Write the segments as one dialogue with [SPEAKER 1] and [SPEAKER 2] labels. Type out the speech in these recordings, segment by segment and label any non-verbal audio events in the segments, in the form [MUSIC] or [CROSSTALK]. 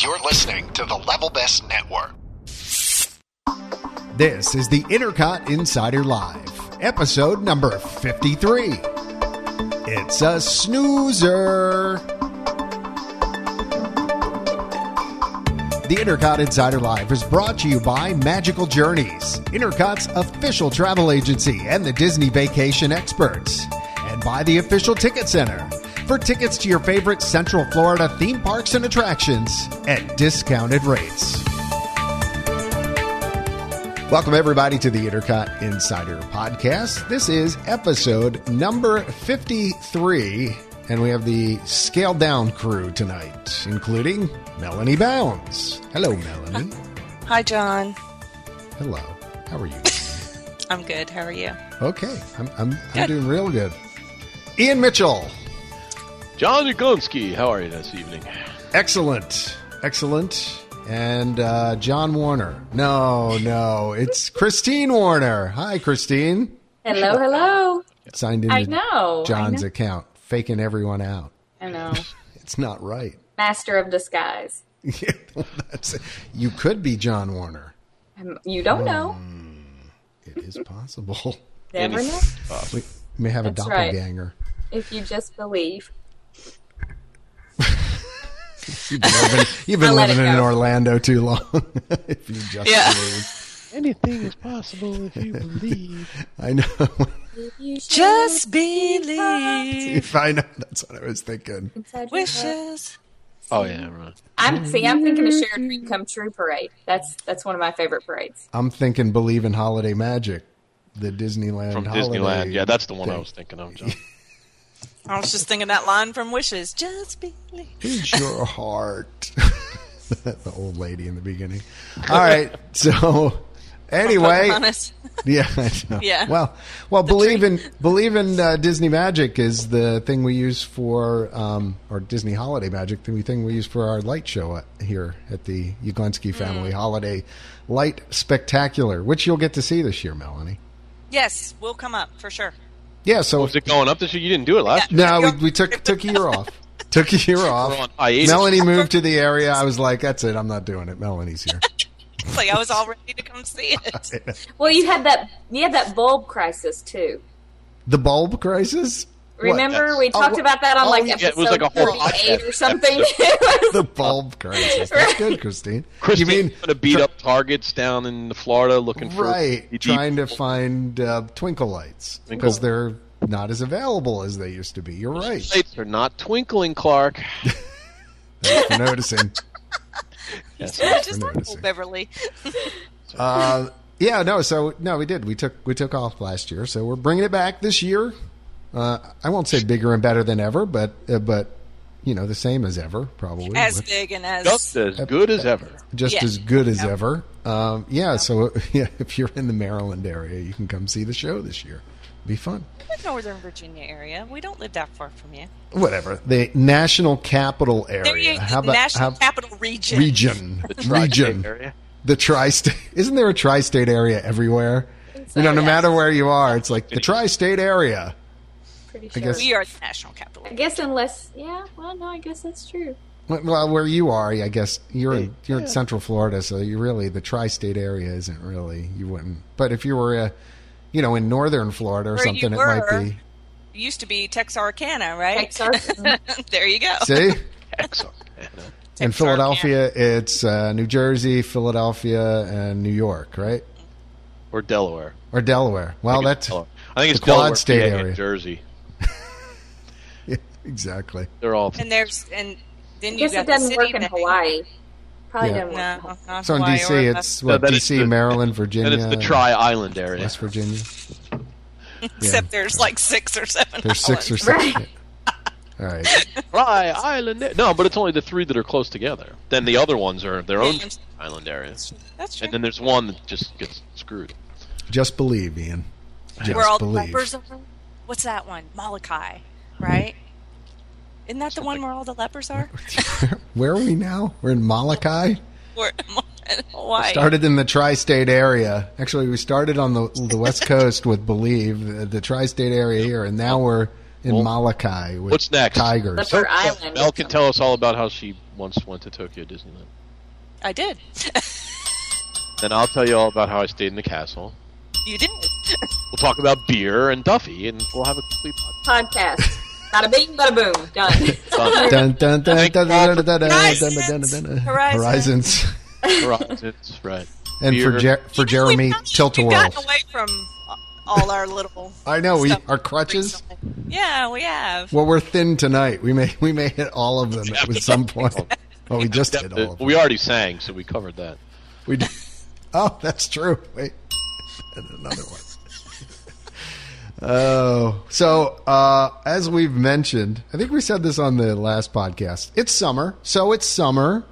[SPEAKER 1] You're listening to the Level Best Network.
[SPEAKER 2] This is the Intercot Insider Live, episode number 53. It's a snoozer. The Intercot Insider Live is brought to you by Magical Journeys, Intercot's official travel agency and the Disney vacation experts, and by the official ticket center. For tickets to your favorite Central Florida theme parks and attractions at discounted rates. Welcome, everybody, to the Intercot Insider Podcast. This is episode number 53, and we have the scaled down crew tonight, including Melanie Bounds. Hello,
[SPEAKER 3] [LAUGHS]
[SPEAKER 2] Melanie.
[SPEAKER 4] Hi, John.
[SPEAKER 2] Hello. How are you?
[SPEAKER 4] I'm good. How are you?
[SPEAKER 2] Okay. I'm, I'm, I'm
[SPEAKER 4] Good.
[SPEAKER 2] doing real good. Ian Mitchell.
[SPEAKER 5] John Jaglonski, how are you this evening?
[SPEAKER 2] Excellent. Excellent. And uh, John Warner. No, no. It's Christine Warner. Hi, Christine.
[SPEAKER 3] Hello, hello.
[SPEAKER 2] Signed in
[SPEAKER 3] I know.
[SPEAKER 2] John's
[SPEAKER 3] I know.
[SPEAKER 2] account, faking everyone out.
[SPEAKER 3] I know.
[SPEAKER 2] It's not right. [LAUGHS]
[SPEAKER 3] Master of disguise.
[SPEAKER 2] Yeah, well, that's- you could be John Warner.
[SPEAKER 3] Um, You don't know.
[SPEAKER 2] It is possible.
[SPEAKER 3] Never know.
[SPEAKER 2] We may have a
[SPEAKER 3] That's right.
[SPEAKER 2] doppelganger.
[SPEAKER 3] If you just believe.
[SPEAKER 2] You've been living, you've been
[SPEAKER 3] I'll let
[SPEAKER 2] living
[SPEAKER 3] it
[SPEAKER 2] in
[SPEAKER 3] go.
[SPEAKER 2] Orlando too long. [LAUGHS] if you just
[SPEAKER 4] Yeah.
[SPEAKER 2] believe.
[SPEAKER 5] Anything is possible if you believe.
[SPEAKER 2] I know. [LAUGHS]
[SPEAKER 3] You should
[SPEAKER 4] Just believe.
[SPEAKER 2] if I know, that's what I was thinking.
[SPEAKER 3] inside your heart.
[SPEAKER 4] Wishes.
[SPEAKER 5] [LAUGHS] Oh yeah, never mind.
[SPEAKER 3] I'm see. I'm thinking of Share a Dream Come True parade. That's that's one of my favorite parades.
[SPEAKER 2] I'm thinking believe in holiday magic, the Disneyland
[SPEAKER 5] From
[SPEAKER 2] holiday
[SPEAKER 5] Disneyland. Yeah, that's the one I
[SPEAKER 2] thing.
[SPEAKER 5] was thinking of, John.
[SPEAKER 4] I was just thinking that line from Wishes. Just believe.
[SPEAKER 2] is
[SPEAKER 5] [LAUGHS]
[SPEAKER 2] your heart. [LAUGHS] the old lady in the beginning. All right.
[SPEAKER 3] [LAUGHS]
[SPEAKER 2] So anyway,
[SPEAKER 4] Pocahontas.
[SPEAKER 2] [LAUGHS] yeah, I know.
[SPEAKER 4] Yeah.
[SPEAKER 2] Well, well, believe in believe in uh, Disney magic is the thing we use for um, or Disney holiday magic, the thing we use for our light show at, here at the Uglinski Family Holiday Light Spectacular, which you'll get to see this year, Melanie.
[SPEAKER 4] Yes, we'll come up for sure.
[SPEAKER 2] Yeah. So
[SPEAKER 5] Was Oh, it going up this year? You didn't do it last year.
[SPEAKER 2] No, we, we took took a year off. Took a year
[SPEAKER 5] We're
[SPEAKER 2] off.
[SPEAKER 5] on hiatus.
[SPEAKER 2] Melanie moved to the area. I was like, "That's it. I'm not doing it." Melanie's here.
[SPEAKER 4] It's like I was all ready to come see
[SPEAKER 2] [LAUGHS]
[SPEAKER 4] it.
[SPEAKER 3] Well, you had that you had that bulb crisis too.
[SPEAKER 2] The bulb crisis. What?
[SPEAKER 3] Remember
[SPEAKER 5] Yes.
[SPEAKER 3] we
[SPEAKER 2] Oh,
[SPEAKER 3] talked
[SPEAKER 2] wha-
[SPEAKER 3] about that on
[SPEAKER 2] oh,
[SPEAKER 3] like
[SPEAKER 2] yeah,
[SPEAKER 3] episode
[SPEAKER 5] it was like a whole
[SPEAKER 3] 38 or
[SPEAKER 5] podcast
[SPEAKER 3] something. [LAUGHS]
[SPEAKER 2] the bulb crisis? That's good, Christine.
[SPEAKER 5] Christine's
[SPEAKER 2] you mean
[SPEAKER 5] gonna beat up targets down in Florida looking for
[SPEAKER 2] right?
[SPEAKER 5] deep-
[SPEAKER 2] Trying to find uh, twinkle lights
[SPEAKER 5] Twinkle.
[SPEAKER 2] because they're not as available as they used to be. You're right.
[SPEAKER 5] lights are not
[SPEAKER 2] [LAUGHS]
[SPEAKER 5] twinkling, Clark.
[SPEAKER 2] Thanks for noticing.
[SPEAKER 5] Yes.
[SPEAKER 4] just like old Beverly.
[SPEAKER 2] Uh, yeah, no. So no, we did. We took we took off last year, so we're bringing it back this year. Uh, I won't say bigger and better than ever, but uh, but you know the same as ever probably.
[SPEAKER 4] As
[SPEAKER 2] But
[SPEAKER 4] big and
[SPEAKER 5] Just
[SPEAKER 4] as.
[SPEAKER 5] as good as ever.
[SPEAKER 2] just
[SPEAKER 4] yeah.
[SPEAKER 2] as good as ever. Um, yeah. So [LAUGHS] yeah, if you're in the Maryland area, you can come see the show this year. Be fun.
[SPEAKER 4] We're Northern Virginia area. We don't live that far from you.
[SPEAKER 2] Whatever the national capital area.
[SPEAKER 4] There you
[SPEAKER 2] How about
[SPEAKER 4] National
[SPEAKER 2] how-
[SPEAKER 4] Capital Region.
[SPEAKER 2] region? region.
[SPEAKER 5] Area.
[SPEAKER 2] the tri-state [LAUGHS] isn't there a tri-state area everywhere you know no
[SPEAKER 3] yeah.
[SPEAKER 2] matter where you are it's like the tri-state area
[SPEAKER 3] Pretty
[SPEAKER 2] I
[SPEAKER 3] sure.
[SPEAKER 2] guess-
[SPEAKER 4] We are the National Capital.
[SPEAKER 3] I guess unless yeah, well no, I guess that's true.
[SPEAKER 2] well where you are i guess you're in you're in central florida so you really the tri-state area isn't really you wouldn't but if you were uh, you know in northern florida or
[SPEAKER 4] Where you
[SPEAKER 2] something it might
[SPEAKER 4] were.
[SPEAKER 2] be
[SPEAKER 4] It used to be Texarkana, right?
[SPEAKER 3] Texarkana.
[SPEAKER 4] [LAUGHS] there you go.
[SPEAKER 2] see
[SPEAKER 5] Excellent.
[SPEAKER 2] in
[SPEAKER 4] Texarkana.
[SPEAKER 2] philadelphia it's uh, new jersey philadelphia and new york right
[SPEAKER 5] Or Delaware.
[SPEAKER 2] or delaware well
[SPEAKER 5] I think
[SPEAKER 2] Oh, that's
[SPEAKER 5] it's Delaware. I think it's
[SPEAKER 2] the quad
[SPEAKER 5] Delaware,
[SPEAKER 2] state
[SPEAKER 5] PA,
[SPEAKER 2] area.
[SPEAKER 5] and Jersey.
[SPEAKER 2] [LAUGHS] yeah, exactly
[SPEAKER 5] They're all
[SPEAKER 4] And there's and then
[SPEAKER 3] I
[SPEAKER 4] you
[SPEAKER 3] guess
[SPEAKER 4] got
[SPEAKER 3] it
[SPEAKER 4] the
[SPEAKER 3] doesn't
[SPEAKER 4] city
[SPEAKER 3] work in
[SPEAKER 4] thing.
[SPEAKER 3] Hawaii. Probably
[SPEAKER 2] Yeah.
[SPEAKER 3] doesn't work. in
[SPEAKER 4] No,
[SPEAKER 3] Hawaii.
[SPEAKER 4] not
[SPEAKER 2] so in
[SPEAKER 4] Hawaii or
[SPEAKER 2] dc it's
[SPEAKER 5] No,
[SPEAKER 2] what
[SPEAKER 5] [LAUGHS] that is
[SPEAKER 2] dc
[SPEAKER 5] the-
[SPEAKER 2] maryland virginia
[SPEAKER 5] and it's the Tri Island area.
[SPEAKER 4] [LAUGHS]
[SPEAKER 2] west virginia
[SPEAKER 4] Except there's like six or seven.
[SPEAKER 2] There's six or
[SPEAKER 4] islands.
[SPEAKER 2] seven.
[SPEAKER 3] Right.
[SPEAKER 2] All right.
[SPEAKER 5] Fry Island. a- No, but it's only the three that are close together. Then the other ones are their own
[SPEAKER 4] Yeah.
[SPEAKER 5] island areas,
[SPEAKER 4] That's true.
[SPEAKER 5] and then there's one that just gets screwed.
[SPEAKER 2] Just believe, Ian. Just
[SPEAKER 4] Where all the
[SPEAKER 2] believe.
[SPEAKER 4] lepers are. What's that one? Molokai, right? Isn't that the one where all the lepers
[SPEAKER 2] [LAUGHS]
[SPEAKER 4] are?
[SPEAKER 2] Where are we now? We're in Molokai.
[SPEAKER 4] [LAUGHS] Or in Hawaii.
[SPEAKER 2] Started in the tri-state area. Actually, we started on the
[SPEAKER 4] [LAUGHS]
[SPEAKER 2] the west coast with Believe, the, the tri-state area here, and now we're in Molokai with
[SPEAKER 5] What's next?
[SPEAKER 2] tigers.
[SPEAKER 3] Leper Island.
[SPEAKER 5] Mel can tell us all about how she once went to Tokyo Disneyland.
[SPEAKER 4] I did.
[SPEAKER 5] Then I'll tell you all about how I stayed in the castle.
[SPEAKER 4] [LAUGHS] you did.
[SPEAKER 5] We'll talk about beer and Duffy, and we'll have a
[SPEAKER 2] [LAUGHS]
[SPEAKER 5] complete podcast.
[SPEAKER 3] Podcast. Bada bing, bada boom. Done.
[SPEAKER 2] [LAUGHS]
[SPEAKER 5] Done.
[SPEAKER 2] Dun, dun, dun, dun,
[SPEAKER 5] Thank
[SPEAKER 2] dun,
[SPEAKER 5] God
[SPEAKER 2] dun,
[SPEAKER 5] for
[SPEAKER 2] dun, dun, dun, dun, dun,
[SPEAKER 4] Horizons.
[SPEAKER 2] dun, dun.
[SPEAKER 4] Horizons.
[SPEAKER 2] Horizons.
[SPEAKER 5] Horizons, right.
[SPEAKER 2] And for
[SPEAKER 5] Beer.
[SPEAKER 2] Jer- [LAUGHS]
[SPEAKER 4] [LAUGHS]
[SPEAKER 2] for Jeremy, tilt a
[SPEAKER 4] We've
[SPEAKER 2] whirl.
[SPEAKER 4] gotten away from all our little.
[SPEAKER 2] I know we
[SPEAKER 4] stuff
[SPEAKER 2] our crutches.
[SPEAKER 4] recently. [LAUGHS] Yeah, we have.
[SPEAKER 2] Well, we're thin tonight. We may we may hit all of them at some point. Well, we just hit all of them.
[SPEAKER 5] We already sang, so we covered that.
[SPEAKER 2] We did. Oh, that's true. Wait, and another one. Oh, so uh, as we've mentioned, I think we said this on the last podcast. It's summer, so it's summer.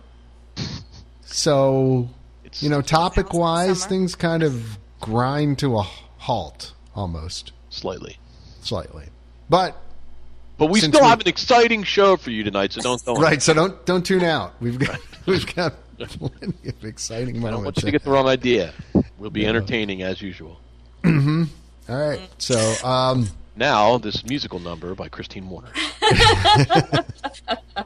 [SPEAKER 2] So
[SPEAKER 5] It's-
[SPEAKER 2] you know, topic wise,
[SPEAKER 4] Summer.
[SPEAKER 2] things kind of grind to a halt almost
[SPEAKER 5] Slightly.
[SPEAKER 2] slightly, but
[SPEAKER 5] But we
[SPEAKER 2] Since
[SPEAKER 5] still
[SPEAKER 2] we-
[SPEAKER 5] have an exciting show for you tonight, so
[SPEAKER 2] [LAUGHS]
[SPEAKER 5] don't don't.
[SPEAKER 2] Right, so don't don't tune out. We've got [LAUGHS] we've got plenty of exciting
[SPEAKER 5] I don't want
[SPEAKER 2] moments.
[SPEAKER 5] you to get the wrong idea. We'll be entertaining as usual.
[SPEAKER 2] All right, so um,
[SPEAKER 5] Now, this musical number by Christine Warner.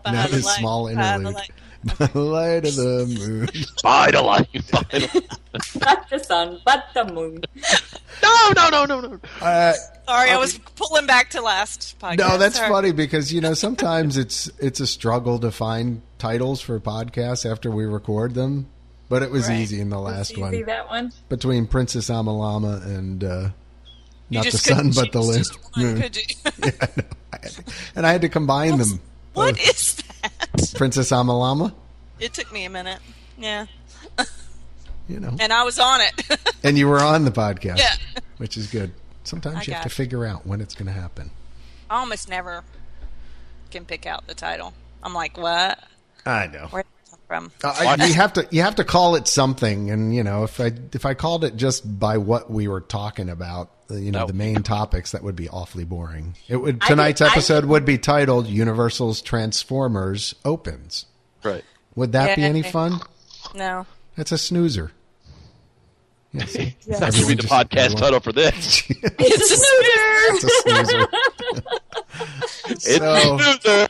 [SPEAKER 2] now this
[SPEAKER 4] light,
[SPEAKER 2] small
[SPEAKER 4] by Uh, the
[SPEAKER 2] interlude.
[SPEAKER 4] light.
[SPEAKER 2] By [LAUGHS] the light of the moon.
[SPEAKER 5] By the light. by the-
[SPEAKER 3] Not the sun, but the moon.
[SPEAKER 5] [LAUGHS] No, no, no, no, no.
[SPEAKER 2] Uh,
[SPEAKER 4] Sorry, [LAUGHS] I was pulling back to last podcast.
[SPEAKER 2] no, that's
[SPEAKER 4] Sorry.
[SPEAKER 2] funny
[SPEAKER 4] [LAUGHS]
[SPEAKER 2] because you know sometimes it's it's a struggle to find titles for podcasts after we record them, but it was
[SPEAKER 4] Right.
[SPEAKER 2] easy in the last
[SPEAKER 3] you see
[SPEAKER 2] one
[SPEAKER 3] that one?
[SPEAKER 2] between Princess Amalama and uh,
[SPEAKER 4] You
[SPEAKER 2] not the
[SPEAKER 4] just
[SPEAKER 2] sun
[SPEAKER 4] couldn't
[SPEAKER 2] but the Mm.
[SPEAKER 4] choose
[SPEAKER 2] li-
[SPEAKER 4] just one,
[SPEAKER 2] moon, [LAUGHS]
[SPEAKER 4] could you?
[SPEAKER 2] and I had to combine them.
[SPEAKER 4] [LAUGHS] What is that?
[SPEAKER 2] Princess Amalama,
[SPEAKER 4] It took me a minute. Yeah.
[SPEAKER 2] you know.
[SPEAKER 4] And I was on it. [LAUGHS]
[SPEAKER 2] And you were on the podcast,
[SPEAKER 4] Yeah.
[SPEAKER 2] which is good. Sometimes
[SPEAKER 4] I
[SPEAKER 2] you have
[SPEAKER 4] got
[SPEAKER 2] to
[SPEAKER 4] it.
[SPEAKER 2] figure out when it's going to happen.
[SPEAKER 4] I almost never can pick out the title. I'm like, what?
[SPEAKER 2] I know.
[SPEAKER 4] Where did it come from?
[SPEAKER 2] Uh, you have to you have to call it something, and you know if I if I called it just by what we were talking about, uh, you know
[SPEAKER 5] No.
[SPEAKER 2] the main topics, that would be awfully boring. It would
[SPEAKER 3] I
[SPEAKER 2] tonight's
[SPEAKER 3] think- I
[SPEAKER 2] episode
[SPEAKER 3] think-
[SPEAKER 2] would be titled "Universal's Transformers Opens."
[SPEAKER 5] Right.
[SPEAKER 2] Would that be
[SPEAKER 4] Yeah.
[SPEAKER 2] any fun?
[SPEAKER 4] No.
[SPEAKER 2] That's a
[SPEAKER 4] [LAUGHS]
[SPEAKER 2] snoozer. Yes,
[SPEAKER 5] That should be the podcast title for this.
[SPEAKER 4] It's a
[SPEAKER 2] It's a snoozer.
[SPEAKER 5] It's
[SPEAKER 2] [LAUGHS] So-
[SPEAKER 5] loser.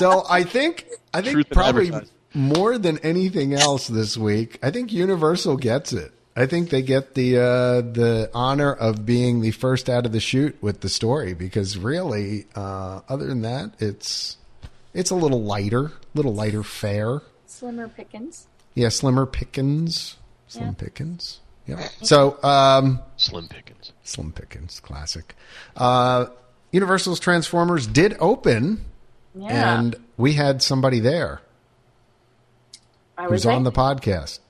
[SPEAKER 2] so I think I think
[SPEAKER 5] Truth in
[SPEAKER 2] probably
[SPEAKER 5] advertising.
[SPEAKER 2] more than anything else this week, I think Universal gets it. I think they get the uh, the honor of being the first out of the shoot with the story because really, uh, other than that, it's it's a little lighter, little lighter fare.
[SPEAKER 3] Slimmer Pickens.
[SPEAKER 2] Yeah, slimmer pickings, slim pickings. Yeah. So um,
[SPEAKER 5] Slim Pickens.
[SPEAKER 2] slim pickings, classic. Uh, Universal's Transformers did open,
[SPEAKER 3] Yeah.
[SPEAKER 2] and we had somebody there.
[SPEAKER 3] I
[SPEAKER 2] who's
[SPEAKER 3] was
[SPEAKER 2] on the podcast.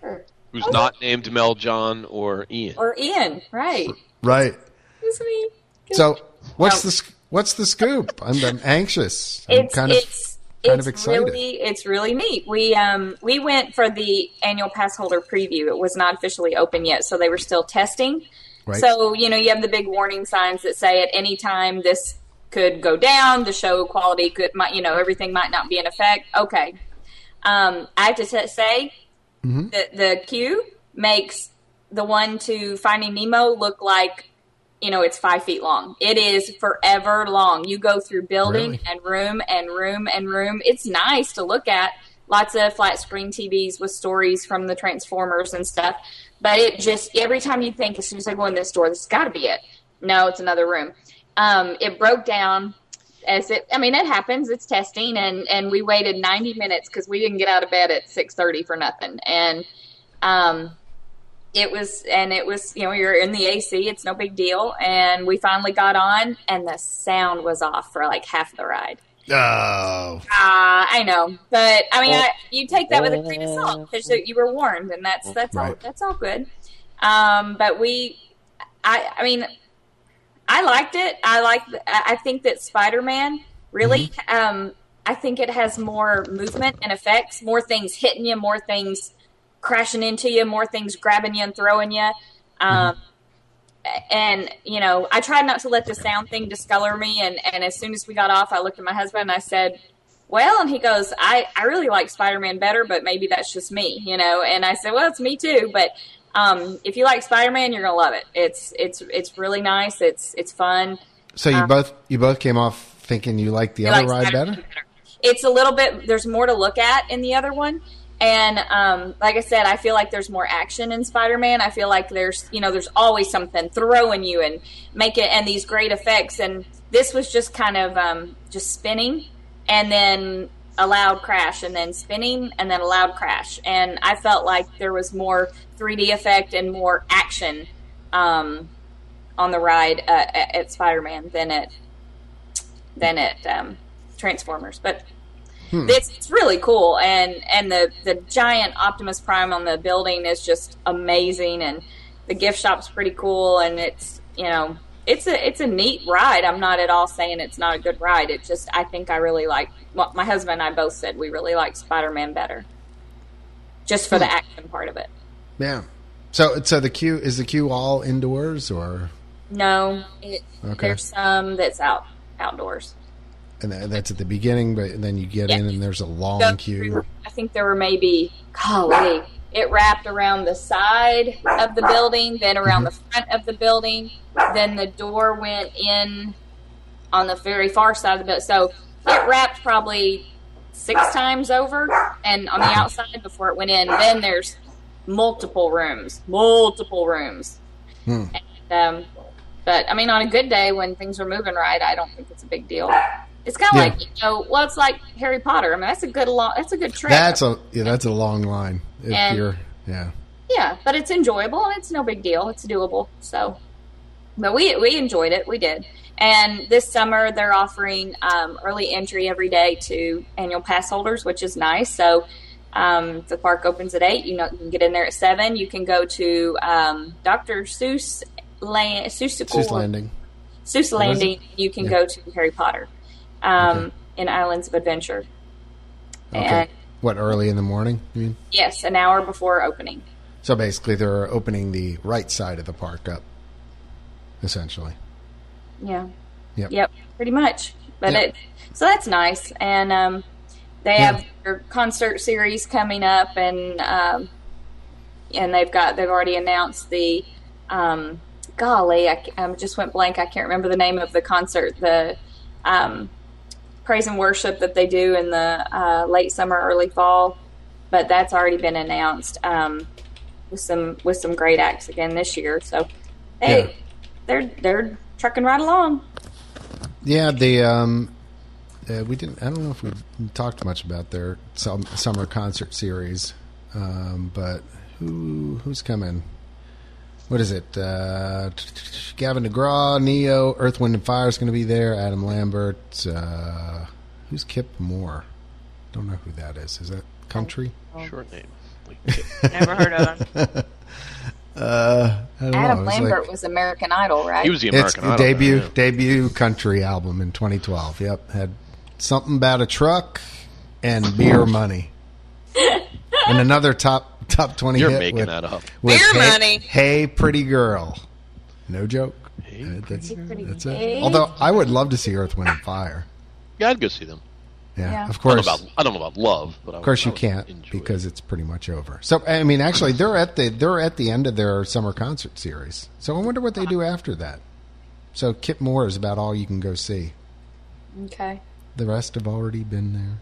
[SPEAKER 3] there.
[SPEAKER 5] Who's not named Mel John or Ian.
[SPEAKER 3] Or Ian, right.
[SPEAKER 2] Right.
[SPEAKER 3] It's me.
[SPEAKER 2] So what's
[SPEAKER 3] No.
[SPEAKER 2] the sc- what's the scoop? I'm, I'm anxious. I'm
[SPEAKER 3] it's
[SPEAKER 2] kind
[SPEAKER 3] it's
[SPEAKER 2] of kind
[SPEAKER 3] it's
[SPEAKER 2] of excited.
[SPEAKER 3] really it's really neat. We um we went for the annual pass holder preview. It was not officially open yet, so they were still testing.
[SPEAKER 2] Right.
[SPEAKER 3] So you know you have the big warning signs that say at any time this could go down. The show quality could might you know everything might not be in effect. Okay, um, I have to t- say that the queue makes the one to Finding Nemo look like you know it's five feet long. It is forever long. You go through building
[SPEAKER 2] Really?
[SPEAKER 3] and room and room and room. It's nice to look at. Lots of flat screen TVs with stories from the Transformers and stuff. But it just every time you think as soon as I go in this door, this has got to be it. No, it's another room. Um, it broke down as it i mean it happens it's testing and and we waited 90 minutes because we didn't get out of bed at 6.30 for nothing and um it was and it was you know you're in the ac it's no big deal and we finally got on and the sound was off for like half the ride
[SPEAKER 2] oh,
[SPEAKER 3] Ah, I know, but I mean, I, you take that with a grain of salt because you were warned, and that's that's all
[SPEAKER 2] Right.
[SPEAKER 3] that's all good. Um, but we, I, I mean, I liked it. I like. I I think that Spider Man really. Um, I think it has more movement and effects, more things hitting you, more things crashing into you, more things grabbing you and throwing you. Um, and you know i tried not to let the sound thing discolor me and and as soon as we got off i looked at my husband and i said well and he goes i i really like spider-man better but maybe that's just me you know and i said well it's me too but um if you like spider-man you're gonna love it it's it's it's really nice it's it's fun
[SPEAKER 2] so you both you both came off thinking you liked the
[SPEAKER 3] Um, You
[SPEAKER 2] other
[SPEAKER 3] like
[SPEAKER 2] ride
[SPEAKER 3] Spider-Man
[SPEAKER 2] better.
[SPEAKER 3] it's a little bit there's more to look at in the other one and um, like i said i feel like there's more action in spider-man i feel like there's you know there's always something throwing you and make it and these great effects and this was just kind of um, just spinning and then a loud crash and then spinning and then a loud crash and i felt like there was more 3d effect and more action um, on the ride uh, at, at spider-man than at than at um, transformers but it's, it's really cool and and the the giant optimus prime on the building is just amazing and the gift shop's pretty cool and it's you know it's a it's a neat ride i'm not at all saying it's not a good ride it just i think i really like well, my husband and i both said we really like spider-man better just for the action part of it
[SPEAKER 2] Yeah. So so the queue is the queue all indoors or
[SPEAKER 3] no it,
[SPEAKER 2] Okay.
[SPEAKER 3] there's some that's out outdoors
[SPEAKER 2] and tha- that's at the beginning, but then you get in and there's a long
[SPEAKER 3] go
[SPEAKER 2] queue.
[SPEAKER 3] through- I think there were maybe, golly, it wrapped around the side of the building, then around the front of the building, then the door went in on the very far side of the building. So it wrapped probably six times over and on the outside before it went in. Then there's multiple rooms, multiple rooms.
[SPEAKER 2] Hmm.
[SPEAKER 3] And, um, but I mean, on a good day when things are moving right, I don't think it's a big deal. It's kind of
[SPEAKER 2] Yeah.
[SPEAKER 3] like you know, well, it's like Harry Potter. I mean, that's a good long, that's a good trip.
[SPEAKER 2] That's a yeah, that's a long line. If
[SPEAKER 3] And-
[SPEAKER 2] you're yeah.
[SPEAKER 3] yeah, but it's enjoyable and it's no big deal. It's doable. So, but we we enjoyed it. We did. And this summer they're offering um, early entry every day to annual pass holders, which is nice. So. Um, the park opens at eight. You know, you can get in there at seven. You can go to um, Dr. Seuss, Land, Seussical-
[SPEAKER 2] She's landing.
[SPEAKER 3] Seuss
[SPEAKER 2] What is
[SPEAKER 3] Landing, you can
[SPEAKER 2] Yeah.
[SPEAKER 3] go to Harry Potter um,
[SPEAKER 2] Okay.
[SPEAKER 3] in Islands of Adventure.
[SPEAKER 2] Okay.
[SPEAKER 3] And
[SPEAKER 2] What early in the morning? You mean?
[SPEAKER 3] yes, an hour before opening.
[SPEAKER 2] So basically, they're opening the right side of the park up, essentially.
[SPEAKER 3] Yeah.
[SPEAKER 2] Yep.
[SPEAKER 3] Yep. Pretty much. But
[SPEAKER 2] Yep.
[SPEAKER 3] it so that's nice, and um, they
[SPEAKER 2] Yeah.
[SPEAKER 3] have their concert series coming up, and um, and they've got they've already announced the um, golly, I, I just went blank. I can't remember the name of the concert. The um, praise and worship that they do in the uh, late summer, early fall, but that's already been announced um, with some with some great acts again this year. So they
[SPEAKER 2] Yeah.
[SPEAKER 3] they're they're trucking right along.
[SPEAKER 2] Yeah, the um, uh, we didn't. I don't know if we talked much about their sum, summer concert series, um, but who who's coming? What is it? Uh, Gavin DeGraw, Neo, Earth, Wind, and Fire is going to be there. Adam Lambert. Uh, who's Kip Moore? Don't know who that is. Is that country?
[SPEAKER 5] Short
[SPEAKER 2] [LAUGHS]
[SPEAKER 5] name.
[SPEAKER 4] Never heard of him.
[SPEAKER 2] Uh, I don't know.
[SPEAKER 3] Adam
[SPEAKER 2] It was like-
[SPEAKER 3] Lambert was American Idol, right?
[SPEAKER 5] He was the
[SPEAKER 2] It's
[SPEAKER 5] American
[SPEAKER 2] the
[SPEAKER 5] Idol guy,
[SPEAKER 2] debut
[SPEAKER 5] yeah.
[SPEAKER 2] debut country album in 2012. Yep, had something about a truck and beer money, and another top top 20
[SPEAKER 5] You're
[SPEAKER 2] hit
[SPEAKER 5] making
[SPEAKER 2] with,
[SPEAKER 5] that up.
[SPEAKER 2] with
[SPEAKER 4] Beer
[SPEAKER 2] hey,
[SPEAKER 4] Money.
[SPEAKER 2] Hey, pretty girl, no joke.
[SPEAKER 5] Hey,
[SPEAKER 2] Uh, that's,
[SPEAKER 3] Pretty
[SPEAKER 2] that's
[SPEAKER 3] gay.
[SPEAKER 2] it. Although I would love to see Earth, Wind, and Fire.
[SPEAKER 5] Yeah, I'd go see them.
[SPEAKER 2] Yeah,
[SPEAKER 3] Yeah.
[SPEAKER 2] of
[SPEAKER 5] I don't,
[SPEAKER 2] course.
[SPEAKER 5] know about, I don't know about love, but I
[SPEAKER 2] Of course, you can't because it's pretty much over. So, I mean, actually, they're at the they're at the end of their summer concert series. So, I wonder what they do after that. So, Kip Moore is about all you can go see.
[SPEAKER 3] okay.
[SPEAKER 2] The rest have already been there.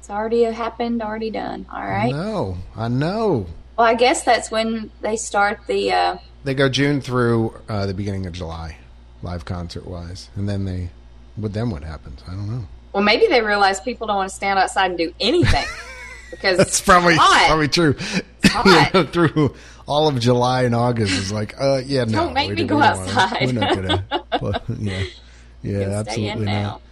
[SPEAKER 3] It's already happened, already done. All
[SPEAKER 2] I
[SPEAKER 3] right.
[SPEAKER 2] know. I know.
[SPEAKER 3] Well, I guess that's when they start the. Uh,
[SPEAKER 2] They go June through uh, the beginning of July, live concert wise, and then they. With them, what happens? I don't know.
[SPEAKER 3] well, maybe they realize people don't want to stand outside and do
[SPEAKER 2] [LAUGHS]
[SPEAKER 3] anything because
[SPEAKER 2] That's probably
[SPEAKER 3] hot.
[SPEAKER 2] probably true.
[SPEAKER 3] hot.
[SPEAKER 2] [LAUGHS] You know, through all of July and August is like, uh, yeah, no.
[SPEAKER 3] Don't make
[SPEAKER 2] we
[SPEAKER 3] me
[SPEAKER 2] we
[SPEAKER 3] go
[SPEAKER 2] don't wanna-
[SPEAKER 3] outside.
[SPEAKER 2] We're not
[SPEAKER 3] [LAUGHS]
[SPEAKER 2] gonna. well, yeah, yeah,
[SPEAKER 3] stay in
[SPEAKER 2] absolutely
[SPEAKER 3] now.
[SPEAKER 2] not.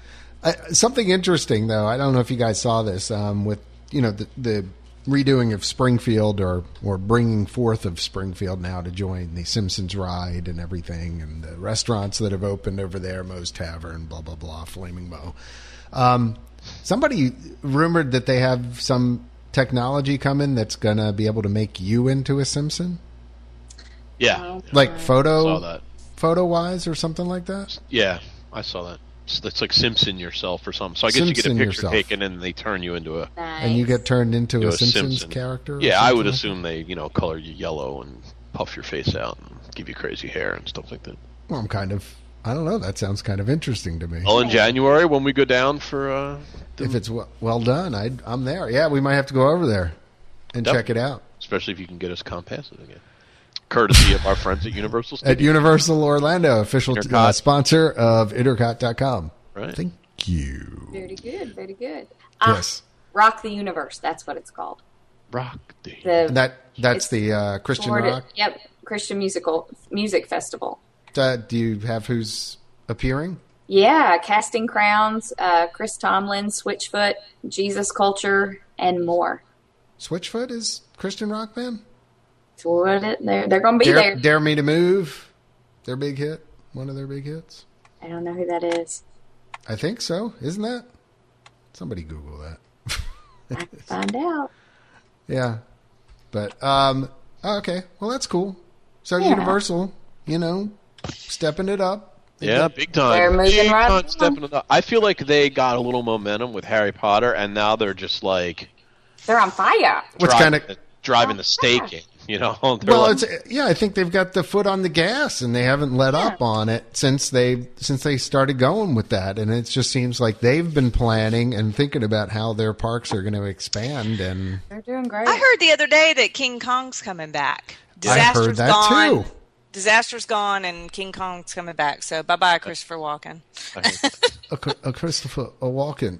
[SPEAKER 2] Uh, something interesting though i don't know if you guys saw this um, with you know the, the redoing of springfield or or bringing forth of springfield now to join the simpsons ride and everything and the restaurants that have opened over there moe's tavern blah blah blah flaming moe um, somebody rumored that they have some technology coming that's gonna be able to make you into a simpson
[SPEAKER 3] Oh,
[SPEAKER 5] Yeah, yeah,
[SPEAKER 2] like
[SPEAKER 5] I saw
[SPEAKER 2] photo
[SPEAKER 5] that.
[SPEAKER 2] photo wise or something like that
[SPEAKER 5] Yeah, I saw that. It's, it's like Simpson yourself or something. So I guess you get a
[SPEAKER 2] Simpson
[SPEAKER 5] picture
[SPEAKER 2] yourself.
[SPEAKER 5] taken and they turn you into a.
[SPEAKER 3] Nice.
[SPEAKER 2] and you get turned into
[SPEAKER 5] into
[SPEAKER 2] a simpsons
[SPEAKER 5] Simpson.
[SPEAKER 2] character or
[SPEAKER 5] Yeah, I would
[SPEAKER 2] something?
[SPEAKER 5] assume they you know color you yellow and puff your face out and give you crazy hair and stuff like that.
[SPEAKER 2] Well, I'm kind of I don't know. That sounds kind of interesting to me.
[SPEAKER 5] Well, in January when we go down for uh, the,
[SPEAKER 2] If it's w- well done, I'd, I'm there. Yeah, we might have to go over there and
[SPEAKER 5] Yep.
[SPEAKER 2] check it out
[SPEAKER 5] especially if you can get us comp passes again, courtesy of our friends at Universal
[SPEAKER 2] at
[SPEAKER 5] Studios.
[SPEAKER 2] Universal Orlando, official uh,
[SPEAKER 5] Intercot.
[SPEAKER 2] sponsor of intercot.com.
[SPEAKER 5] Right.
[SPEAKER 2] Thank you.
[SPEAKER 3] Very good. Very good. Ah,
[SPEAKER 2] Yes.
[SPEAKER 3] Rock the Universe. That's what it's called.
[SPEAKER 5] Rock the
[SPEAKER 3] The
[SPEAKER 2] And that that's
[SPEAKER 3] It's
[SPEAKER 2] the uh, Christian
[SPEAKER 3] Florida-
[SPEAKER 2] rock.
[SPEAKER 3] Yep. Christian musical music festival.
[SPEAKER 2] Uh, do you have who's appearing?
[SPEAKER 3] Yeah, Casting Crowns, uh, Chris Tomlin, Switchfoot, Jesus Culture, and more.
[SPEAKER 2] Switchfoot is Christian rock band.
[SPEAKER 3] That's what it- They're, they're going to be
[SPEAKER 2] Dare,
[SPEAKER 3] there.
[SPEAKER 2] Dare me to move. Their big hit. One of their big hits.
[SPEAKER 3] I don't know who that is.
[SPEAKER 2] I think so. Isn't that? Somebody Google that.
[SPEAKER 3] I can find out.
[SPEAKER 2] Yeah. But um oh, okay. Well that's cool. So
[SPEAKER 3] Yeah.
[SPEAKER 2] Universal, you know, stepping it up. They
[SPEAKER 5] Yeah,
[SPEAKER 2] did-
[SPEAKER 5] big time.
[SPEAKER 3] They're moving
[SPEAKER 5] Big
[SPEAKER 3] right
[SPEAKER 5] time,
[SPEAKER 3] along.
[SPEAKER 5] stepping it up. I feel like they got a little momentum with Harry Potter, and now they're just like
[SPEAKER 3] They're on fire.
[SPEAKER 2] What's
[SPEAKER 5] driving,
[SPEAKER 2] kind of
[SPEAKER 5] the, driving the stake in. You know, [LAUGHS] They're
[SPEAKER 2] well,
[SPEAKER 5] like-
[SPEAKER 2] it's yeah. I think they've got the foot on the gas, and they haven't let up on it since they since they started going with that. And it just seems like they've been planning and thinking about how their parks are going to expand. And
[SPEAKER 3] They're doing great.
[SPEAKER 6] [LAUGHS] I heard the other day that King Kong's coming back.
[SPEAKER 2] I've heard
[SPEAKER 6] Disaster's
[SPEAKER 2] that
[SPEAKER 6] gone.
[SPEAKER 2] too.
[SPEAKER 6] Disaster's gone, and King Kong's coming back. So bye bye, Christopher Walken.
[SPEAKER 2] a, Chr- a Christopher a Walken,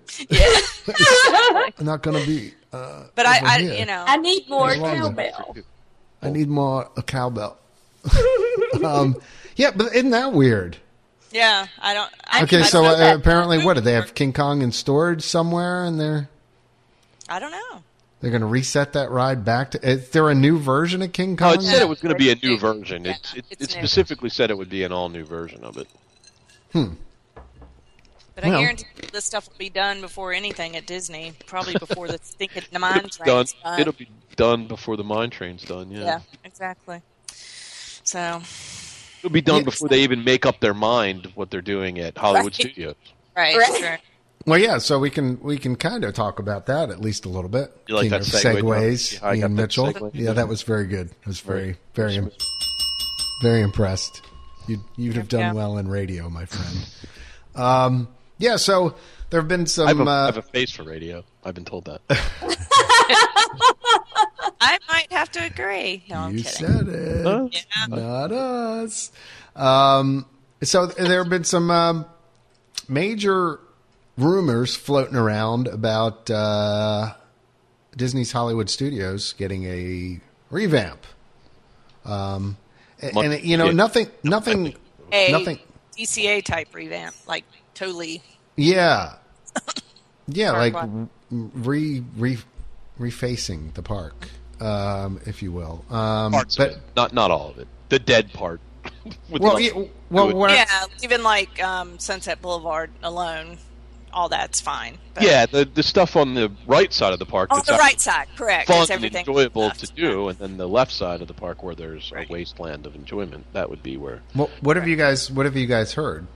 [SPEAKER 2] [LAUGHS] not going to be. Uh,
[SPEAKER 6] But I,
[SPEAKER 2] over
[SPEAKER 6] I
[SPEAKER 2] here.
[SPEAKER 6] you know,
[SPEAKER 3] I need more
[SPEAKER 2] They're on the-
[SPEAKER 3] cowbell.
[SPEAKER 2] I need more a cowbell. [LAUGHS] um, yeah, but isn't that weird?
[SPEAKER 6] yeah, I don't. I,
[SPEAKER 2] Okay,
[SPEAKER 6] I
[SPEAKER 2] so
[SPEAKER 6] don't know
[SPEAKER 2] uh,
[SPEAKER 6] that.
[SPEAKER 2] apparently, what do they have King Kong in storage somewhere, and they're
[SPEAKER 6] I don't know.
[SPEAKER 2] They're going to reset that ride back to. Is there a new version of King
[SPEAKER 5] No,
[SPEAKER 2] Kong?
[SPEAKER 5] it said it was going to be a new version.
[SPEAKER 6] Yeah,
[SPEAKER 5] It, it,
[SPEAKER 6] it's
[SPEAKER 5] it
[SPEAKER 6] new.
[SPEAKER 5] specifically said it would be an all new version of it.
[SPEAKER 6] But
[SPEAKER 2] Well.
[SPEAKER 6] I guarantee this stuff will be done before anything at Disney. Probably
[SPEAKER 2] [LAUGHS]
[SPEAKER 6] before the stinking the mine
[SPEAKER 5] It's done.
[SPEAKER 6] train's done.
[SPEAKER 5] It'll be done before the mine train's done. Yeah,
[SPEAKER 6] yeah, exactly. So
[SPEAKER 5] it'll be done
[SPEAKER 2] Yeah.
[SPEAKER 5] before they even make up their mind what they're doing at Hollywood
[SPEAKER 3] Right.
[SPEAKER 5] Studios.
[SPEAKER 6] right,
[SPEAKER 3] Right.
[SPEAKER 6] sure.
[SPEAKER 2] well, yeah. So we can we can kind of talk about that at least a little bit.
[SPEAKER 5] You like
[SPEAKER 2] King
[SPEAKER 5] that
[SPEAKER 2] of
[SPEAKER 5] segue,
[SPEAKER 2] Segways,
[SPEAKER 5] Tom? Yeah, I got
[SPEAKER 2] Ian
[SPEAKER 5] that
[SPEAKER 2] Mitchell.
[SPEAKER 5] segue.
[SPEAKER 2] Yeah, that was very good. I was very very im- very impressed. You you'd have done
[SPEAKER 6] Yeah.
[SPEAKER 2] well in radio, my friend. Um, yeah. So there have been some.
[SPEAKER 5] I have, a,
[SPEAKER 2] uh,
[SPEAKER 5] I have a face for radio. I've been told that.
[SPEAKER 6] [LAUGHS] I might have to agree. No, I'm
[SPEAKER 2] you
[SPEAKER 6] kidding.
[SPEAKER 2] said it.
[SPEAKER 5] Huh?
[SPEAKER 2] Not us. Um, so there have been some um, major rumors floating around about uh, Disney's Hollywood Studios getting a revamp. Um, [LAUGHS] and,
[SPEAKER 5] Mon-
[SPEAKER 2] and, you know
[SPEAKER 5] yeah.
[SPEAKER 2] nothing, nothing,
[SPEAKER 6] a
[SPEAKER 2] nothing.
[SPEAKER 6] DCA type revamp, like totally.
[SPEAKER 2] Yeah, yeah, like
[SPEAKER 6] Park
[SPEAKER 2] r- re re refacing the park, um, if you will. Um,
[SPEAKER 5] Parts
[SPEAKER 2] but
[SPEAKER 5] of it, not not all of it. The dead part. [LAUGHS] With
[SPEAKER 2] well,
[SPEAKER 5] the-
[SPEAKER 2] yeah, well,
[SPEAKER 5] Good.
[SPEAKER 2] where,
[SPEAKER 6] Yeah, even like um, Sunset Boulevard alone, all that's fine. But
[SPEAKER 5] yeah, the the stuff on the right side of the park.
[SPEAKER 6] on
[SPEAKER 5] that's
[SPEAKER 6] Oh, the
[SPEAKER 5] actually
[SPEAKER 6] right side, correct?
[SPEAKER 5] fun
[SPEAKER 6] It's
[SPEAKER 5] and
[SPEAKER 6] everything
[SPEAKER 5] enjoyable
[SPEAKER 6] left.
[SPEAKER 5] to do, and then the left side of the park where there's
[SPEAKER 6] Right.
[SPEAKER 5] a wasteland of enjoyment. That would be where.
[SPEAKER 2] What, what have you guys? What have you guys heard?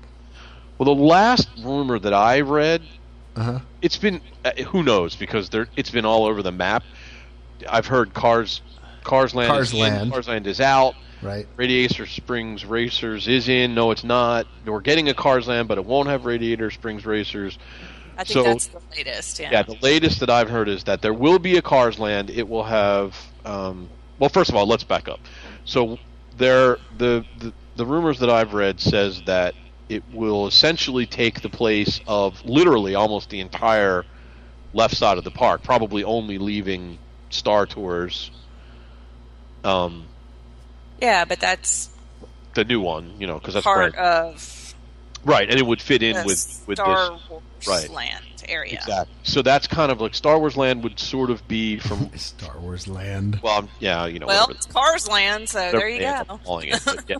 [SPEAKER 5] Well, the last rumor that I read,
[SPEAKER 2] Uh-huh.
[SPEAKER 5] it's been uh, who knows because there it's been all over the map. I've heard Cars, Cars Land,
[SPEAKER 2] Cars
[SPEAKER 5] is in,
[SPEAKER 2] Land.
[SPEAKER 5] Cars Land is out.
[SPEAKER 2] Right?
[SPEAKER 5] Radiator Springs Racers is in. No, it's not. We're getting a Cars Land, but it won't have Radiator Springs Racers.
[SPEAKER 6] I think
[SPEAKER 5] So-
[SPEAKER 6] that's the latest. Yeah.
[SPEAKER 5] Yeah, the latest that I've heard is that there will be a Cars Land. It will have. Um, well, first of all, let's back up. So there, the, the the rumors that I've read says that it will essentially take the place of literally almost the entire left side of the park, probably only leaving Star Tours, um,
[SPEAKER 6] Yeah, but that's
[SPEAKER 5] the new one, you know, because that's
[SPEAKER 6] part
[SPEAKER 5] where-
[SPEAKER 6] of
[SPEAKER 5] right, and it would fit in
[SPEAKER 6] the
[SPEAKER 5] with with
[SPEAKER 6] Star
[SPEAKER 5] this.
[SPEAKER 6] Wars
[SPEAKER 5] right.
[SPEAKER 6] land area.
[SPEAKER 5] Exactly. So that's kind of like Star Wars Land would sort of be from
[SPEAKER 2] Star Wars Land.
[SPEAKER 5] well, I'm- yeah, you know,
[SPEAKER 6] Well,
[SPEAKER 5] whatever.
[SPEAKER 6] it's Cars Land, so there you
[SPEAKER 5] That's
[SPEAKER 6] go.
[SPEAKER 5] what I'm calling it, but
[SPEAKER 3] [LAUGHS]
[SPEAKER 5] yeah.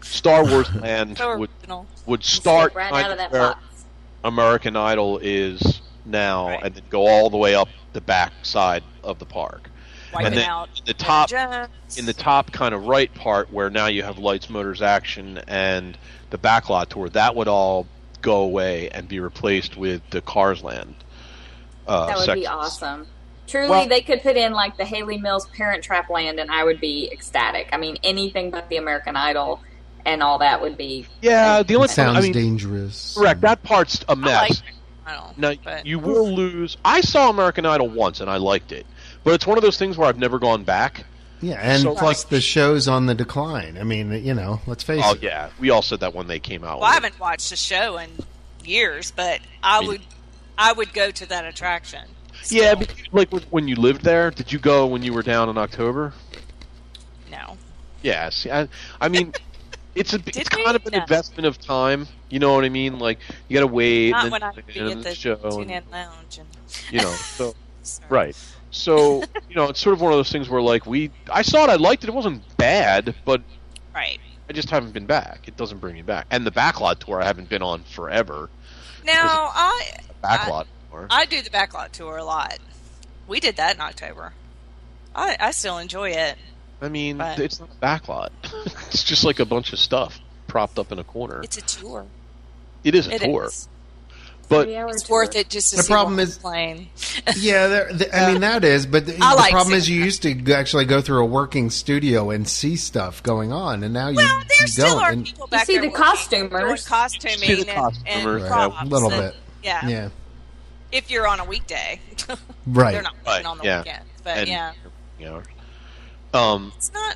[SPEAKER 5] Star Wars Land
[SPEAKER 6] So
[SPEAKER 5] would,
[SPEAKER 6] original.
[SPEAKER 5] would start
[SPEAKER 3] right
[SPEAKER 5] kind
[SPEAKER 3] out of that
[SPEAKER 5] where
[SPEAKER 3] box.
[SPEAKER 5] American Idol is now,
[SPEAKER 6] Right.
[SPEAKER 5] and then go all the way up the back side of the park.
[SPEAKER 6] Wiping
[SPEAKER 5] and then
[SPEAKER 6] out
[SPEAKER 5] the top
[SPEAKER 6] Jones.
[SPEAKER 5] in the top kind of right part where now you have lights, motors, action, and the backlot tour. That would all go away and be replaced with the Cars Land. Uh,
[SPEAKER 3] That would be
[SPEAKER 5] sections.
[SPEAKER 3] awesome. Truly,
[SPEAKER 5] Well-
[SPEAKER 3] they could put in like the Haley Mills Parent Trap Land, and I would be ecstatic. I mean, anything but the American Idol and all that would be
[SPEAKER 5] Yeah, the only
[SPEAKER 2] Sounds
[SPEAKER 5] I mean,
[SPEAKER 2] dangerous.
[SPEAKER 5] correct. That part's a mess.
[SPEAKER 6] I don't.
[SPEAKER 5] Now
[SPEAKER 6] but
[SPEAKER 5] you will lose. I saw American Idol once and I liked it, but it's one of those things where I've never gone back.
[SPEAKER 2] Yeah, and
[SPEAKER 5] So,
[SPEAKER 2] plus
[SPEAKER 5] like-
[SPEAKER 2] the show's on the decline. I mean, you know, let's face
[SPEAKER 5] Oh
[SPEAKER 2] it.
[SPEAKER 5] yeah, we all said that when they came out.
[SPEAKER 6] well, I
[SPEAKER 5] with it.
[SPEAKER 6] haven't watched the show in years, but I
[SPEAKER 5] Me-
[SPEAKER 6] would, I would go to that attraction.
[SPEAKER 5] yeah,
[SPEAKER 6] still.
[SPEAKER 5] but like when- when you lived there, did you go when you were down in October?
[SPEAKER 6] no.
[SPEAKER 5] Yeah, see, I,
[SPEAKER 6] [LAUGHS]
[SPEAKER 5] I mean, it's a it's
[SPEAKER 6] Did
[SPEAKER 5] kind
[SPEAKER 6] we?
[SPEAKER 5] of an
[SPEAKER 6] No.
[SPEAKER 5] investment of time. You know what I mean? Like you got to wait.
[SPEAKER 6] Not
[SPEAKER 5] and
[SPEAKER 6] when
[SPEAKER 5] then
[SPEAKER 6] I
[SPEAKER 5] at
[SPEAKER 6] would
[SPEAKER 5] the
[SPEAKER 6] be
[SPEAKER 5] end
[SPEAKER 6] at
[SPEAKER 5] of the
[SPEAKER 6] the
[SPEAKER 5] show, and,
[SPEAKER 6] tune-in lounge and
[SPEAKER 5] you
[SPEAKER 6] [LAUGHS]
[SPEAKER 5] know. So
[SPEAKER 6] sorry.
[SPEAKER 5] right. So you know, it's sort of one of those things where like we, I saw it, I liked it. It wasn't bad, but
[SPEAKER 6] right
[SPEAKER 5] I just haven't been back. It doesn't bring me back. And the backlot tour I haven't been on forever.
[SPEAKER 6] now. I
[SPEAKER 5] Backlot tour.
[SPEAKER 6] I do the backlot tour a lot. We did that in October. I I still enjoy it.
[SPEAKER 5] I mean,
[SPEAKER 6] But-
[SPEAKER 5] it's not a backlot. [LAUGHS] it's just like a bunch of stuff propped up in a corner.
[SPEAKER 6] It's a tour.
[SPEAKER 5] It is a
[SPEAKER 6] It
[SPEAKER 5] tour,
[SPEAKER 6] is.
[SPEAKER 5] but
[SPEAKER 6] It's worth it just to
[SPEAKER 2] The
[SPEAKER 6] see
[SPEAKER 2] problem
[SPEAKER 6] what
[SPEAKER 2] is-
[SPEAKER 6] is playing.
[SPEAKER 2] Yeah, there, uh, th I mean that is, but the,
[SPEAKER 6] I
[SPEAKER 2] the
[SPEAKER 6] like
[SPEAKER 2] problem is
[SPEAKER 6] seeing
[SPEAKER 2] you used to g- actually go through a working studio and see stuff going on, and now you,
[SPEAKER 6] [LAUGHS] Well,
[SPEAKER 2] you
[SPEAKER 6] there still
[SPEAKER 2] don't.
[SPEAKER 6] are
[SPEAKER 2] and-
[SPEAKER 6] people back
[SPEAKER 3] see
[SPEAKER 6] there
[SPEAKER 3] the
[SPEAKER 6] working, doing
[SPEAKER 3] costumers.
[SPEAKER 6] costuming,
[SPEAKER 5] See the
[SPEAKER 6] and- and,
[SPEAKER 5] costumers, yeah,
[SPEAKER 6] props
[SPEAKER 2] a little
[SPEAKER 6] and-
[SPEAKER 2] bit.
[SPEAKER 6] Yeah,
[SPEAKER 2] yeah,
[SPEAKER 6] if you're on a weekday, [LAUGHS]
[SPEAKER 2] right.
[SPEAKER 6] they're not working
[SPEAKER 5] Right,
[SPEAKER 6] on the
[SPEAKER 5] yeah.
[SPEAKER 6] weekends. But
[SPEAKER 5] and-
[SPEAKER 6] yeah,
[SPEAKER 5] you know. um,
[SPEAKER 6] it's not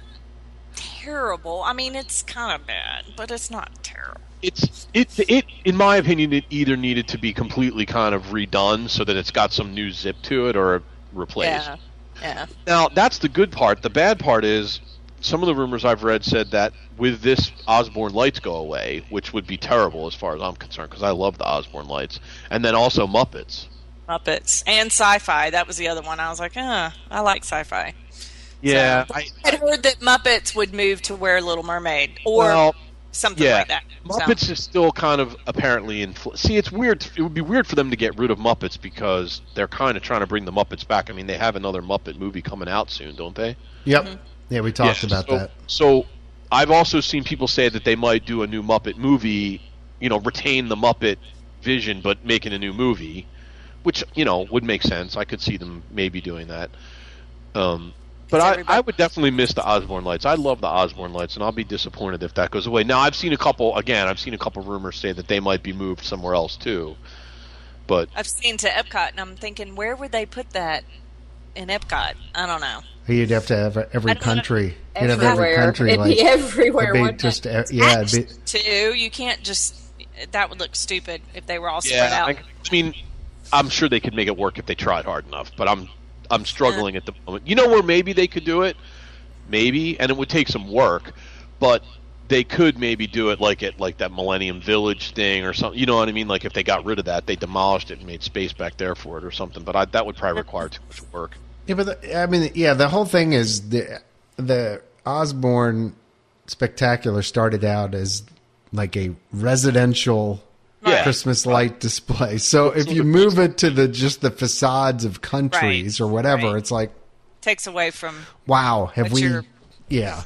[SPEAKER 6] terrible. I mean, it's kind of bad, but it's not terrible.
[SPEAKER 5] it's it it in my opinion it either needed to be completely kind of redone so that it's got some new zip to it or replaced.
[SPEAKER 6] Yeah, yeah.
[SPEAKER 5] Now that's the good part. The bad part is some of the rumors I've read said that with this Osborne lights go away, which would be terrible as far as I'm concerned because I love the Osborne lights, and then also Muppets.
[SPEAKER 6] Muppets and sci-fi. That was the other one. I was like, huh, I like sci-fi.
[SPEAKER 5] Yeah,
[SPEAKER 6] So-
[SPEAKER 5] I,
[SPEAKER 6] I'd heard that Muppets would move to where Little Mermaid or
[SPEAKER 5] well,
[SPEAKER 6] something
[SPEAKER 5] yeah,
[SPEAKER 6] like that. So-
[SPEAKER 5] Muppets is still kind of apparently in. Fl- See, it's weird. It would be weird for them to get rid of Muppets because they're kind of trying to bring the Muppets back. I mean, they have another Muppet movie coming out soon, don't they?
[SPEAKER 2] Yep. Yeah, we talked
[SPEAKER 5] Yeah,
[SPEAKER 2] about
[SPEAKER 5] so,
[SPEAKER 2] that.
[SPEAKER 5] So I've also seen people say that they might do a new Muppet movie, you know, retain the Muppet vision but making a new movie, which you know would make sense. I could see them maybe doing that. Um, but I, I would definitely miss the Osborne lights. I love the Osborne lights, and I'll be disappointed if that goes away. Now I've seen a couple again. I've seen a couple rumors say that they might be moved somewhere else too. But
[SPEAKER 6] I've seen to Epcot, and I'm thinking, where would they put that in Epcot? I don't know.
[SPEAKER 2] You'd have to have every
[SPEAKER 6] I don't know.
[SPEAKER 2] country. You'd have every
[SPEAKER 3] everywhere.
[SPEAKER 2] country
[SPEAKER 3] It'd
[SPEAKER 2] like
[SPEAKER 3] be everywhere.
[SPEAKER 2] it'd be
[SPEAKER 3] wouldn't
[SPEAKER 2] just
[SPEAKER 3] it?
[SPEAKER 2] e- yeah. It'd be,
[SPEAKER 6] Two, you can't just. That would look stupid if they were all spread
[SPEAKER 5] yeah,
[SPEAKER 6] out.
[SPEAKER 5] I, I mean, I'm sure they could make it work if they tried hard enough. But I'm I'm struggling at the moment. You know where maybe they could do it, maybe, and it would take some work, but they could maybe do it like at like that Millennium Village thing or something. You know what I mean? Like if they got rid of that, they demolished it and made space back there for it or something. But I, that would probably require too much work.
[SPEAKER 2] Yeah, but the, I mean, yeah, the whole thing is the the Osborne Spectacular started out as like a residential
[SPEAKER 5] Yeah.
[SPEAKER 2] Christmas light display. So if you move it to the just the facades of countries or whatever,
[SPEAKER 6] right.
[SPEAKER 2] it's like,
[SPEAKER 6] Takes away from.
[SPEAKER 2] wow, have
[SPEAKER 6] But
[SPEAKER 2] we?
[SPEAKER 6] you're-
[SPEAKER 2] Yeah,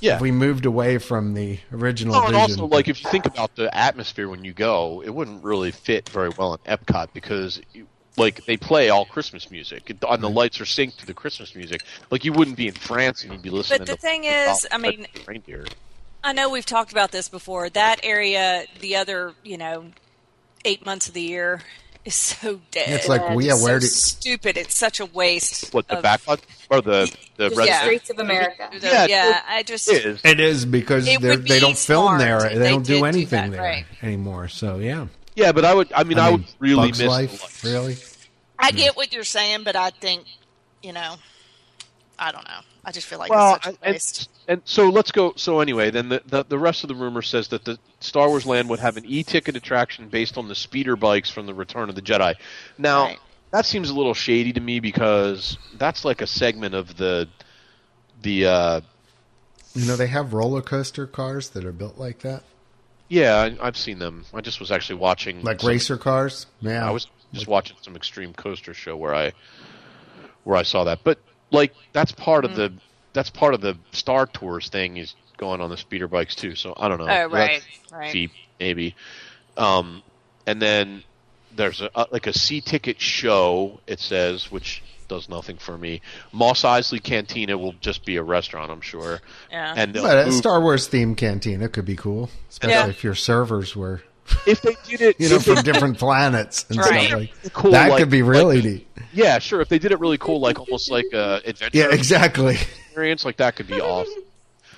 [SPEAKER 5] Yeah.
[SPEAKER 2] have we moved away from the original
[SPEAKER 5] Oh, and
[SPEAKER 2] vision?
[SPEAKER 5] also, like, if you think about the atmosphere when you go, it wouldn't really fit very well in Epcot because, you- like, they play all Christmas music, and the lights are synced to the Christmas music. Like, you wouldn't be in France and you'd be listening.
[SPEAKER 6] the
[SPEAKER 5] to
[SPEAKER 6] thing
[SPEAKER 5] the-
[SPEAKER 6] is, I mean-
[SPEAKER 5] reindeer.
[SPEAKER 6] I know we've talked about this before. That area, the other, you know, eight months of the year is so dead.
[SPEAKER 2] it's like, well, yeah,
[SPEAKER 6] It's so
[SPEAKER 2] where do
[SPEAKER 6] stupid. It's such a waste.
[SPEAKER 5] What the
[SPEAKER 6] of-
[SPEAKER 5] backlot or the the
[SPEAKER 3] Just
[SPEAKER 5] red
[SPEAKER 3] the
[SPEAKER 6] Yeah.
[SPEAKER 3] streets of America.
[SPEAKER 5] Yeah,
[SPEAKER 6] Yeah,
[SPEAKER 5] it
[SPEAKER 6] I just
[SPEAKER 5] is?
[SPEAKER 2] it is because
[SPEAKER 6] It
[SPEAKER 2] they're-
[SPEAKER 6] would
[SPEAKER 2] they
[SPEAKER 6] be
[SPEAKER 2] don't film
[SPEAKER 6] smart
[SPEAKER 2] there.
[SPEAKER 6] if
[SPEAKER 2] They,
[SPEAKER 6] they
[SPEAKER 2] don't
[SPEAKER 6] did
[SPEAKER 2] do
[SPEAKER 6] do
[SPEAKER 2] anything
[SPEAKER 6] that,
[SPEAKER 2] there
[SPEAKER 6] right.
[SPEAKER 2] anymore. So yeah,
[SPEAKER 5] Yeah, but I would. I mean, I,
[SPEAKER 2] mean,
[SPEAKER 5] would really
[SPEAKER 2] Bugs
[SPEAKER 5] miss
[SPEAKER 2] life,
[SPEAKER 5] the lights.
[SPEAKER 2] really.
[SPEAKER 6] I
[SPEAKER 2] Hmm.
[SPEAKER 6] get what you're saying, but I think, you know, I don't know. I just feel like
[SPEAKER 5] Well,
[SPEAKER 6] it's such
[SPEAKER 5] and,
[SPEAKER 6] a waste.
[SPEAKER 5] and, and so let's go. So anyway, then the, the the rest of the rumor says that the Star Wars Land would have an e-ticket attraction based on the speeder bikes from the Return of the Jedi. Now
[SPEAKER 6] Right.
[SPEAKER 5] that seems a little shady to me because that's like a segment of the the uh,
[SPEAKER 2] You know, they have roller coaster cars that are built like that,
[SPEAKER 5] yeah. I, I've seen them. I just was actually watching
[SPEAKER 2] like
[SPEAKER 5] some-
[SPEAKER 2] racer cars. Yeah,
[SPEAKER 5] I was just watching some extreme coaster show where I where I saw that. But like that's part of
[SPEAKER 6] Mm.
[SPEAKER 5] the that's part of the Star Tours thing is going on the speeder bikes too. So I don't know.
[SPEAKER 6] Oh, right,
[SPEAKER 5] That's
[SPEAKER 6] right.
[SPEAKER 5] Cheap maybe. Um, and then there's a, uh, like a C ticket show. It says which does nothing for me. Moss Isley Cantina will just be a restaurant, I'm sure.
[SPEAKER 6] Yeah.
[SPEAKER 5] And they'll
[SPEAKER 2] But a
[SPEAKER 5] move-
[SPEAKER 2] Star Wars themed cantina could be cool, especially
[SPEAKER 6] Yeah.
[SPEAKER 2] if your servers were
[SPEAKER 5] if they did it,
[SPEAKER 2] you know
[SPEAKER 5] if they
[SPEAKER 2] from
[SPEAKER 5] [LAUGHS]
[SPEAKER 2] different planets and
[SPEAKER 6] Right.
[SPEAKER 2] stuff like
[SPEAKER 5] Cool,
[SPEAKER 2] that.
[SPEAKER 5] like-
[SPEAKER 2] could be really
[SPEAKER 5] like-
[SPEAKER 2] neat.
[SPEAKER 5] yeah, sure. If they did it really cool, like almost like a adventure
[SPEAKER 2] Yeah, exactly. [LAUGHS]
[SPEAKER 5] experience, like that could be awesome.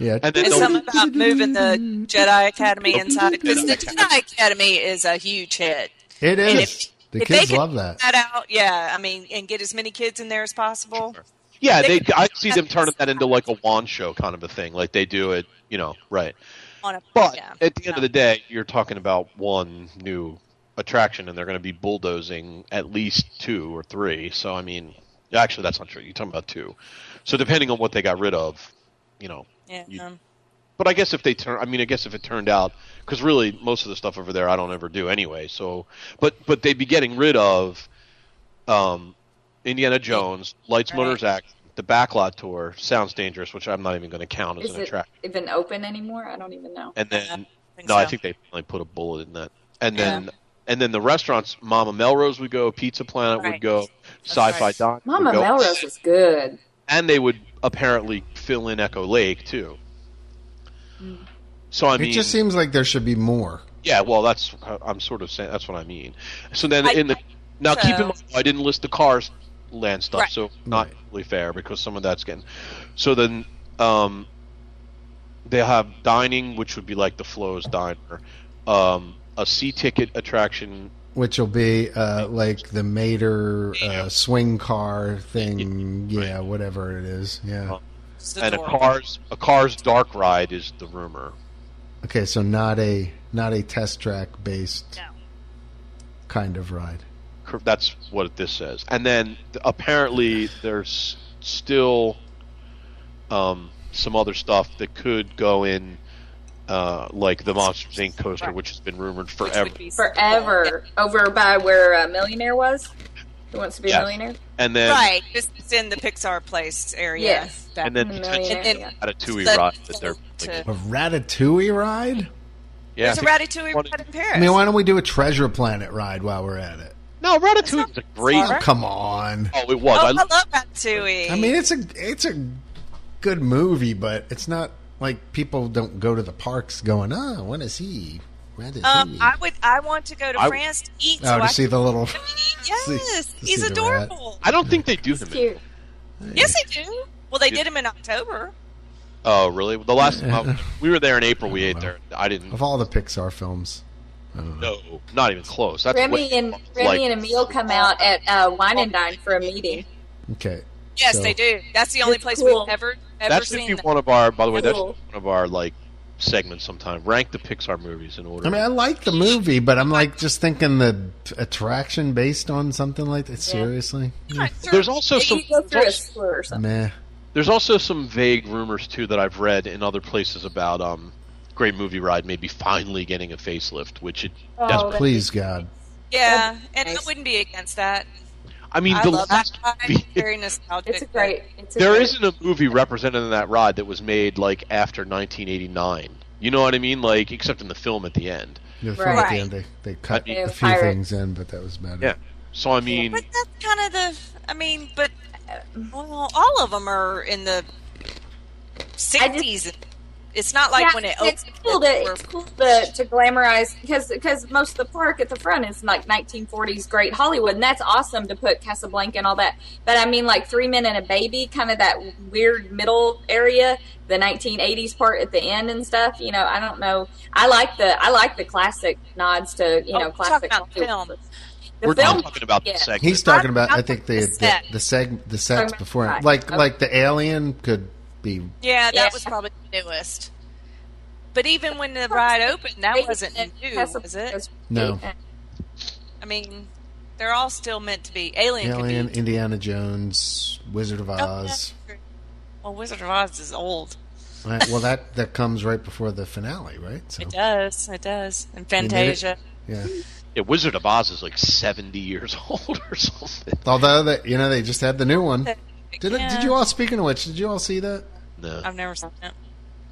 [SPEAKER 2] Yeah,
[SPEAKER 5] And then
[SPEAKER 6] It's
[SPEAKER 5] they'll-
[SPEAKER 6] something about moving the Jedi Academy inside because the
[SPEAKER 5] Jedi Academy.
[SPEAKER 6] Jedi Academy is a huge hit.
[SPEAKER 2] it
[SPEAKER 6] And
[SPEAKER 2] is.
[SPEAKER 6] if,
[SPEAKER 2] The
[SPEAKER 6] if they
[SPEAKER 2] kids
[SPEAKER 6] can
[SPEAKER 2] love that.
[SPEAKER 6] put out, yeah. I mean, and get as many kids in there as possible.
[SPEAKER 5] yeah, they.
[SPEAKER 6] they-
[SPEAKER 5] I see them turning that into like a wand show kind of a thing, like they do it. You know, right?
[SPEAKER 6] On a,
[SPEAKER 5] But
[SPEAKER 6] yeah.
[SPEAKER 5] at the end of the day, you're talking about one new attraction, and they're going to be bulldozing at least two or three. So I mean, actually, that's not true. You're talking about two. So depending on what they got rid of, you know.
[SPEAKER 6] yeah. um,
[SPEAKER 5] you- But I guess if they turn, I mean, I guess if it turned out, because really most of the stuff over there I don't ever do anyway. So, but but they'd be getting rid of, um, Indiana Jones, Lights,
[SPEAKER 6] Right.
[SPEAKER 5] Motors Act, the Backlot Tour, Sounds Dangerous, which I'm not even going to count as
[SPEAKER 3] Is
[SPEAKER 5] an
[SPEAKER 3] it
[SPEAKER 5] attraction.
[SPEAKER 3] even open anymore? I don't even know.
[SPEAKER 5] And
[SPEAKER 6] I
[SPEAKER 5] then
[SPEAKER 6] think
[SPEAKER 5] no, I
[SPEAKER 6] so.
[SPEAKER 5] think they finally put a bullet in that. And then and then the restaurants, Mama Melrose would go, Pizza Planet would
[SPEAKER 6] Right.
[SPEAKER 5] go, Sci-Fi
[SPEAKER 6] right.
[SPEAKER 5] Diner would
[SPEAKER 3] Mama
[SPEAKER 5] go,
[SPEAKER 3] Melrose is good.
[SPEAKER 5] and they would apparently fill in Echo Lake too.
[SPEAKER 6] Mm.
[SPEAKER 5] So I mean,
[SPEAKER 2] it just seems like there should be more.
[SPEAKER 5] yeah, well, that's I'm sort of saying that's what I mean. So then
[SPEAKER 6] I-
[SPEAKER 5] in the now
[SPEAKER 6] so-
[SPEAKER 5] keep in mind I didn't list the cars land stuff,
[SPEAKER 6] Right.
[SPEAKER 5] so not
[SPEAKER 2] Right.
[SPEAKER 5] really fair because some of that's getting. So then um, they'll have dining, which would be like the Flows Diner, um, a sea ticket attraction.
[SPEAKER 2] Which will be uh, like the Mater uh, swing car thing, yeah, whatever it is. Yeah.
[SPEAKER 6] It's
[SPEAKER 5] And a
[SPEAKER 6] adorable.
[SPEAKER 5] cars a cars dark ride is the rumor.
[SPEAKER 2] Okay, so not a not a test track based kind of ride.
[SPEAKER 5] Cor- That's what this says. And then th- apparently there's still um, some other stuff that could go in, uh, like the Monsters Inc. coaster, which has been rumored
[SPEAKER 6] Which
[SPEAKER 5] forever.
[SPEAKER 6] would be so cool.
[SPEAKER 3] Forever over by where uh, Millionaire was. Who wants to be
[SPEAKER 5] Yeah.
[SPEAKER 3] a millionaire?
[SPEAKER 5] And then
[SPEAKER 6] Right, this is in the Pixar Place area.
[SPEAKER 3] Yes.
[SPEAKER 6] That-
[SPEAKER 5] and then
[SPEAKER 3] And
[SPEAKER 5] potentially
[SPEAKER 3] then-
[SPEAKER 5] a Ratatouille
[SPEAKER 6] That-
[SPEAKER 5] ride that they're
[SPEAKER 6] to-
[SPEAKER 2] A Ratatouille ride?
[SPEAKER 5] yeah.
[SPEAKER 6] There's
[SPEAKER 5] I
[SPEAKER 6] a
[SPEAKER 5] think-
[SPEAKER 6] Ratatouille
[SPEAKER 5] One-
[SPEAKER 6] ride in
[SPEAKER 2] I mean,
[SPEAKER 6] Paris.
[SPEAKER 2] why don't we do a Treasure Planet ride while we're at it?
[SPEAKER 5] No, Ratatouille is a great.
[SPEAKER 2] Oh, come on.
[SPEAKER 5] Oh, it was.
[SPEAKER 6] Oh, I
[SPEAKER 5] I
[SPEAKER 6] love
[SPEAKER 5] lo-
[SPEAKER 6] Ratatouille.
[SPEAKER 2] I mean, it's a it's a good movie, but it's not like people don't go to the parks going, "Ah, I want to see Ratatouille."
[SPEAKER 6] um, I would. I want to go to
[SPEAKER 5] I-
[SPEAKER 6] France to eat.
[SPEAKER 2] oh,
[SPEAKER 6] so I
[SPEAKER 2] to see
[SPEAKER 6] can
[SPEAKER 2] the little.
[SPEAKER 6] eat. Yes,
[SPEAKER 2] see- to
[SPEAKER 6] he's
[SPEAKER 2] see the
[SPEAKER 6] adorable.
[SPEAKER 5] I don't think they do them. in-
[SPEAKER 3] Cute.
[SPEAKER 6] Yes, they do. Well, they did him in October.
[SPEAKER 5] Oh, really? The last time I- we were there in April, we ate there. I
[SPEAKER 2] [LAUGHS]
[SPEAKER 5] didn't.
[SPEAKER 2] Of all the Pixar films,
[SPEAKER 5] No, not even close. That's
[SPEAKER 3] Remy
[SPEAKER 5] way-
[SPEAKER 3] and Remy
[SPEAKER 5] like-
[SPEAKER 3] and Emil come out at uh, Wine and Dine for a meeting.
[SPEAKER 2] okay,
[SPEAKER 6] Yes,
[SPEAKER 2] So-
[SPEAKER 6] they do. That's the only
[SPEAKER 3] It's
[SPEAKER 6] place
[SPEAKER 3] cool.
[SPEAKER 6] we've ever ever
[SPEAKER 5] That should
[SPEAKER 6] seen.
[SPEAKER 5] be
[SPEAKER 6] them.
[SPEAKER 5] one of our. By the way, that's
[SPEAKER 3] Cool.
[SPEAKER 5] one of our like segments. Sometime rank the Pixar movies in order.
[SPEAKER 2] I mean, I like the movie, but I'm like just thinking the attraction based on something like that. Seriously,
[SPEAKER 6] Yeah, sure.
[SPEAKER 5] there's also
[SPEAKER 3] They
[SPEAKER 5] some.
[SPEAKER 3] go through a
[SPEAKER 5] There's,
[SPEAKER 3] sewer or something.
[SPEAKER 2] meh.
[SPEAKER 5] also some vague rumors too that I've read in other places about um, Great Movie Ride maybe finally getting a facelift, which it.
[SPEAKER 3] Oh,
[SPEAKER 5] desperately.
[SPEAKER 3] that-
[SPEAKER 2] Please, God,
[SPEAKER 6] yeah, and I
[SPEAKER 3] Nice.
[SPEAKER 6] wouldn't be against that.
[SPEAKER 5] I mean,
[SPEAKER 6] I
[SPEAKER 5] the
[SPEAKER 6] love
[SPEAKER 5] last.
[SPEAKER 6] that ride.
[SPEAKER 5] movie-
[SPEAKER 6] It's Very nostalgic.
[SPEAKER 3] It's a great. It's
[SPEAKER 5] [LAUGHS]
[SPEAKER 3] a
[SPEAKER 5] there
[SPEAKER 3] great-
[SPEAKER 5] isn't a movie represented in that ride that was made like after 1989. You know what I mean? Like except in the film at the end.
[SPEAKER 2] the film at the
[SPEAKER 6] Right.
[SPEAKER 2] end they, they cut
[SPEAKER 5] mean-
[SPEAKER 2] a few
[SPEAKER 3] Pirate.
[SPEAKER 2] things in, but that was about it.
[SPEAKER 5] So I mean,
[SPEAKER 6] But that's kind of the. I mean, but uh, well, all of them are in the sixties. It's not like
[SPEAKER 3] Yeah,
[SPEAKER 6] when it
[SPEAKER 3] it's
[SPEAKER 6] opened.
[SPEAKER 3] cool
[SPEAKER 6] that
[SPEAKER 3] to
[SPEAKER 6] we're-
[SPEAKER 3] it's cool to, to glamorize because because most of the park at the front is like 1940s great Hollywood and that's awesome to put Casablanca and all that. But I mean like Three Men and a Baby, kind of that weird middle area, the 1980s part at the end and stuff. You know, I don't know. I like the I like the classic nods to you
[SPEAKER 6] Oh,
[SPEAKER 3] know
[SPEAKER 6] we're
[SPEAKER 3] classic
[SPEAKER 6] talking about
[SPEAKER 3] Hollywood.
[SPEAKER 6] film.
[SPEAKER 3] The
[SPEAKER 5] we're
[SPEAKER 3] film,
[SPEAKER 5] not talking about
[SPEAKER 3] yeah.
[SPEAKER 5] the segment.
[SPEAKER 2] He's talking about
[SPEAKER 6] I'm
[SPEAKER 2] I think the
[SPEAKER 6] talking the
[SPEAKER 2] the
[SPEAKER 6] set.
[SPEAKER 2] the, seg- the sets
[SPEAKER 3] about
[SPEAKER 2] before,
[SPEAKER 3] that.
[SPEAKER 2] like
[SPEAKER 3] Okay.
[SPEAKER 2] like the alien could be
[SPEAKER 6] Yeah, that
[SPEAKER 3] Yeah.
[SPEAKER 6] was probably the newest. But even when the ride opened, that wasn't
[SPEAKER 3] And
[SPEAKER 6] new, was it?
[SPEAKER 3] Casablanca's-
[SPEAKER 2] No.
[SPEAKER 6] I mean, they're all still meant to be. Alien,
[SPEAKER 2] Alien,
[SPEAKER 6] could be. Oh,
[SPEAKER 2] Indiana Jones, Wizard of Oz.
[SPEAKER 6] Well, Wizard of Oz is old.
[SPEAKER 2] Right, well, that that comes right before the finale, right? So
[SPEAKER 6] It does. It does. And
[SPEAKER 2] Oh. it-
[SPEAKER 6] Fantasia.
[SPEAKER 2] yeah.
[SPEAKER 5] Yeah, Wizard of Oz is like 70 years [LAUGHS] old or something.
[SPEAKER 2] Although that you know they just had the new one. Did it,
[SPEAKER 6] Yeah.
[SPEAKER 2] did you all? Speaking of which, did you all see that?
[SPEAKER 5] No.
[SPEAKER 6] I've never seen it.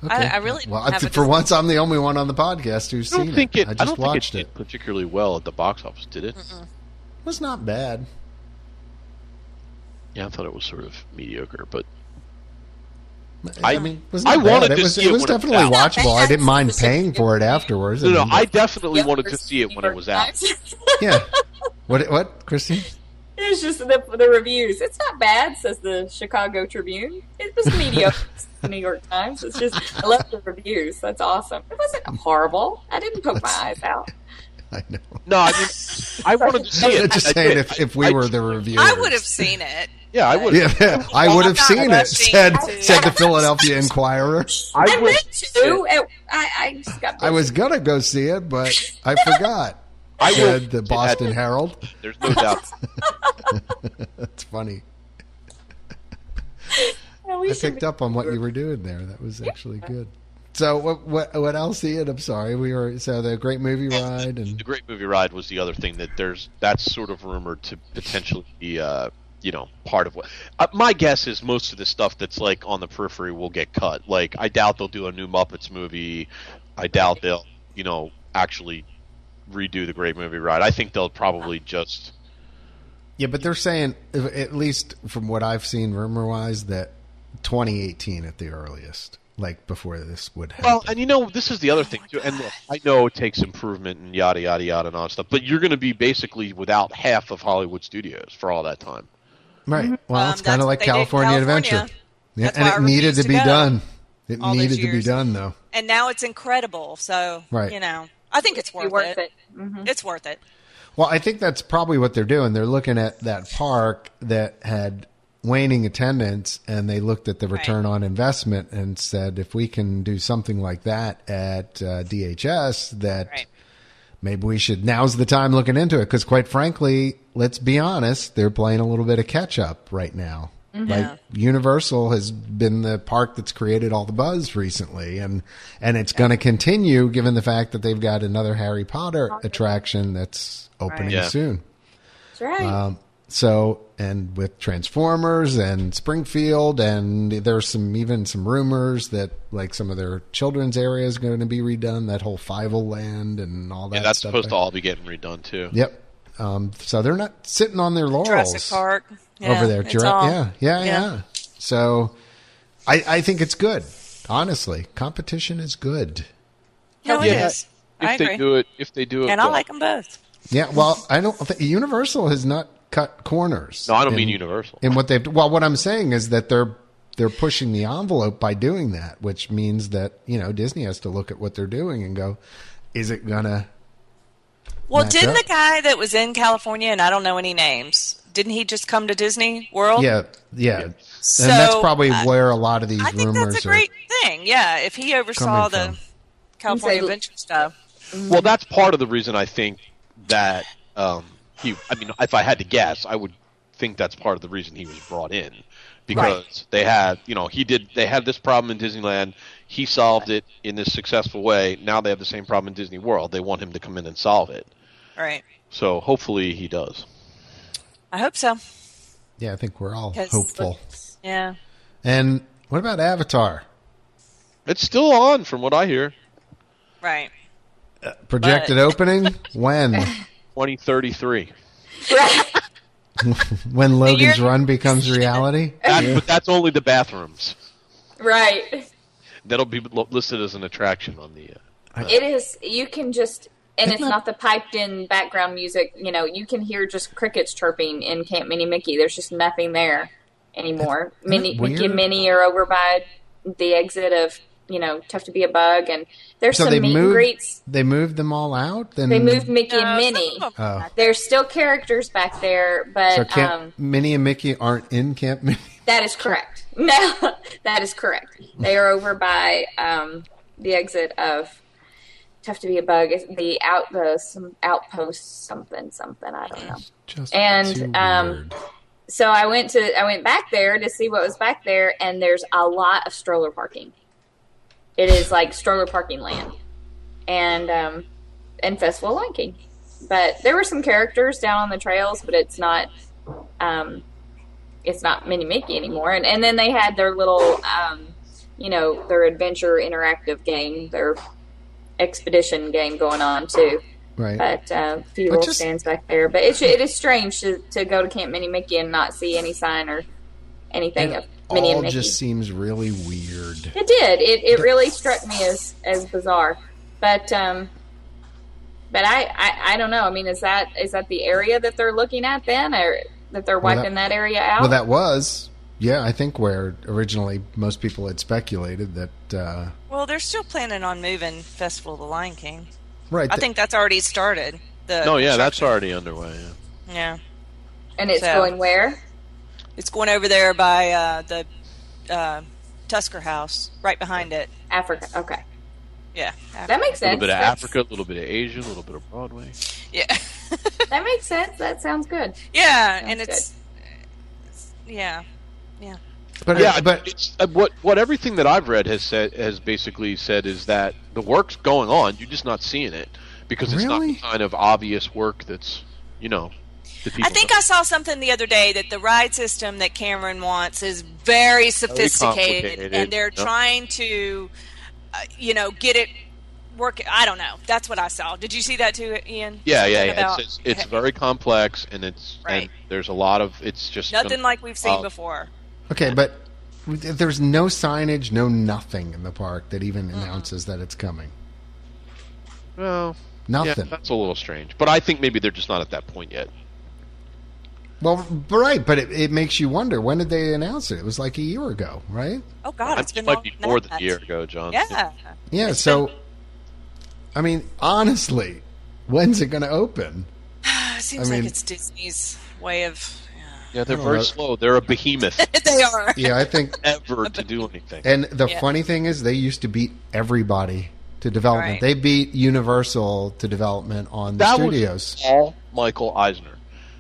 [SPEAKER 2] Okay.
[SPEAKER 6] I really
[SPEAKER 2] well.
[SPEAKER 6] didn't
[SPEAKER 2] I
[SPEAKER 6] have
[SPEAKER 2] think
[SPEAKER 6] a
[SPEAKER 2] for
[SPEAKER 6] dis-
[SPEAKER 2] once, I'm the only one on the podcast who's
[SPEAKER 5] I don't
[SPEAKER 2] seen
[SPEAKER 5] think
[SPEAKER 2] it.
[SPEAKER 5] it.
[SPEAKER 2] I
[SPEAKER 5] I,
[SPEAKER 2] just
[SPEAKER 5] don't think it
[SPEAKER 2] watched
[SPEAKER 5] did
[SPEAKER 2] it.
[SPEAKER 5] particularly well at the box office, did it?
[SPEAKER 2] It was not bad.
[SPEAKER 5] Yeah, I thought it was sort of mediocre, but
[SPEAKER 2] I,
[SPEAKER 5] I-
[SPEAKER 2] mean, it wasn't
[SPEAKER 5] I
[SPEAKER 2] bad.
[SPEAKER 5] wanted
[SPEAKER 2] it
[SPEAKER 5] to
[SPEAKER 2] was,
[SPEAKER 5] see
[SPEAKER 2] it
[SPEAKER 5] it
[SPEAKER 2] was
[SPEAKER 5] when it
[SPEAKER 2] definitely
[SPEAKER 5] was
[SPEAKER 3] out.
[SPEAKER 2] watchable. I didn't mind paying for it afterwards.
[SPEAKER 5] no, no,
[SPEAKER 2] mean,
[SPEAKER 5] I definitely wanted to
[SPEAKER 3] Yours,
[SPEAKER 5] see it when it was
[SPEAKER 3] [LAUGHS]
[SPEAKER 5] out.
[SPEAKER 3] yours.
[SPEAKER 6] [LAUGHS]
[SPEAKER 2] yeah. What? What, Christine?
[SPEAKER 3] It's just the, the reviews. It's not bad, says the Chicago Tribune. It was mediocre, [LAUGHS] says the New York Times. It's just, I love the reviews. That's awesome. It wasn't horrible. I didn't poke my eyes out.
[SPEAKER 2] I know.
[SPEAKER 5] No, I [LAUGHS] mean, I wanted to see
[SPEAKER 2] I'm
[SPEAKER 5] it.
[SPEAKER 2] just
[SPEAKER 5] I
[SPEAKER 2] saying,
[SPEAKER 5] did.
[SPEAKER 2] if,
[SPEAKER 5] I-
[SPEAKER 2] if we
[SPEAKER 5] I-
[SPEAKER 2] were the reviewers,
[SPEAKER 6] I would have seen it.
[SPEAKER 5] yeah, I would.
[SPEAKER 2] Yeah, I would have
[SPEAKER 6] not
[SPEAKER 2] seen it.
[SPEAKER 6] rushing
[SPEAKER 2] Said
[SPEAKER 6] to-
[SPEAKER 2] said the Philadelphia Inquirer.
[SPEAKER 3] [LAUGHS] I,
[SPEAKER 5] would-
[SPEAKER 3] meant to. It- I, I just got
[SPEAKER 2] I was gonna go see it, but I forgot.
[SPEAKER 5] I
[SPEAKER 2] Said
[SPEAKER 5] would.
[SPEAKER 2] the Boston Herald.
[SPEAKER 5] There's no doubt.
[SPEAKER 2] [LAUGHS] That's funny.
[SPEAKER 3] [LAUGHS] Yeah, we
[SPEAKER 2] I
[SPEAKER 3] should
[SPEAKER 2] picked
[SPEAKER 3] be-
[SPEAKER 2] up on what you were doing there. That was actually good. So what what what else? Ian? I'm sorry. We were so the great movie ride
[SPEAKER 5] The
[SPEAKER 2] and
[SPEAKER 5] Great Movie Ride was the other thing that there's that's sort of rumored to potentially be, uh, you know, part of what. Uh, my guess is most of the stuff that's like on the periphery will get cut. Like I doubt they'll do a new Muppets movie. I doubt they'll, you know, actually redo the Great Movie Ride. I think they'll probably just.
[SPEAKER 2] yeah, but they're saying if- at least from what I've seen rumor wise that 2018 at the earliest, like before this would happen.
[SPEAKER 5] Well, and you know, this is the other thing too. And look, I know it takes improvement and yada yada yada and all that stuff, but you're going to be basically without half of Hollywood studios for all that time.
[SPEAKER 2] right. Well,
[SPEAKER 6] Um,
[SPEAKER 2] it's kind of
[SPEAKER 6] that's-
[SPEAKER 2] like
[SPEAKER 6] they did
[SPEAKER 2] California,
[SPEAKER 6] California.
[SPEAKER 2] Adventure. Yeah,
[SPEAKER 6] That's
[SPEAKER 2] and
[SPEAKER 6] why
[SPEAKER 2] it
[SPEAKER 6] I
[SPEAKER 2] needed
[SPEAKER 6] refused
[SPEAKER 2] to
[SPEAKER 6] to
[SPEAKER 2] be
[SPEAKER 6] go
[SPEAKER 2] done. It
[SPEAKER 6] all those
[SPEAKER 2] needed to be
[SPEAKER 6] years.
[SPEAKER 2] done though.
[SPEAKER 6] And now it's incredible. So,
[SPEAKER 2] Right.
[SPEAKER 6] you know, I think it's
[SPEAKER 3] be
[SPEAKER 6] worth,
[SPEAKER 3] worth
[SPEAKER 6] it.
[SPEAKER 3] it. Mhm.
[SPEAKER 6] It's worth it.
[SPEAKER 2] Well, I think that's probably what they're doing. They're looking at that park that had waning attendance and they looked at the return on investment and said if we can do something like that at uh, DHS that
[SPEAKER 6] Right.
[SPEAKER 2] maybe we should now's the time looking into it cuz quite frankly, let's be honest, they're playing a little bit of catch up right now. Like Universal has been the park that's created all the buzz recently and and it's going to continue given the fact that they've got another Harry Potter attraction that's opening
[SPEAKER 5] Yeah.
[SPEAKER 2] soon.
[SPEAKER 3] That's right.
[SPEAKER 2] So, and with Transformers and Springfield, and there's some even some rumors that like some of their children's area is going to be redone. That whole Fievel Land and all that.
[SPEAKER 5] And that's
[SPEAKER 2] stuff
[SPEAKER 5] supposed to
[SPEAKER 2] there.
[SPEAKER 5] all be getting redone too.
[SPEAKER 2] Yep. Um, so they're not sitting on their laurels
[SPEAKER 6] Jurassic Park. Yeah,
[SPEAKER 2] over there.
[SPEAKER 6] it's
[SPEAKER 2] Jura-
[SPEAKER 6] all-
[SPEAKER 2] yeah, yeah,
[SPEAKER 6] yeah.
[SPEAKER 2] yeah. So, I I think it's good. Honestly, competition is good.
[SPEAKER 6] No, it
[SPEAKER 5] Yeah.
[SPEAKER 6] is.
[SPEAKER 5] If
[SPEAKER 6] I
[SPEAKER 5] they
[SPEAKER 6] agree.
[SPEAKER 5] do it, if they do it,
[SPEAKER 6] and I
[SPEAKER 5] well.
[SPEAKER 6] like them both.
[SPEAKER 2] Yeah. Well, I don't think Universal has not cut corners.
[SPEAKER 5] No, I don't
[SPEAKER 2] in-
[SPEAKER 5] mean Universal.
[SPEAKER 2] in what they've well what i'm saying is that they're they're pushing the envelope by doing that which means that you know disney has to look at what they're doing and go is it gonna
[SPEAKER 6] Well,
[SPEAKER 2] Match
[SPEAKER 6] didn't
[SPEAKER 2] up.
[SPEAKER 6] the guy that was in California, and I don't know any names, didn't he just come to Disney World?
[SPEAKER 2] yeah yeah and
[SPEAKER 6] So,
[SPEAKER 2] that's probably
[SPEAKER 6] uh,
[SPEAKER 2] where a lot of these
[SPEAKER 6] I think
[SPEAKER 2] rumors
[SPEAKER 6] that's a
[SPEAKER 2] are
[SPEAKER 6] great thing. Yeah, if he
[SPEAKER 2] Coming
[SPEAKER 6] oversaw the
[SPEAKER 2] from.
[SPEAKER 6] California
[SPEAKER 3] Say-
[SPEAKER 6] Adventure stuff.
[SPEAKER 5] Well, that's part of the reason I think that um, he. I mean, if I had to guess, I would think that's part of the reason he was brought in because they had, you know, he did. They had this problem in Disneyland. He solved it in this successful way. Now they have the same problem in Disney World. They want him to come in and solve it.
[SPEAKER 6] Right.
[SPEAKER 5] So hopefully he does.
[SPEAKER 6] I hope so.
[SPEAKER 2] yeah i think we're all
[SPEAKER 6] 'Cause-
[SPEAKER 2] hopeful
[SPEAKER 6] Yeah.
[SPEAKER 2] and what about avatar
[SPEAKER 5] It's still on, from what I hear.
[SPEAKER 6] Right.
[SPEAKER 2] projected
[SPEAKER 3] [LAUGHS]
[SPEAKER 2] opening when
[SPEAKER 5] Twenty thirty three.
[SPEAKER 2] when logan's
[SPEAKER 6] year-
[SPEAKER 2] run
[SPEAKER 3] [LAUGHS]
[SPEAKER 2] becomes reality
[SPEAKER 5] That, But that's only the bathrooms.
[SPEAKER 3] right.
[SPEAKER 5] That'll be lo- listed as an attraction on the. Uh,
[SPEAKER 3] It is. You can just, and it's not the piped-in background music. You know, you can hear just crickets chirping in Camp Minnie Mickey. There's just nothing there anymore. Minnie,
[SPEAKER 2] weird?
[SPEAKER 3] Mickey and Minnie are over by the exit of you know Tough to Be a Bug, and there's
[SPEAKER 2] so
[SPEAKER 3] some
[SPEAKER 2] they
[SPEAKER 3] meet and
[SPEAKER 2] moved
[SPEAKER 3] greets.
[SPEAKER 2] they moved them all out then
[SPEAKER 3] They moved Mickey and
[SPEAKER 6] No,
[SPEAKER 3] Minnie.
[SPEAKER 6] some of 'em.
[SPEAKER 2] oh
[SPEAKER 3] There's still characters back there, but
[SPEAKER 2] so camp
[SPEAKER 3] um,
[SPEAKER 2] minnie and mickey aren't in camp minnie [LAUGHS]
[SPEAKER 3] That is correct. [LAUGHS] No, that is correct. They are over by um, the exit of Tough to Be a Bug. It's The out the some outpost something something I don't know.
[SPEAKER 2] just
[SPEAKER 3] And,
[SPEAKER 2] too
[SPEAKER 3] um,
[SPEAKER 2] weird.
[SPEAKER 3] So I went to I went back there to see what was back there, and there's a lot of stroller parking. It is like stroller parking land, and um, and Festival of Lion King. But there were some characters down on the trails, but it's not um, it's not Minnie Mickey anymore. And and then they had their little um, you know their adventure interactive game, their expedition game going on too.
[SPEAKER 2] Right.
[SPEAKER 3] but uh, funeral
[SPEAKER 2] just-
[SPEAKER 3] stands back there. But it's, it is strange to, to go to Camp Minnie Mickey and not see any sign or anything of Minnie and
[SPEAKER 2] All
[SPEAKER 3] Mickey.
[SPEAKER 2] just seems really weird.
[SPEAKER 3] It did. It, it really struck me as, as bizarre. But um, but I, I, I don't know. I mean, is that is that the area that they're looking at then, or that they're
[SPEAKER 2] Well, that-
[SPEAKER 3] wiping that, area out?
[SPEAKER 2] Well, that was, yeah, I think where originally most people had speculated that, uh,
[SPEAKER 6] Well, they're still planning on moving Festival of the Lion King.
[SPEAKER 2] right.
[SPEAKER 6] I
[SPEAKER 2] th-
[SPEAKER 6] think that's already started. The
[SPEAKER 5] No, yeah, that's already underway. Yeah.
[SPEAKER 6] yeah,
[SPEAKER 3] and it's
[SPEAKER 6] so-
[SPEAKER 3] going where?
[SPEAKER 6] it's going over there by uh, the uh, Tusker House, right behind it.
[SPEAKER 3] Africa. Okay,
[SPEAKER 6] Yeah,
[SPEAKER 3] that
[SPEAKER 5] A
[SPEAKER 3] makes sense.
[SPEAKER 5] little bit of
[SPEAKER 3] That's-
[SPEAKER 5] Africa, a little bit of Asia, a little bit of Broadway.
[SPEAKER 6] yeah,
[SPEAKER 3] [LAUGHS] That makes sense. That sounds good.
[SPEAKER 6] [LAUGHS] yeah,
[SPEAKER 3] Sounds
[SPEAKER 6] and it's yeah, yeah.
[SPEAKER 2] but
[SPEAKER 5] Yeah,
[SPEAKER 2] but
[SPEAKER 5] but it's, uh, what what everything that I've read has said has basically said is that the work's going on. You're just not seeing it because it's
[SPEAKER 2] Really?
[SPEAKER 5] not the kind of obvious work that's you know. that
[SPEAKER 6] I
[SPEAKER 5] people
[SPEAKER 6] think
[SPEAKER 5] know.
[SPEAKER 6] I saw something the other day that the ride system that Cameron wants is very sophisticated,
[SPEAKER 5] Oh, complicated,
[SPEAKER 6] and they're
[SPEAKER 5] yeah.
[SPEAKER 6] trying to, uh, you know, get it work. I don't know. That's what I saw. Did you see that too, Ian?
[SPEAKER 5] Yeah, yeah,
[SPEAKER 6] Something
[SPEAKER 5] yeah.
[SPEAKER 6] about-
[SPEAKER 5] it's, [LAUGHS] it's, it's very complex, and it's
[SPEAKER 6] Right.
[SPEAKER 5] and there's a lot of it's
[SPEAKER 6] [LAUGHS]
[SPEAKER 5] just
[SPEAKER 6] nothing
[SPEAKER 5] gonna-
[SPEAKER 6] like we've seen
[SPEAKER 5] uh,
[SPEAKER 6] before.
[SPEAKER 2] okay, but there's no signage, no nothing in the park that even announces that it's coming.
[SPEAKER 5] Well, yeah,
[SPEAKER 2] Nothing.
[SPEAKER 5] that's a little strange, but I think maybe they're just not at that point yet.
[SPEAKER 2] Well, right, but it, it makes you wonder when did they announce it? It was like a year ago, right?
[SPEAKER 6] Oh God,
[SPEAKER 5] I
[SPEAKER 6] it's been
[SPEAKER 5] think it might
[SPEAKER 6] longer
[SPEAKER 5] be more than
[SPEAKER 6] that.
[SPEAKER 5] a year ago, John. [LAUGHS]
[SPEAKER 6] Yeah,
[SPEAKER 2] Yeah, so I mean, honestly, when's it going to open?
[SPEAKER 6] it seems
[SPEAKER 2] I mean-
[SPEAKER 6] like it's Disney's way of.
[SPEAKER 5] yeah, they're
[SPEAKER 2] I don't
[SPEAKER 5] very
[SPEAKER 2] know.
[SPEAKER 5] slow. They're a [LAUGHS] behemoth
[SPEAKER 6] they are.
[SPEAKER 2] Yeah, I think
[SPEAKER 5] ever to do anything.
[SPEAKER 2] and the
[SPEAKER 6] Yeah.
[SPEAKER 2] funny thing is they used to beat everybody to development.
[SPEAKER 6] Right.
[SPEAKER 2] They beat Universal to development on the
[SPEAKER 5] that
[SPEAKER 2] studios.
[SPEAKER 5] was all Michael Eisner.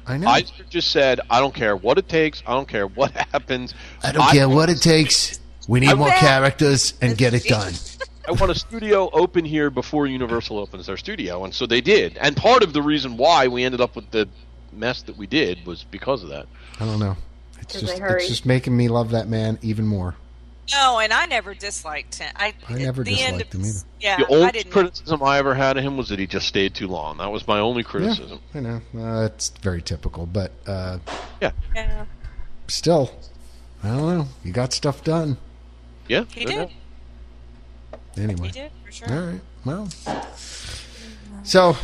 [SPEAKER 2] I know. I,
[SPEAKER 5] Eisner just said, "I don't care what it takes. I don't care what [LAUGHS] happens.
[SPEAKER 2] don't care what it takes. We need more
[SPEAKER 6] want-
[SPEAKER 2] characters and get it done.
[SPEAKER 5] I want a studio open here before Universal opens their studio, and so they did. And part of the reason why we ended up with the mess that we did was because of that.
[SPEAKER 2] I don't know. It's
[SPEAKER 3] Did
[SPEAKER 2] just
[SPEAKER 3] they hurry?
[SPEAKER 2] it's just making me love that man even more.
[SPEAKER 6] [LAUGHS] No, and I never disliked him. I,
[SPEAKER 2] I never
[SPEAKER 6] at the end
[SPEAKER 2] disliked
[SPEAKER 6] of-
[SPEAKER 2] him either.
[SPEAKER 6] Yeah,
[SPEAKER 5] The
[SPEAKER 6] I
[SPEAKER 5] only
[SPEAKER 6] didn't.
[SPEAKER 5] criticism I ever had of him was that he just stayed too long. That was my only criticism.
[SPEAKER 2] I know. Uh, that's very typical, but uh,
[SPEAKER 5] Yeah,
[SPEAKER 6] yeah.
[SPEAKER 2] still, I don't know. You got stuff done
[SPEAKER 5] yeah,
[SPEAKER 6] He
[SPEAKER 5] they're
[SPEAKER 6] did.
[SPEAKER 5] not-
[SPEAKER 2] anyway.
[SPEAKER 6] He did for sure.
[SPEAKER 2] All right. Well, so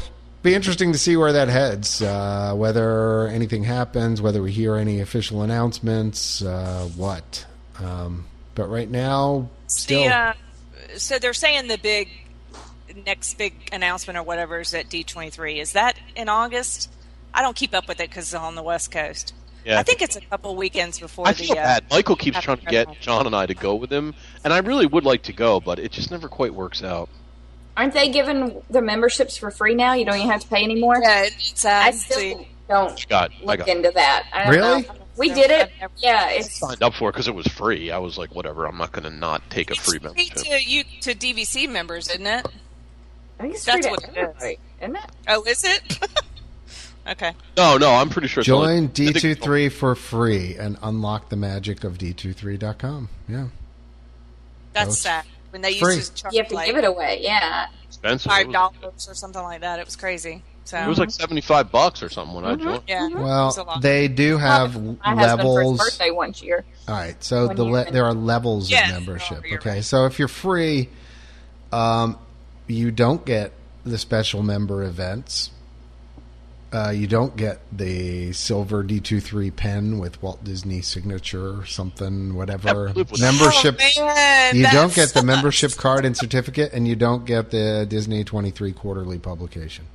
[SPEAKER 2] be interesting to see where that heads. Uh, whether anything happens, whether we hear any official announcements, uh, what. Um, but right now, still,
[SPEAKER 6] The, uh, so they're saying the big next big announcement or whatever is at D23. Is that in August? I don't keep up with it because it's on the West Coast.
[SPEAKER 5] Yeah.
[SPEAKER 6] I think it's a couple weekends before
[SPEAKER 5] I
[SPEAKER 6] the.
[SPEAKER 5] feel
[SPEAKER 6] uh,
[SPEAKER 5] bad. Michael keeps
[SPEAKER 6] after
[SPEAKER 5] trying to get
[SPEAKER 6] Christmas.
[SPEAKER 5] John and I to go with him, and I really would like to go, but it just never quite works out.
[SPEAKER 3] Aren't they giving the memberships for free now? You don't even have to pay anymore.
[SPEAKER 6] Yeah, it's, uh,
[SPEAKER 3] I
[SPEAKER 6] see.
[SPEAKER 3] still don't
[SPEAKER 5] Got, I
[SPEAKER 3] look
[SPEAKER 5] got
[SPEAKER 3] into that. I don't
[SPEAKER 2] Really?
[SPEAKER 3] know. We did it. Yeah, it's
[SPEAKER 5] signed up for it because it was free. I was like, whatever. I'm not going to not take a
[SPEAKER 6] It's
[SPEAKER 5] free
[SPEAKER 6] free
[SPEAKER 5] membership.
[SPEAKER 6] to you to DVC members, isn't it?
[SPEAKER 3] I think it's
[SPEAKER 6] That's
[SPEAKER 3] free to
[SPEAKER 6] what it is.
[SPEAKER 3] everybody, isn't it?
[SPEAKER 6] Oh, is it? [LAUGHS] okay.
[SPEAKER 5] No, no, I'm pretty sure. it's only-
[SPEAKER 2] join
[SPEAKER 5] I think-
[SPEAKER 2] D23 for free and unlock the magic of D23.com. Yeah.
[SPEAKER 6] That's
[SPEAKER 2] it's
[SPEAKER 6] sad. When they
[SPEAKER 2] free.
[SPEAKER 6] used to charge
[SPEAKER 3] You have to
[SPEAKER 6] like
[SPEAKER 3] give it away. Yeah,
[SPEAKER 5] expensive. It
[SPEAKER 6] five
[SPEAKER 5] was,
[SPEAKER 6] dollars or something like that. It was crazy. So
[SPEAKER 5] it was like 75 bucks or something when I
[SPEAKER 6] Mm-hmm.
[SPEAKER 5] joined.
[SPEAKER 6] yeah.
[SPEAKER 3] Mm-hmm.
[SPEAKER 6] It's Hmm?
[SPEAKER 2] Well,
[SPEAKER 6] a lot.
[SPEAKER 2] they do have
[SPEAKER 3] my husband for his
[SPEAKER 2] levels.
[SPEAKER 3] birthday one year.
[SPEAKER 2] All right, so
[SPEAKER 3] When
[SPEAKER 2] the
[SPEAKER 3] you
[SPEAKER 2] le-
[SPEAKER 3] finish.
[SPEAKER 2] there are levels
[SPEAKER 6] Yes,
[SPEAKER 2] of
[SPEAKER 6] there are,
[SPEAKER 2] membership.
[SPEAKER 6] you're
[SPEAKER 2] Okay, so if you're free, um, you don't get the special member events. Uh, you don't get the silver D23 pen with Walt Disney signature or something, whatever.
[SPEAKER 5] That was-
[SPEAKER 2] Membership.
[SPEAKER 6] Oh, man,
[SPEAKER 2] you
[SPEAKER 6] that
[SPEAKER 2] don't get the
[SPEAKER 6] sucks.
[SPEAKER 2] membership card and certificate, and you don't get the Disney 23 quarterly publication.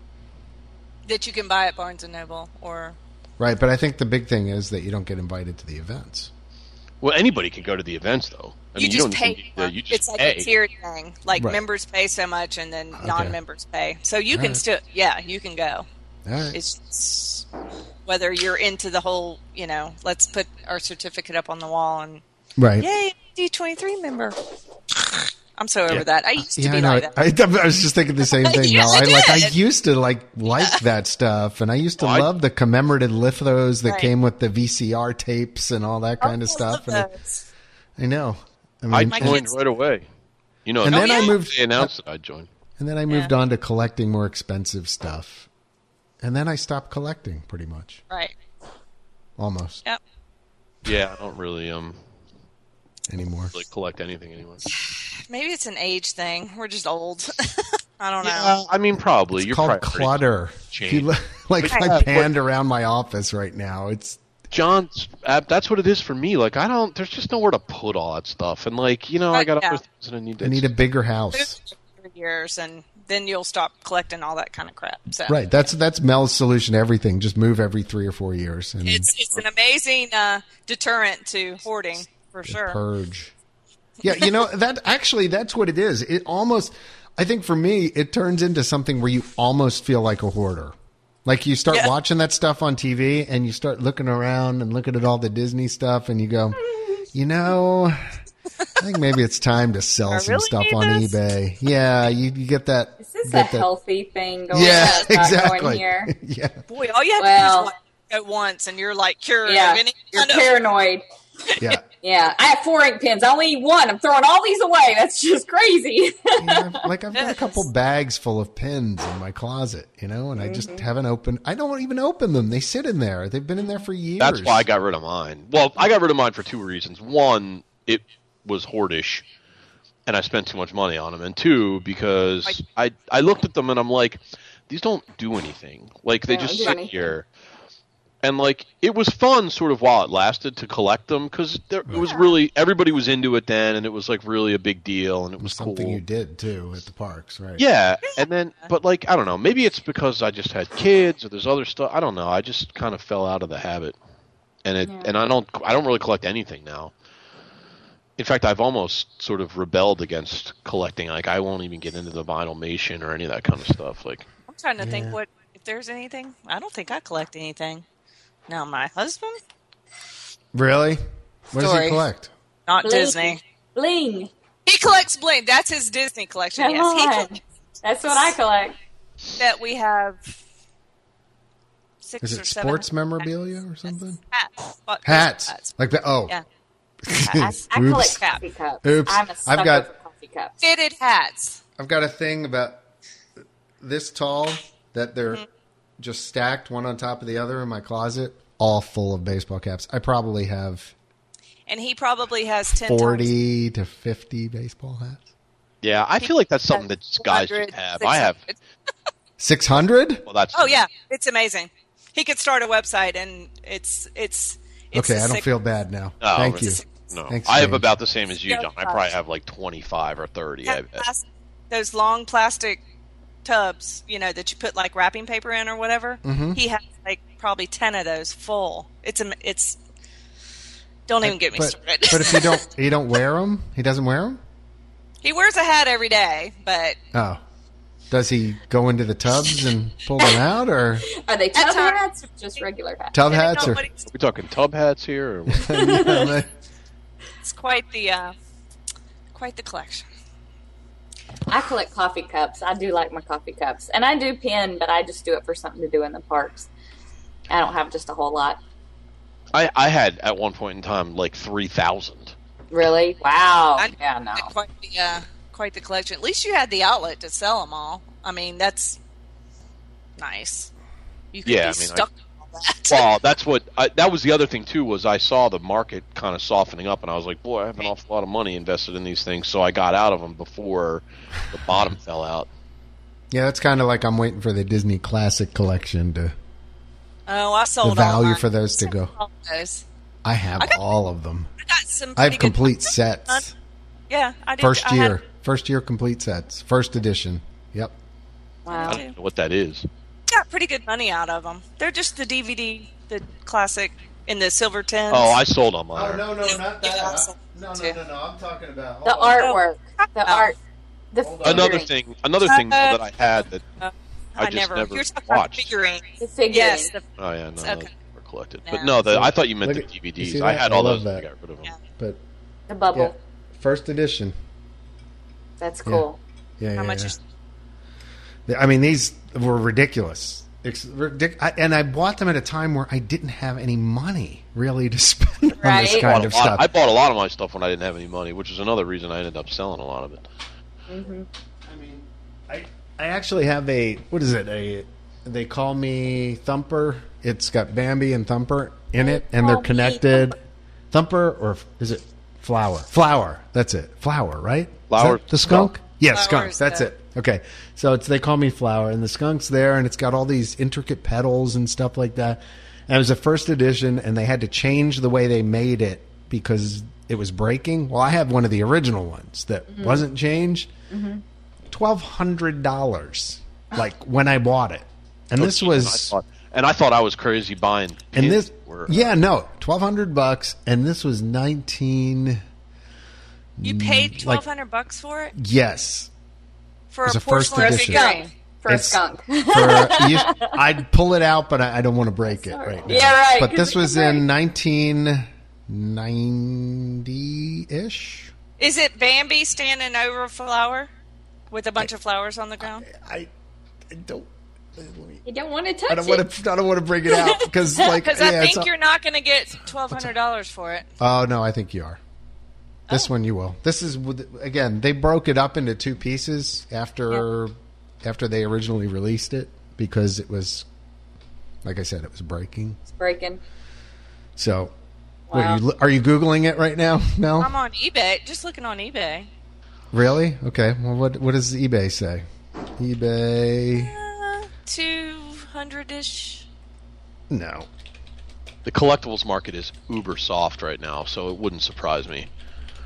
[SPEAKER 6] that you can buy at Barnes and Noble or
[SPEAKER 2] Right, but I think the big thing is that you don't get invited to the events.
[SPEAKER 5] Well, anybody can go to the events, though. I mean,
[SPEAKER 6] you just
[SPEAKER 5] don't
[SPEAKER 6] pay.
[SPEAKER 5] even need to- you just
[SPEAKER 6] it's like
[SPEAKER 5] pay.
[SPEAKER 6] a tiered thing. Like
[SPEAKER 2] Right.
[SPEAKER 6] members pay so much, and then non-members pay. So you can
[SPEAKER 2] Alright.
[SPEAKER 6] still, yeah, you can go.
[SPEAKER 2] All right.
[SPEAKER 6] It's just whether you're into the whole, you know, let's put our certificate up on the wall and
[SPEAKER 2] right.
[SPEAKER 6] yay, D23 member. I'm so over
[SPEAKER 5] Yeah.
[SPEAKER 6] that. I used to
[SPEAKER 2] Yeah,
[SPEAKER 6] be
[SPEAKER 2] I know.
[SPEAKER 6] like that.
[SPEAKER 2] I, I [LAUGHS] was just thinking the
[SPEAKER 6] [LAUGHS]
[SPEAKER 2] same thing.
[SPEAKER 6] Yeah,
[SPEAKER 2] Mel.
[SPEAKER 6] I
[SPEAKER 2] I like. I
[SPEAKER 6] did.
[SPEAKER 2] used to like like that stuff, and I used to
[SPEAKER 5] Well, I-
[SPEAKER 2] love the commemorative lithos that
[SPEAKER 6] Right. Oh,
[SPEAKER 2] came with the VCR tapes and all that kind of stuff. And I, I know. I
[SPEAKER 5] I
[SPEAKER 2] mean,
[SPEAKER 6] My
[SPEAKER 5] joined
[SPEAKER 6] kids-
[SPEAKER 5] right away. You know,
[SPEAKER 2] Mm-hmm. and
[SPEAKER 5] as
[SPEAKER 2] then
[SPEAKER 5] soon
[SPEAKER 2] I
[SPEAKER 5] as
[SPEAKER 2] moved.
[SPEAKER 5] They announced that I joined.
[SPEAKER 2] And then I moved on to collecting more expensive stuff. And then I stopped collecting pretty much,
[SPEAKER 6] Right.
[SPEAKER 2] almost
[SPEAKER 6] Yep.
[SPEAKER 5] Yeah, I don't really um
[SPEAKER 2] anymore.
[SPEAKER 5] really collect anything anymore.
[SPEAKER 6] Maybe it's an age thing. We're just old. [LAUGHS] I don't know.
[SPEAKER 5] Yeah, I mean probably.
[SPEAKER 2] It's
[SPEAKER 5] Your
[SPEAKER 2] called
[SPEAKER 5] priorities
[SPEAKER 2] clutter. If you [LAUGHS]
[SPEAKER 5] change.
[SPEAKER 2] look- like
[SPEAKER 5] But-
[SPEAKER 2] I panned around my office right now. It's
[SPEAKER 5] John's uh, that's what it is for me. Like I don't there's just nowhere to put all that stuff. And like, you know, I
[SPEAKER 6] Right,
[SPEAKER 5] got
[SPEAKER 6] yeah.
[SPEAKER 5] other things that I need to
[SPEAKER 2] I need a bigger house.
[SPEAKER 6] Three years, and then you'll stop collecting all that kind of crap. So
[SPEAKER 2] Right. That's that's Mel's solution to everything. Just move every three or four years and
[SPEAKER 6] It's it's an amazing uh, deterrent to hoarding for sure.
[SPEAKER 2] purge. Yeah, you know that actually that's what it is. It almost, I think for me, it turns into something where you almost feel like a hoarder. Like you start
[SPEAKER 6] Yeah.
[SPEAKER 2] watching that stuff on TV and you start looking around and looking at all the Disney stuff and you go, you know, I think maybe it's time to sell
[SPEAKER 3] [LAUGHS]
[SPEAKER 2] some
[SPEAKER 6] really
[SPEAKER 2] stuff
[SPEAKER 6] need
[SPEAKER 2] on
[SPEAKER 6] this?
[SPEAKER 2] eBay. Yeah, you, you get that.
[SPEAKER 3] This is a
[SPEAKER 2] get that-
[SPEAKER 3] healthy thing going [LAUGHS]
[SPEAKER 2] Yeah,
[SPEAKER 3] on, not going
[SPEAKER 2] exactly.
[SPEAKER 3] here.
[SPEAKER 2] [LAUGHS]
[SPEAKER 3] [LAUGHS]
[SPEAKER 2] yeah.
[SPEAKER 6] Boy, all you have
[SPEAKER 3] Well-
[SPEAKER 6] to do is like, at once, and you're like cured
[SPEAKER 3] Yeah,
[SPEAKER 6] of any
[SPEAKER 3] you're
[SPEAKER 6] kind of-
[SPEAKER 3] paranoid.
[SPEAKER 2] Yeah.
[SPEAKER 3] Yeah, I have four ink pens. I only need one. I'm throwing all these away. That's just crazy. [LAUGHS]
[SPEAKER 2] You know, I've- like I've got a couple bags full of pins in my closet, you know, and I just haven't opened. I don't even open them. They sit in there. They've been in there for years.
[SPEAKER 5] That's why I got rid of mine. Well, I got rid of mine for two reasons. One, it was hoardish, and I spent too much money on them. And two, because I I looked at them and I'm like, these don't do anything. Like they
[SPEAKER 3] They don't
[SPEAKER 5] just
[SPEAKER 3] do
[SPEAKER 5] sit
[SPEAKER 3] anything.
[SPEAKER 5] here. And like it was fun, sort of while it lasted, to collect them because it was really everybody was into it then, and it was like really a big deal, and it
[SPEAKER 2] It was
[SPEAKER 5] was
[SPEAKER 2] something
[SPEAKER 5] cool.
[SPEAKER 2] you did too at the parks,
[SPEAKER 6] [LAUGHS]
[SPEAKER 2] right?
[SPEAKER 5] Yeah, and then, but like, I don't know. Maybe it's because I just had kids, or there's other stuff. I don't know. I just kind of fell out of the habit, and it, and I don't, I don't really collect anything now. In fact, I've almost sort of rebelled against collecting. Like, I won't even get into the vinyl mation or any of that kind of stuff. Like,
[SPEAKER 6] I'm trying to think what if there's anything. I don't think I collect anything. Now my husband,
[SPEAKER 2] Really? What does he
[SPEAKER 6] Story.
[SPEAKER 2] collect?
[SPEAKER 6] not
[SPEAKER 3] Bling.
[SPEAKER 6] Disney.
[SPEAKER 3] Bling.
[SPEAKER 6] He collects bling. That's his Disney collection.
[SPEAKER 3] Come
[SPEAKER 6] yes, he
[SPEAKER 3] on.
[SPEAKER 6] collects
[SPEAKER 3] That's what I collect.
[SPEAKER 6] that we have six
[SPEAKER 2] Is
[SPEAKER 6] or
[SPEAKER 2] it
[SPEAKER 6] seven
[SPEAKER 2] sports memorabilia or something?
[SPEAKER 6] hats. But-
[SPEAKER 2] Hats. Like the oh. [LAUGHS]
[SPEAKER 6] Yeah.
[SPEAKER 3] I, I collect
[SPEAKER 2] Oops.
[SPEAKER 3] coffee cups.
[SPEAKER 2] Oops.
[SPEAKER 3] I'm a
[SPEAKER 2] I've
[SPEAKER 3] sucker
[SPEAKER 2] got-
[SPEAKER 3] for coffee cups.
[SPEAKER 6] Fitted hats.
[SPEAKER 2] I've got a thing about this tall that they're just stacked one on top of the other in my closet, all full of baseball caps. I probably have
[SPEAKER 6] And he probably has ten times-
[SPEAKER 2] forty to fifty baseball hats.
[SPEAKER 5] yeah, I feel like that's something that guys just
[SPEAKER 6] 100,
[SPEAKER 5] have. I have.
[SPEAKER 6] 600.
[SPEAKER 2] Six hundred?
[SPEAKER 5] Well, that's
[SPEAKER 6] Oh yeah, it's amazing. He could start a website, and it's it's. it's
[SPEAKER 2] Okay,
[SPEAKER 6] the
[SPEAKER 2] I don't
[SPEAKER 6] six-
[SPEAKER 2] feel bad now.
[SPEAKER 5] No,
[SPEAKER 2] Thank
[SPEAKER 5] Oh, it's-
[SPEAKER 2] you.
[SPEAKER 5] No,
[SPEAKER 2] Thanks,
[SPEAKER 5] I have
[SPEAKER 2] Jane.
[SPEAKER 5] about the same as you,
[SPEAKER 6] Yeah,
[SPEAKER 5] John. I probably have like twenty five or thirty. I
[SPEAKER 6] have
[SPEAKER 5] bet.
[SPEAKER 6] plas- those long plastic tubs, you know, that you put like wrapping paper in or whatever.
[SPEAKER 2] Mm-hmm.
[SPEAKER 6] He has like probably ten of those full. It's a it's. Don't even get me
[SPEAKER 2] But,
[SPEAKER 6] started.
[SPEAKER 2] but if you don't, you don't wear them. He doesn't wear them.
[SPEAKER 6] [LAUGHS] he wears a hat every day, but
[SPEAKER 2] Oh, does he go into the tubs and pull them out, or
[SPEAKER 3] Are they tub
[SPEAKER 6] That's how-
[SPEAKER 3] hats or just regular hats?
[SPEAKER 2] tub hats, or
[SPEAKER 6] Nobody's-
[SPEAKER 5] We're talking tub hats here. Or what?
[SPEAKER 6] it's quite the uh, quite the collection.
[SPEAKER 3] I collect coffee cups. I do like my coffee cups. And I do pen, but I just do it for something to do in the parks. I don't have just a whole lot.
[SPEAKER 5] I, I had at one point in time like
[SPEAKER 6] [LAUGHS]
[SPEAKER 5] three thousand.
[SPEAKER 3] Really? Wow.
[SPEAKER 6] I-
[SPEAKER 3] yeah, no.
[SPEAKER 6] Quite the uh, quite the collection. At least you had the outlet to sell them all. I mean, that's nice. You could
[SPEAKER 5] Yeah,
[SPEAKER 6] be
[SPEAKER 5] I mean, I-
[SPEAKER 6] stuck. with all that.
[SPEAKER 5] [LAUGHS] Well, that's what I, that was the other thing too was I saw the market kind of softening up, and I was like, boy, I have an awful lot of money invested in these things, so I got out of them before the bottom fell out.
[SPEAKER 2] yeah, that's kind of like I'm waiting for the Disney Classic collection to.
[SPEAKER 6] [LAUGHS] Oh, I sold
[SPEAKER 2] The value
[SPEAKER 6] all mine.
[SPEAKER 2] for those to go.
[SPEAKER 6] All those.
[SPEAKER 2] I have all of them.
[SPEAKER 6] I got some.
[SPEAKER 2] I have
[SPEAKER 6] pretty good-
[SPEAKER 2] complete sets.
[SPEAKER 6] Yeah, I did.
[SPEAKER 2] First
[SPEAKER 6] I had-
[SPEAKER 2] year, first year complete sets, first edition. Yep.
[SPEAKER 5] I
[SPEAKER 3] Wow.
[SPEAKER 5] don't know what that is.
[SPEAKER 6] got pretty good money out of them. They're just the DVD, the classic in the silver tins.
[SPEAKER 5] Oh, I sold on mine.
[SPEAKER 2] no, not
[SPEAKER 6] that.
[SPEAKER 2] No,
[SPEAKER 6] no, no,
[SPEAKER 2] I'm talking about
[SPEAKER 3] The artwork. The
[SPEAKER 6] Oh.
[SPEAKER 3] art. The
[SPEAKER 5] Another
[SPEAKER 3] figurine.
[SPEAKER 5] thing, another thing though,
[SPEAKER 6] Uh,
[SPEAKER 5] that I had that I
[SPEAKER 6] I
[SPEAKER 5] just
[SPEAKER 6] never.
[SPEAKER 5] never
[SPEAKER 6] You're talking about
[SPEAKER 5] watched.
[SPEAKER 6] figurines.
[SPEAKER 3] The figurine.
[SPEAKER 6] Yes, the,
[SPEAKER 5] oh yeah, no,
[SPEAKER 6] Okay.
[SPEAKER 5] those were collected, but
[SPEAKER 6] No.
[SPEAKER 5] no, the, I thought you meant
[SPEAKER 2] Look
[SPEAKER 5] the
[SPEAKER 2] at- you
[SPEAKER 5] DVDs.
[SPEAKER 2] see
[SPEAKER 5] I
[SPEAKER 2] that?
[SPEAKER 5] had
[SPEAKER 2] I
[SPEAKER 5] all
[SPEAKER 2] love
[SPEAKER 5] those. and I
[SPEAKER 2] that.
[SPEAKER 5] got rid of them.
[SPEAKER 6] Yeah.
[SPEAKER 2] But
[SPEAKER 3] The bubble.
[SPEAKER 2] yeah, first edition.
[SPEAKER 3] That's cool.
[SPEAKER 2] Yeah, yeah,
[SPEAKER 6] how much?
[SPEAKER 2] yeah.
[SPEAKER 6] Is,
[SPEAKER 2] I mean, these were ridiculous. Ex- ridic- I, and I bought them at a time where I didn't have any money really to spend [LAUGHS] on this
[SPEAKER 3] Right.
[SPEAKER 5] I
[SPEAKER 2] kind
[SPEAKER 5] bought
[SPEAKER 2] of
[SPEAKER 5] a lot-
[SPEAKER 2] stuff.
[SPEAKER 5] I bought a lot of my stuff when I didn't have any money, which is another reason I ended up selling a lot of it.
[SPEAKER 2] I mean, I, I actually have a what is it? A they call me Thumper. It's got Bambi and Thumper in it, and they're connected. Thumper or f- is it Flower? Flower. That's it. Flower, right? Is
[SPEAKER 5] Flower.
[SPEAKER 2] that The skunk. Yeah,
[SPEAKER 6] Flower
[SPEAKER 2] skunks.
[SPEAKER 6] is
[SPEAKER 2] That's
[SPEAKER 6] the-
[SPEAKER 2] it. Okay, so it's they call me Flower, and the skunk's there, and it's got all these intricate petals and stuff like that. And it was the first edition, and they had to change the way they made it because it was breaking. Well, I have one of the original ones that
[SPEAKER 6] Mm-hmm.
[SPEAKER 2] wasn't changed. Twelve hundred dollars, like when I bought it, and this
[SPEAKER 5] I
[SPEAKER 2] was
[SPEAKER 5] thought, and I thought I was crazy buying.
[SPEAKER 2] and
[SPEAKER 5] pins
[SPEAKER 2] this
[SPEAKER 5] were-
[SPEAKER 2] yeah no twelve hundred bucks, and this was nineteen.
[SPEAKER 6] You paid
[SPEAKER 2] Mm, like-
[SPEAKER 6] twelve hundred bucks for it
[SPEAKER 2] Yes,
[SPEAKER 6] for
[SPEAKER 2] It's
[SPEAKER 6] a
[SPEAKER 2] a first
[SPEAKER 6] porcelain
[SPEAKER 2] edition.
[SPEAKER 6] skunk.
[SPEAKER 3] for a
[SPEAKER 2] It's- [LAUGHS]
[SPEAKER 3] skunk. [LAUGHS]
[SPEAKER 2] for you, I'd pull it out, but I, I don't want to break it right now.
[SPEAKER 3] Yeah, right,
[SPEAKER 2] But
[SPEAKER 3] 'cause
[SPEAKER 2] this
[SPEAKER 3] it could
[SPEAKER 2] was in
[SPEAKER 3] break.
[SPEAKER 2] nineteen ninety ish.
[SPEAKER 6] Is it Bambi standing over a flower with a bunch of flowers on the ground?
[SPEAKER 2] I, I don't. let me-
[SPEAKER 3] you don't want to touch
[SPEAKER 2] I don't want
[SPEAKER 3] it.
[SPEAKER 2] to. I don't want to bring it out
[SPEAKER 3] [LAUGHS]
[SPEAKER 2] because, like,
[SPEAKER 6] Because
[SPEAKER 2] yeah,
[SPEAKER 6] I
[SPEAKER 2] it's
[SPEAKER 6] think
[SPEAKER 2] a-
[SPEAKER 6] you're not going to get twelve hundred dollars for it.
[SPEAKER 2] Oh no, I think you are. This one you will. This is with- again. They broke it up into two pieces after after they originally released it because it was, like I said, it was breaking.
[SPEAKER 3] It's breaking.
[SPEAKER 2] So,
[SPEAKER 3] Wow.
[SPEAKER 2] are, you, are you googling it right now? No,
[SPEAKER 6] I'm on eBay, just looking on eBay.
[SPEAKER 2] really? Okay. Well, what what does eBay say? eBay.
[SPEAKER 6] Uh, Two hundred ish.
[SPEAKER 2] No.
[SPEAKER 5] The collectibles market is uber soft right now, so it wouldn't surprise me.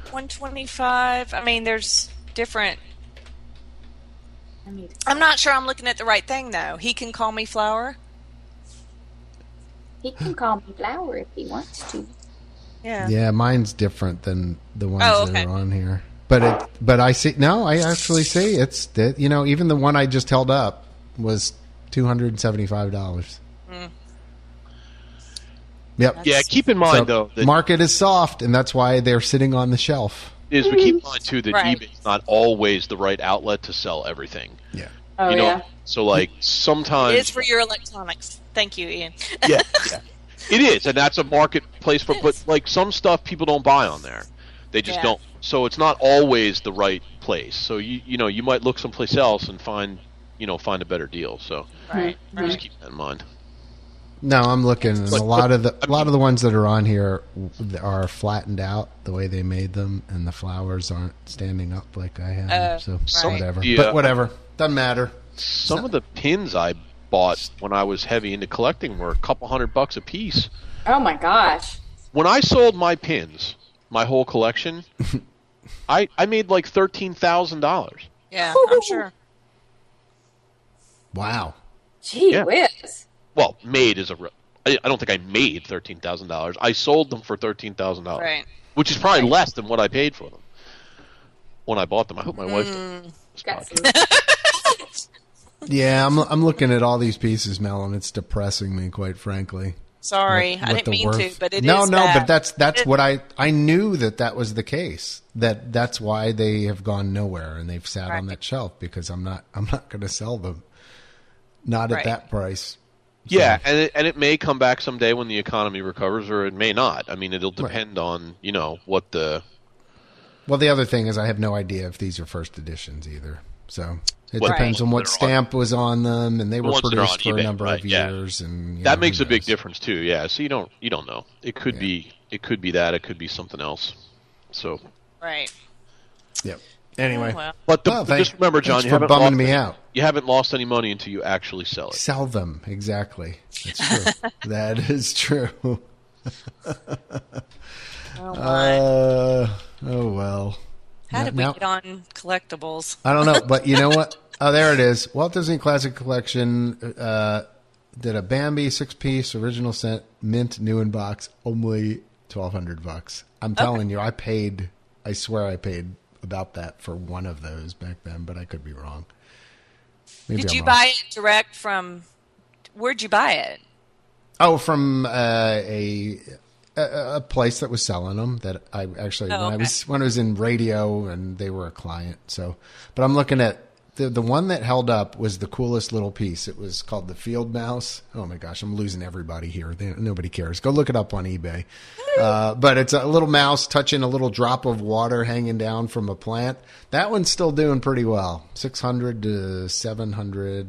[SPEAKER 6] 125 i mean there's different
[SPEAKER 3] I need-
[SPEAKER 6] i'm not sure i'm looking at the right thing though he can call me flower
[SPEAKER 3] He can call me flower if he wants to.
[SPEAKER 6] yeah,
[SPEAKER 2] Yeah, mine's different than the ones
[SPEAKER 6] Oh, okay.
[SPEAKER 2] that are on here. But it, but I see. No, I actually see. It's that you know, even the one I just held up was two hundred and seventy-five dollars.
[SPEAKER 5] Hmm.
[SPEAKER 2] Yep.
[SPEAKER 5] Yeah, keep in
[SPEAKER 2] So
[SPEAKER 5] mind though that
[SPEAKER 2] market is soft, and that's why they're sitting on the shelf.
[SPEAKER 5] is we keep in mind too that
[SPEAKER 6] Right.
[SPEAKER 5] eBay's not always the right outlet to sell everything.
[SPEAKER 2] Yeah.
[SPEAKER 3] Oh
[SPEAKER 5] you know,
[SPEAKER 3] yeah.
[SPEAKER 5] so like sometimes
[SPEAKER 6] it is for your electronics thank you ian [LAUGHS]
[SPEAKER 5] yeah, yeah. It is, and that's a marketplace for
[SPEAKER 6] It
[SPEAKER 5] but
[SPEAKER 6] is.
[SPEAKER 5] like some stuff people don't buy on there. They just
[SPEAKER 6] Yeah.
[SPEAKER 5] don't. So it's not always the right place. So you you know, you might look someplace else and find, you know, find a better deal. So
[SPEAKER 6] right
[SPEAKER 5] just keep that in mind.
[SPEAKER 2] No, I'm looking, and a
[SPEAKER 5] But-
[SPEAKER 2] lot
[SPEAKER 5] but-
[SPEAKER 2] of the
[SPEAKER 5] I
[SPEAKER 2] a lot of the ones that are on here are flattened out the way they made them, and the flowers aren't standing up like I have.
[SPEAKER 6] Uh,
[SPEAKER 2] so
[SPEAKER 6] Some-
[SPEAKER 2] whatever,
[SPEAKER 5] Oh, yeah.
[SPEAKER 2] but whatever, doesn't matter.
[SPEAKER 5] Some of the pins I bought when I was heavy into collecting were a couple hundred bucks a piece.
[SPEAKER 3] Oh my gosh.
[SPEAKER 5] When I sold my pins, my whole collection, I I made like thirteen thousand dollars.
[SPEAKER 6] yeah [LAUGHS] i'm sure
[SPEAKER 2] Wow.
[SPEAKER 3] Gee
[SPEAKER 6] [LAUGHS]
[SPEAKER 5] Yeah.
[SPEAKER 3] whiz.
[SPEAKER 5] Well, made is a. re- I, I don't think I made thirteen thousand dollars. I sold them for thirteen thousand dollars,
[SPEAKER 6] Right.
[SPEAKER 5] Which is probably less than what I paid for them when I bought them. I hope my wife.
[SPEAKER 6] Mm.
[SPEAKER 5] doesn't listen to this
[SPEAKER 3] Got
[SPEAKER 5] podcast.
[SPEAKER 3] some.
[SPEAKER 2] Yeah, I'm I'm looking at all these pieces, Mel, and it's depressing me, quite frankly.
[SPEAKER 6] sorry
[SPEAKER 2] What-
[SPEAKER 6] i
[SPEAKER 2] what
[SPEAKER 6] didn't
[SPEAKER 2] the
[SPEAKER 6] mean
[SPEAKER 2] worth-
[SPEAKER 6] to but it is
[SPEAKER 2] no, no,
[SPEAKER 6] bad.
[SPEAKER 2] but that's that's
[SPEAKER 6] It-
[SPEAKER 2] what I I knew that that was the case. That that's why they have gone nowhere and they've sat on
[SPEAKER 6] Right.
[SPEAKER 2] that shelf because I'm not I'm not going to sell them, not at
[SPEAKER 6] Right.
[SPEAKER 2] that price.
[SPEAKER 5] Yeah, and it, and it may come back someday when the economy recovers, or it may not. I mean, it'll depend on you know what the
[SPEAKER 2] Well, the other thing is I have no idea if these are first editions either. So it
[SPEAKER 5] Well,
[SPEAKER 2] depends on
[SPEAKER 5] right.
[SPEAKER 2] what
[SPEAKER 5] they're on-
[SPEAKER 2] stamp was on them, and they were
[SPEAKER 5] ones that are on
[SPEAKER 2] produced for a
[SPEAKER 5] eBay,
[SPEAKER 2] number
[SPEAKER 5] right,
[SPEAKER 2] of
[SPEAKER 5] yeah.
[SPEAKER 2] years. And you
[SPEAKER 5] that
[SPEAKER 2] know,
[SPEAKER 5] makes
[SPEAKER 2] who
[SPEAKER 5] a big
[SPEAKER 2] knows?
[SPEAKER 5] difference too. Yeah, so you don't you don't know. It could be it could be that it could be something else. So,
[SPEAKER 6] right
[SPEAKER 2] Yep. Anyway,
[SPEAKER 6] Oh, well
[SPEAKER 5] but the,
[SPEAKER 2] Well, thank-
[SPEAKER 5] just remember, John,
[SPEAKER 2] thanks
[SPEAKER 5] you
[SPEAKER 2] for
[SPEAKER 5] haven't
[SPEAKER 2] bumming
[SPEAKER 5] lost,
[SPEAKER 2] me out.
[SPEAKER 5] You haven't lost any money until you actually sell it.
[SPEAKER 2] sell them exactly that's
[SPEAKER 6] [LAUGHS]
[SPEAKER 2] true that is true
[SPEAKER 6] oh my.
[SPEAKER 2] uh, oh well
[SPEAKER 6] how did we
[SPEAKER 2] now-
[SPEAKER 6] get on collectibles
[SPEAKER 2] i don't know but you know what oh there it is walt disney classic collection uh, did a bambi six piece original scent mint new in box only 1200 bucks i'm telling you i paid i swear i paid about that for one of those back then but i could be wrong Maybe
[SPEAKER 6] did
[SPEAKER 2] I'm
[SPEAKER 6] you
[SPEAKER 2] wrong.
[SPEAKER 6] buy it direct from where'd you buy it
[SPEAKER 2] Oh, from uh, a, a a place that was selling them. That I actually
[SPEAKER 6] Oh,
[SPEAKER 2] when I
[SPEAKER 6] okay.
[SPEAKER 2] was when I was in radio and they were a client. So, but I'm looking at The the one that held up was the coolest little piece. It was called the Field Mouse. Oh my gosh, I'm losing everybody here. They, nobody cares. Go look it up on eBay. Uh, but it's a little mouse touching a little drop of water hanging down from a plant. That one's still doing pretty well. Six hundred to seven hundred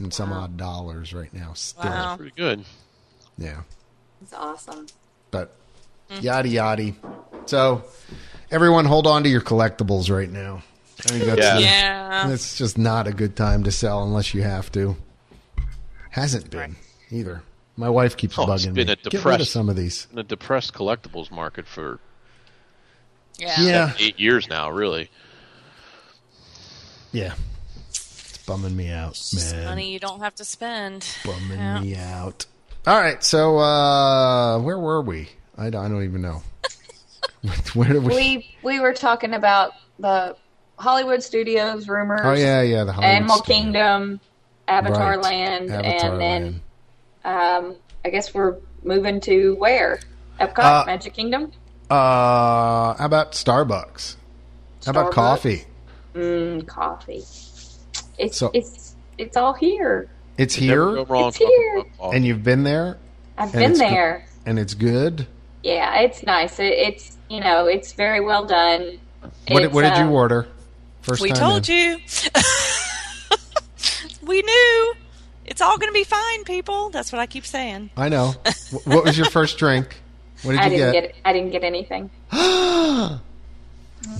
[SPEAKER 2] and some odd dollars right now. Still,
[SPEAKER 6] Wow.
[SPEAKER 5] Pretty good.
[SPEAKER 2] yeah.
[SPEAKER 3] It's awesome.
[SPEAKER 2] But yada yada. So everyone, hold on to your collectibles right now. I think that's
[SPEAKER 5] Yeah.
[SPEAKER 2] the-
[SPEAKER 6] Yeah.
[SPEAKER 2] It's just not a good time to sell unless you have to. Hasn't been either. My wife keeps
[SPEAKER 5] Oh,
[SPEAKER 2] bugging
[SPEAKER 5] it's been
[SPEAKER 2] me.
[SPEAKER 5] a
[SPEAKER 2] Get rid of
[SPEAKER 5] depressed-
[SPEAKER 2] some of these.
[SPEAKER 5] In a depressed collectibles market for
[SPEAKER 6] Yeah.
[SPEAKER 2] Yeah,
[SPEAKER 5] eight years now, really.
[SPEAKER 2] yeah. It's bumming me out, man.
[SPEAKER 4] Money you don't have to spend.
[SPEAKER 2] Bumming me out. All right, so uh where were we? I, don't- I don't even know. [LAUGHS] where did we?
[SPEAKER 3] We we were talking about the Hollywood studios rumors,
[SPEAKER 2] oh yeah, yeah. The Hollywood
[SPEAKER 3] Animal
[SPEAKER 2] Studio.
[SPEAKER 3] Kingdom, Avatar
[SPEAKER 2] Right.
[SPEAKER 3] Land,
[SPEAKER 2] Avatar
[SPEAKER 3] and
[SPEAKER 2] Land.
[SPEAKER 3] then um, I guess we're moving to where Epcot,
[SPEAKER 2] Uh,
[SPEAKER 3] Magic Kingdom.
[SPEAKER 2] Uh, how about Starbucks? How about
[SPEAKER 3] Starbucks?
[SPEAKER 2] coffee?
[SPEAKER 3] Mm, coffee. It's
[SPEAKER 2] So-
[SPEAKER 3] it's it's all here.
[SPEAKER 2] It's
[SPEAKER 5] Never
[SPEAKER 2] here,
[SPEAKER 5] go wrong
[SPEAKER 3] It's here.
[SPEAKER 5] talking about- uh,
[SPEAKER 2] and you've been there, And
[SPEAKER 3] I've been
[SPEAKER 2] it's good.
[SPEAKER 3] there.
[SPEAKER 2] and it's good.
[SPEAKER 3] Yeah, it's nice. It, it's you know it's very well done.
[SPEAKER 2] What, did-
[SPEAKER 3] It's,
[SPEAKER 2] what did you
[SPEAKER 3] um,
[SPEAKER 2] order? First
[SPEAKER 6] We
[SPEAKER 2] time
[SPEAKER 6] told
[SPEAKER 2] in.
[SPEAKER 6] you. [LAUGHS] we knew. It's all going to be fine, people. That's what I keep saying.
[SPEAKER 2] I
[SPEAKER 3] [LAUGHS]
[SPEAKER 2] know. Wh- what was your first drink? What did
[SPEAKER 3] I
[SPEAKER 2] you
[SPEAKER 3] didn't
[SPEAKER 2] get? [GASPS]
[SPEAKER 3] get I didn't get anything.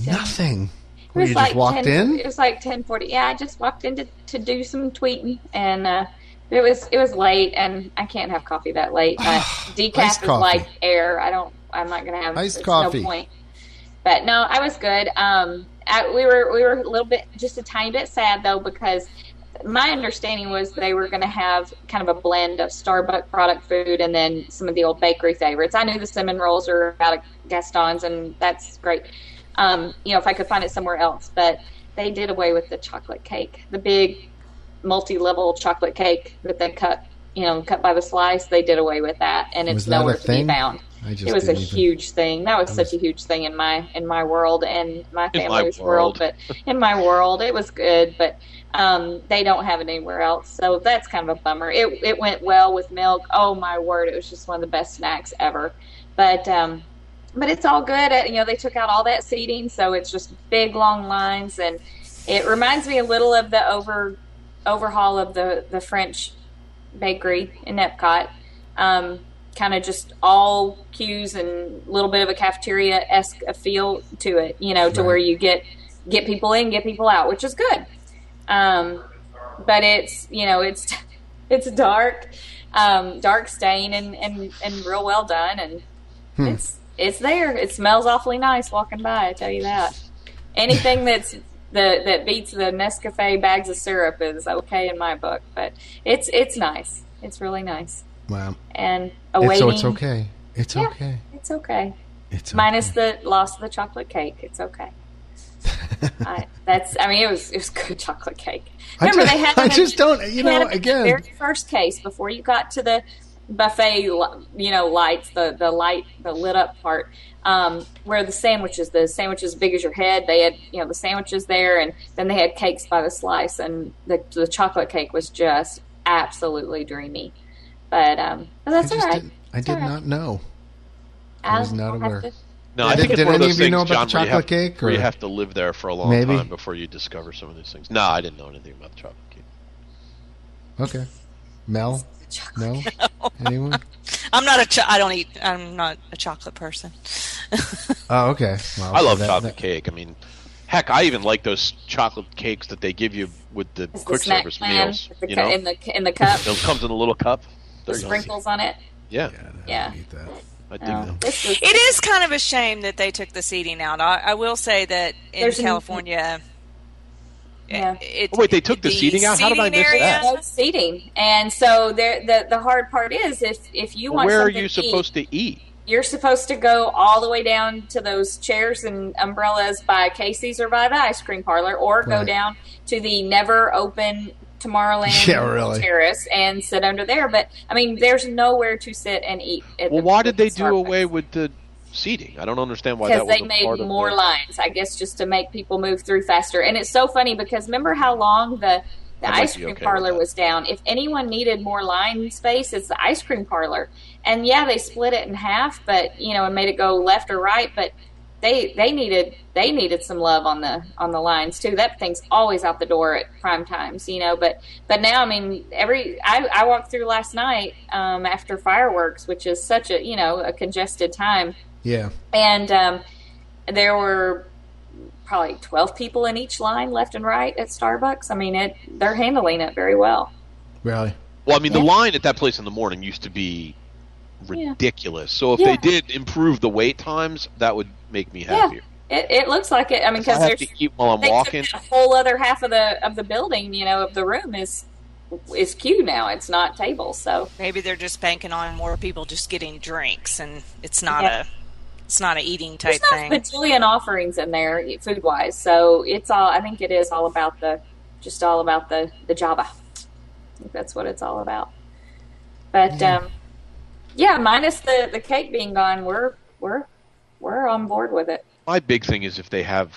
[SPEAKER 2] Nothing.
[SPEAKER 3] It
[SPEAKER 2] Well, you just walked
[SPEAKER 3] 10 It
[SPEAKER 2] in.
[SPEAKER 3] was like ten forty. Yeah, I just walked in to, to do some tweeting, and uh, it was it was late, and I can't have coffee that
[SPEAKER 2] [SIGHS]
[SPEAKER 3] late. But decaf
[SPEAKER 2] Iced
[SPEAKER 3] is like
[SPEAKER 2] coffee.
[SPEAKER 3] air. I don't. I'm not gonna have
[SPEAKER 2] Iced
[SPEAKER 3] there's
[SPEAKER 2] coffee.
[SPEAKER 3] No point. But no, I was good. Um, I, we were we were a little bit, just a tiny bit sad though because my understanding was they were going to have kind of a blend of Starbucks product food and then some of the old bakery favorites. I knew the cinnamon rolls are out of Gaston's, and that's great. Um, you know, if I could find it somewhere else, but they did away with the chocolate cake, the big multi-level chocolate cake that they cut, you know, cut by the slice. They did away with that, and
[SPEAKER 2] Was
[SPEAKER 3] it's
[SPEAKER 2] that a
[SPEAKER 3] nowhere to
[SPEAKER 2] thing?
[SPEAKER 3] be found.
[SPEAKER 2] I just
[SPEAKER 3] It was a
[SPEAKER 2] didn't even-
[SPEAKER 3] huge thing. That was such a huge thing in my in my world and my
[SPEAKER 5] In my
[SPEAKER 3] family's
[SPEAKER 5] world.
[SPEAKER 3] world. [LAUGHS] but in my world, it was good. But um, they don't have it anywhere else, so that's kind of a bummer. It it went well with milk. Oh my word, it was just one of the best snacks ever. But um, but it's all good. Uh, You know, they took out all that seating, so it's just big long lines, and it reminds me a little of the over overhaul of the the French bakery in Epcot. Um, kind of just all cues and a little bit of a cafeteria esque feel to it, you know, to
[SPEAKER 2] Right.
[SPEAKER 3] where you get get people in, get people out, which is good. Um, but it's you know it's [LAUGHS] it's dark, um, dark stain and, and and real well done, and it's it's there. It smells awfully nice walking by. I tell you that. Anything that's the that beats the Nescafe bags of syrup is okay in my book, but it's it's nice. It's really nice.
[SPEAKER 2] Wow.
[SPEAKER 3] And
[SPEAKER 2] It's,
[SPEAKER 3] awaiting.
[SPEAKER 2] so it's okay. It's
[SPEAKER 3] Yeah.
[SPEAKER 2] okay.
[SPEAKER 3] It's okay.
[SPEAKER 2] It's
[SPEAKER 3] Minus
[SPEAKER 2] okay.
[SPEAKER 3] the loss of the chocolate cake. It's
[SPEAKER 2] [LAUGHS]
[SPEAKER 3] okay. I, that's. I mean, it was it was good chocolate cake.
[SPEAKER 2] I
[SPEAKER 3] Remember,
[SPEAKER 2] just-
[SPEAKER 3] they
[SPEAKER 2] [LAUGHS]
[SPEAKER 3] had.
[SPEAKER 2] I
[SPEAKER 3] them in-
[SPEAKER 2] just don't- you
[SPEAKER 3] they
[SPEAKER 2] know,
[SPEAKER 3] had them in
[SPEAKER 2] again-
[SPEAKER 3] the very first case before you got to the buffet, li- you know, lights the the light the lit up part, um, where the sandwiches, the sandwiches big as your head. They had you know the sandwiches there, and then they had cakes by the slice, and the the chocolate cake was just absolutely dreamy. But um,
[SPEAKER 2] I
[SPEAKER 3] but that's
[SPEAKER 2] just
[SPEAKER 3] all right.
[SPEAKER 2] didn't, I
[SPEAKER 3] It's
[SPEAKER 2] did
[SPEAKER 3] all right.
[SPEAKER 2] not know.
[SPEAKER 3] I'll-
[SPEAKER 2] was not
[SPEAKER 3] I'll have
[SPEAKER 2] aware.
[SPEAKER 3] to-
[SPEAKER 5] No, I
[SPEAKER 2] Did-
[SPEAKER 5] think it's
[SPEAKER 2] did
[SPEAKER 5] one of
[SPEAKER 2] any
[SPEAKER 5] those
[SPEAKER 2] of you know
[SPEAKER 5] things,
[SPEAKER 2] about the
[SPEAKER 5] John, where you have-
[SPEAKER 2] chocolate cake,
[SPEAKER 5] Where you
[SPEAKER 2] or-
[SPEAKER 5] have to live there for a long
[SPEAKER 2] Maybe.
[SPEAKER 5] time before you discover some of these things. No, I didn't know anything about the chocolate cake.
[SPEAKER 2] Okay. Mel? No? [LAUGHS] Anyone?
[SPEAKER 6] I'm not a. Cho- I don't eat. I'm not a chocolate person.
[SPEAKER 2] Oh, okay. Well,
[SPEAKER 5] I love
[SPEAKER 2] that-
[SPEAKER 5] chocolate
[SPEAKER 2] that-
[SPEAKER 5] cake. I mean, heck, I even like those chocolate cakes that they give you with the
[SPEAKER 3] It's the
[SPEAKER 5] quick
[SPEAKER 3] snack
[SPEAKER 5] service
[SPEAKER 3] plan
[SPEAKER 5] meals.
[SPEAKER 3] with the
[SPEAKER 5] You
[SPEAKER 3] cu-
[SPEAKER 5] know,
[SPEAKER 3] in the in the cup,
[SPEAKER 5] it comes in a little cup. [LAUGHS]
[SPEAKER 3] the
[SPEAKER 5] There you go.
[SPEAKER 3] sprinkles on it.
[SPEAKER 5] Yeah,
[SPEAKER 3] Yeah.
[SPEAKER 2] Eat that.
[SPEAKER 5] I dig
[SPEAKER 3] Oh,
[SPEAKER 5] them.
[SPEAKER 3] this is-
[SPEAKER 6] It is kind of a shame that they took the seating out. I, I will say that in
[SPEAKER 3] There's n-
[SPEAKER 6] California,
[SPEAKER 3] Yeah.
[SPEAKER 6] it-
[SPEAKER 5] Oh, wait, they took the seating out? How did I
[SPEAKER 6] seating
[SPEAKER 5] miss that?
[SPEAKER 6] area-
[SPEAKER 3] no seating, and so there. The the hard part is if if you want
[SPEAKER 5] Where are
[SPEAKER 3] something
[SPEAKER 5] you
[SPEAKER 3] to eat,
[SPEAKER 5] supposed to eat?
[SPEAKER 3] you're supposed to go all the way down to those chairs and umbrellas by Casey's or by the ice cream parlor, or go
[SPEAKER 2] Right.
[SPEAKER 3] down to the never open Tomorrowland
[SPEAKER 2] [LAUGHS] Yeah, really.
[SPEAKER 3] terrace and sit under there. But I mean, there's nowhere to sit and eat. At
[SPEAKER 5] Well,
[SPEAKER 3] the-
[SPEAKER 5] why did they do
[SPEAKER 3] Starbucks.
[SPEAKER 5] away with the seating. I don't understand why that
[SPEAKER 3] because
[SPEAKER 5] was
[SPEAKER 3] they
[SPEAKER 5] a
[SPEAKER 3] made
[SPEAKER 5] part of
[SPEAKER 3] more
[SPEAKER 5] the-
[SPEAKER 3] lines, I guess, just to make people move through faster. And it's so funny because remember how long the the
[SPEAKER 5] I might
[SPEAKER 3] ice
[SPEAKER 5] be
[SPEAKER 3] cream
[SPEAKER 5] okay with
[SPEAKER 3] parlor
[SPEAKER 5] that.
[SPEAKER 3] was down. If anyone needed more line space, it's the ice cream parlor. And yeah, they split it in half, but you know, and made it go left or right. But they they needed they needed some love on the on the lines too. That thing's always out the door at prime times, you know. But but now, I mean, every I, I walked through last night um, after fireworks, which is such a you know a congested time
[SPEAKER 2] Yeah.
[SPEAKER 3] and um, there were probably 12 people in each line left and right at starbucks i mean it they're handling it very well
[SPEAKER 2] Really.
[SPEAKER 5] Well, I mean, the
[SPEAKER 3] Yeah.
[SPEAKER 5] line at that place in the morning used to be ridiculous. So if
[SPEAKER 3] Yeah.
[SPEAKER 5] they did improve the wait times, that would make me
[SPEAKER 3] Yeah.
[SPEAKER 5] happier.
[SPEAKER 3] it, it looks like it i mean
[SPEAKER 5] I
[SPEAKER 3] because
[SPEAKER 5] have
[SPEAKER 3] there's
[SPEAKER 5] to eat while I'm
[SPEAKER 3] they
[SPEAKER 5] walking.
[SPEAKER 3] took that whole other half of the of the building you know of the room is is queue now it's not tables so
[SPEAKER 6] Maybe they're just banking on more people just getting drinks, and it's not
[SPEAKER 3] Yeah.
[SPEAKER 6] a it's not a eating type
[SPEAKER 3] there's not
[SPEAKER 6] thing.
[SPEAKER 3] a bajillion offerings in there food wise so it's all i think it is all about the just all about the the java I think that's what it's all about but um yeah minus the the cake being gone we're we're we're on board with it
[SPEAKER 5] My big thing is if they have